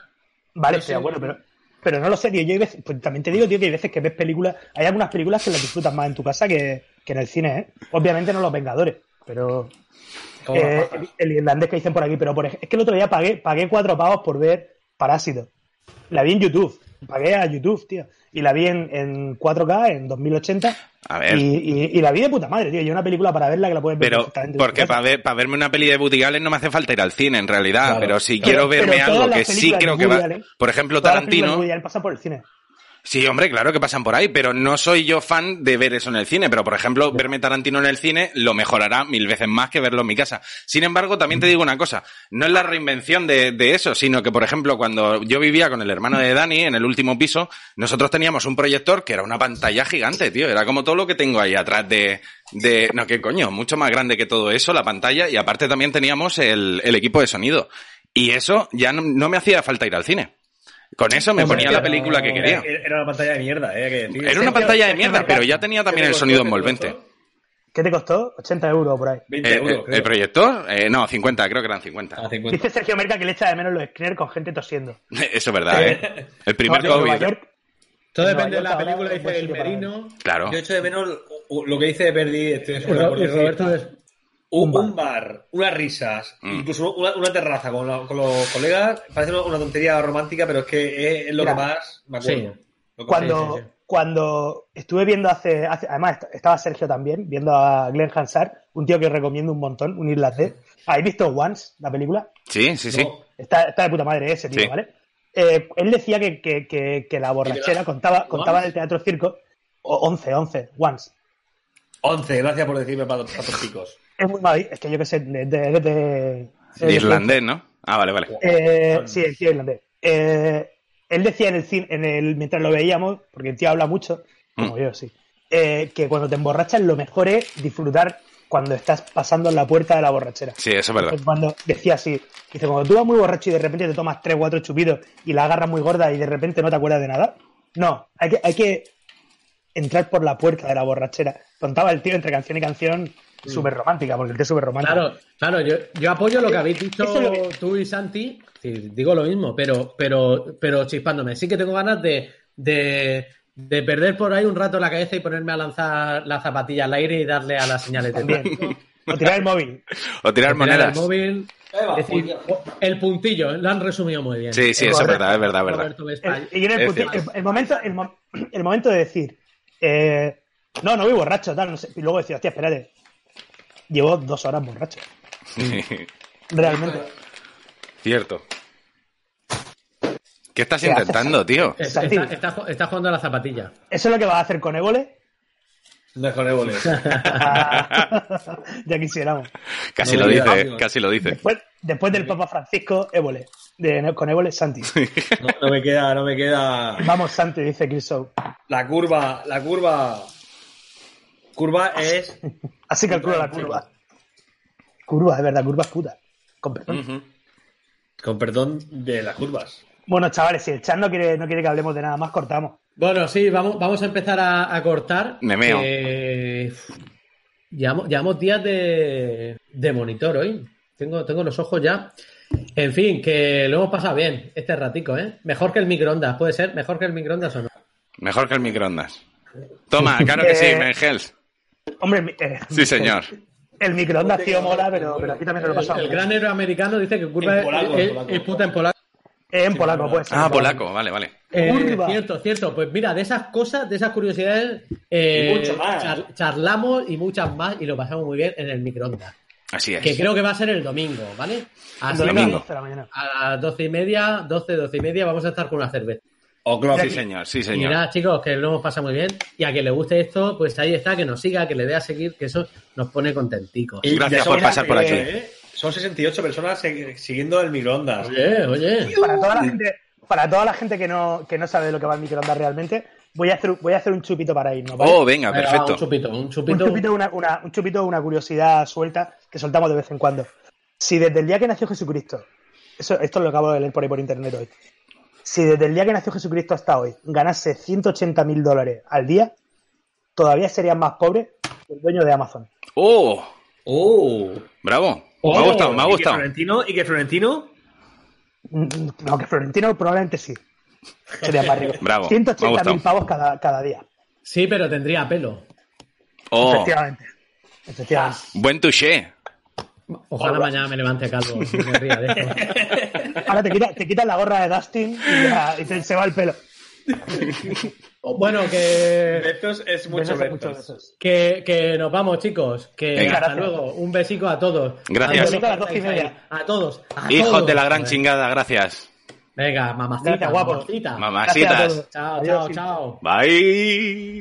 Vale,
Yo
estoy
sí.
de acuerdo, pero, pero no lo sé, tío. Yo hay veces- pues también te digo, tío, que hay veces que ves películas, hay algunas películas que las disfrutas más en tu casa que, que en el cine, ¿eh? Obviamente no Los Vengadores, pero
Como
eh,
las pajas.
el, el irlandés que dicen por aquí, pero por ej- es que el otro día pagué, pagué cuatro pavos por ver Parásito. La vi en YouTube, pagué a YouTube, tío, y la vi en, en 4K, en 2080,
A ver.
Y, y- y la vi de puta madre, tío. Y es una película para verla que la puedes ver
Pero,
perfectamente en tu
porque
casa.
para verme una peli de Woody Allen no me hace falta ir al cine, en realidad.
Claro.
Pero si
Pero-
quiero
pero
verme
todas
algo
las
que sí
películas de
creo que
Woody
va.
Allen-
Por ejemplo,
Todas las películas de
Tarantino.
Woody Allen pasan por el cine.
Sí, hombre, claro que pasan por ahí, pero no soy yo fan de ver eso en el cine. Pero, por ejemplo, verme Tarantino en el cine lo mejorará mil veces más que verlo en mi casa. Sin embargo, también te digo una cosa, no es la reinvención de, de eso, sino que, por ejemplo, cuando yo vivía con el hermano de Dani en el último piso, nosotros teníamos un proyector que era una pantalla gigante, tío. Era como todo lo que tengo ahí atrás de... de no, qué coño, mucho más grande que todo eso, la pantalla, y aparte también teníamos el, el equipo de sonido. Y eso ya no, no me hacía falta ir al cine. Con eso me
Hombre,
ponía la
pero-
película que quería.
Era era una pantalla de mierda, eh, hay que decir.
Era una
Sergio,
pantalla de
Sergio
mierda,
Mercado.
pero ya tenía también
¿Qué
el
te
sonido
costó?
envolvente.
¿Qué te costó? 80 euros por ahí.
20
Eh,
euros,
eh,
creo.
¿El proyector? Eh, no, 50, creo que eran 50.
Ah, 50.
Dice Sergio Merca que le echa de menos los screeners con gente tosiendo.
Eso es verdad, ¿eh? El
No,
primer
tío, en Nueva
COVID.
York-
Todo
En Nueva
depende de la
York ahora
película,
es buen
dice el
sitio para
merino.
Claro.
Yo echo de menos lo- lo que dice Verdi, estoy de
Y
acuerdo,
Ro- y
es decir,
Roberto es-
un, un bar, unas risas,
Mm.
incluso una, una terraza con, la- con los colegas, parece una, una tontería romántica, pero es que es, es lo
Mira,
que más me acuerdo.
sí.
Lo que-
Cuando,
sí, sí.
cuando estuve viendo hace, hace- Además, est- estaba Sergio también, viendo a Glenn Hansard, un tío que recomiendo un montón, un irlandés. ¿Habéis visto Once, la película?
Sí, sí, sí.
No,
Está, está de puta madre ese tío,
Sí.
¿vale? Eh, él decía que, que- que- que la borrachera contaba, contaba
Once.
del teatro circo. o- Once, once, Once.
11, gracias por decirme para los chicos.
Es muy mal, es que yo qué sé, de, de- de- de-
Irlandés, ¿no? Ah, vale, vale.
Eh, sí, el tío irlandés. Eh, él decía en el cine, en el, mientras lo veíamos, porque el tío habla mucho, como
Mm.
yo, sí, eh, que cuando te emborrachas lo mejor es disfrutar cuando estás pasando en la puerta de la borrachera.
Sí, eso es verdad.
Cuando decía así, dice, cuando tú vas muy borracho y de repente te tomas tres, cuatro chupitos y la agarras muy gorda y de repente no te acuerdas de nada. No, hay que, hay que entrar por la puerta de la borrachera. Contaba el tío entre canción y canción súper romántica, porque el tío es súper romántico.
Claro, claro, yo, yo apoyo lo que habéis dicho
Eso es lo que-
tú y Santi. Sí, digo lo mismo, pero, pero, pero chispándome. Sí que tengo ganas de, de, de perder por ahí un rato la cabeza y ponerme a lanzar la zapatilla al aire y darle a las señales de
También.
tráfico,
O tirar el móvil.
O tirar
mirar el
monedas.
móvil.
Ahí va,
Es decir, el puntillo, lo han resumido muy bien.
Sí, sí, eso es verdad, es verdad, es verdad.
Roberto Vespa.
El, y en el,
Es
puti-
cierto.
el- el momento, el, mo- el momento de decir, eh, no, no voy borracho, tal, no sé. Y luego decir, hostia, espérate, llevo dos horas borracho. Realmente.
Cierto. ¿Qué estás
¿Qué haces?
intentando, tío?
Es-
Santi.
está, está ju- está jugando a la zapatilla.
Eso es lo que vas a hacer con Évole.
No es con ébole.
ya quisiéramos.
Casi
No
lo
me
dice,
digas, tío.
casi lo dice.
Después, después del Papa Francisco, Évole. De- con Évole, Santi.
No, no me queda, no me queda.
Vamos, Santi, dice Chris Shaw.
La curva, la curva. Curva es.
Así calculo la curva. Curva, es verdad, curva es puta. Con perdón.
Ujú.
Con perdón de las curvas.
Bueno, chavales, si el chat no quiere, no quiere que hablemos de nada más, cortamos.
Bueno, sí, vamos, vamos a empezar a, a cortar.
Me meo.
Eh, llevamos, llevamos días de, de monitor hoy. Tengo, tengo los ojos ya. En fin, que lo hemos pasado bien este ratico, ¿eh? Mejor que el microondas, puede ser. Mejor que el microondas o no.
Mejor que el microondas. Toma, claro que sí,
Eh,
Mengels.
Hombre, mi- eh,
Sí, señor.
El microondas, tío, mola, pero, pero aquí también nos lo
El,
pasamos.
el gran héroe americano dice que curva
En
es-
polaco, en
es-
polaco.
es puta en polaco.
Eh, en polaco, pues.
Ah, polaco, vale, vale.
Eh,
Curva.
cierto, cierto. Pues mira, de esas cosas, de esas curiosidades, eh,
Y mucho más.
char- charlamos y muchas más y lo pasamos muy bien en el microondas.
Así
Que
es.
creo que va a ser el domingo, ¿vale? Así
Domingo.
Ah, Domingo.
que a las doce y media, doce, doce y media, vamos a estar con una cerveza.
O Glock, Oh, sí
aquí.
señor, sí
Y
señor.
nada, chicos, que lo hemos pasado muy bien. Y a que le guste esto, pues ahí está, que nos siga, que le dé a seguir, que eso nos pone contenticos.
Y
Gracias
ya
por
somos-
pasar por aquí.
eh, son 68 personas se- siguiendo el microondas.
Oye, oye.
Para toda la gente, para toda la gente que no, que no sabe de lo que va el microondas realmente, voy a hacer, voy a hacer un chupito para irnos. ¿vale?
Oh, venga,
Venga, va, un
perfecto.
chupito, un
un
chupito.
chupito, una, una- un chupito, una curiosidad suelta que soltamos de vez en cuando. Si desde el día que nació Jesucristo, eso, esto lo acabo de leer por ahí por internet hoy, si desde el día que nació Jesucristo hasta hoy ganase 180 mil dólares al día, todavía serías más pobre que el dueño de Amazon.
Oh,
¡Oh!
bravo. Me ha gustado, me ha
Y Oh, que
gustado.
Florentino, y que Florentino
Mm, No, que Florentino probablemente sí. Sería más rico.
Bravo, me ha
180
gustado.
mil pavos cada, cada día.
Sí, pero tendría pelo.
Oh,
Efectivamente. Efectivamente.
buen touché.
Ojalá mañana me levante calvo. y me ría de esto.
Ahora te quitas te quita la gorra de Dustin y, ya- y te- se va el pelo.
Bueno, que,
Betos
Besos,
es mucho
muchos
Betos.
besos.
que, que nos vamos, chicos. Que
Venga.
hasta
Gracias.
luego. Un besico a todos.
Gracias.
A, todos los
A las doce y media.
que estáis ahí. A todos. a
Hijos
todos.
de la gran chingada, gracias.
Venga, mamacita,
Venga, guapo.
mamacita.
Mamacitas.
Gracias a todos.
Chao,
Adiós.
chao, chao.
Bye.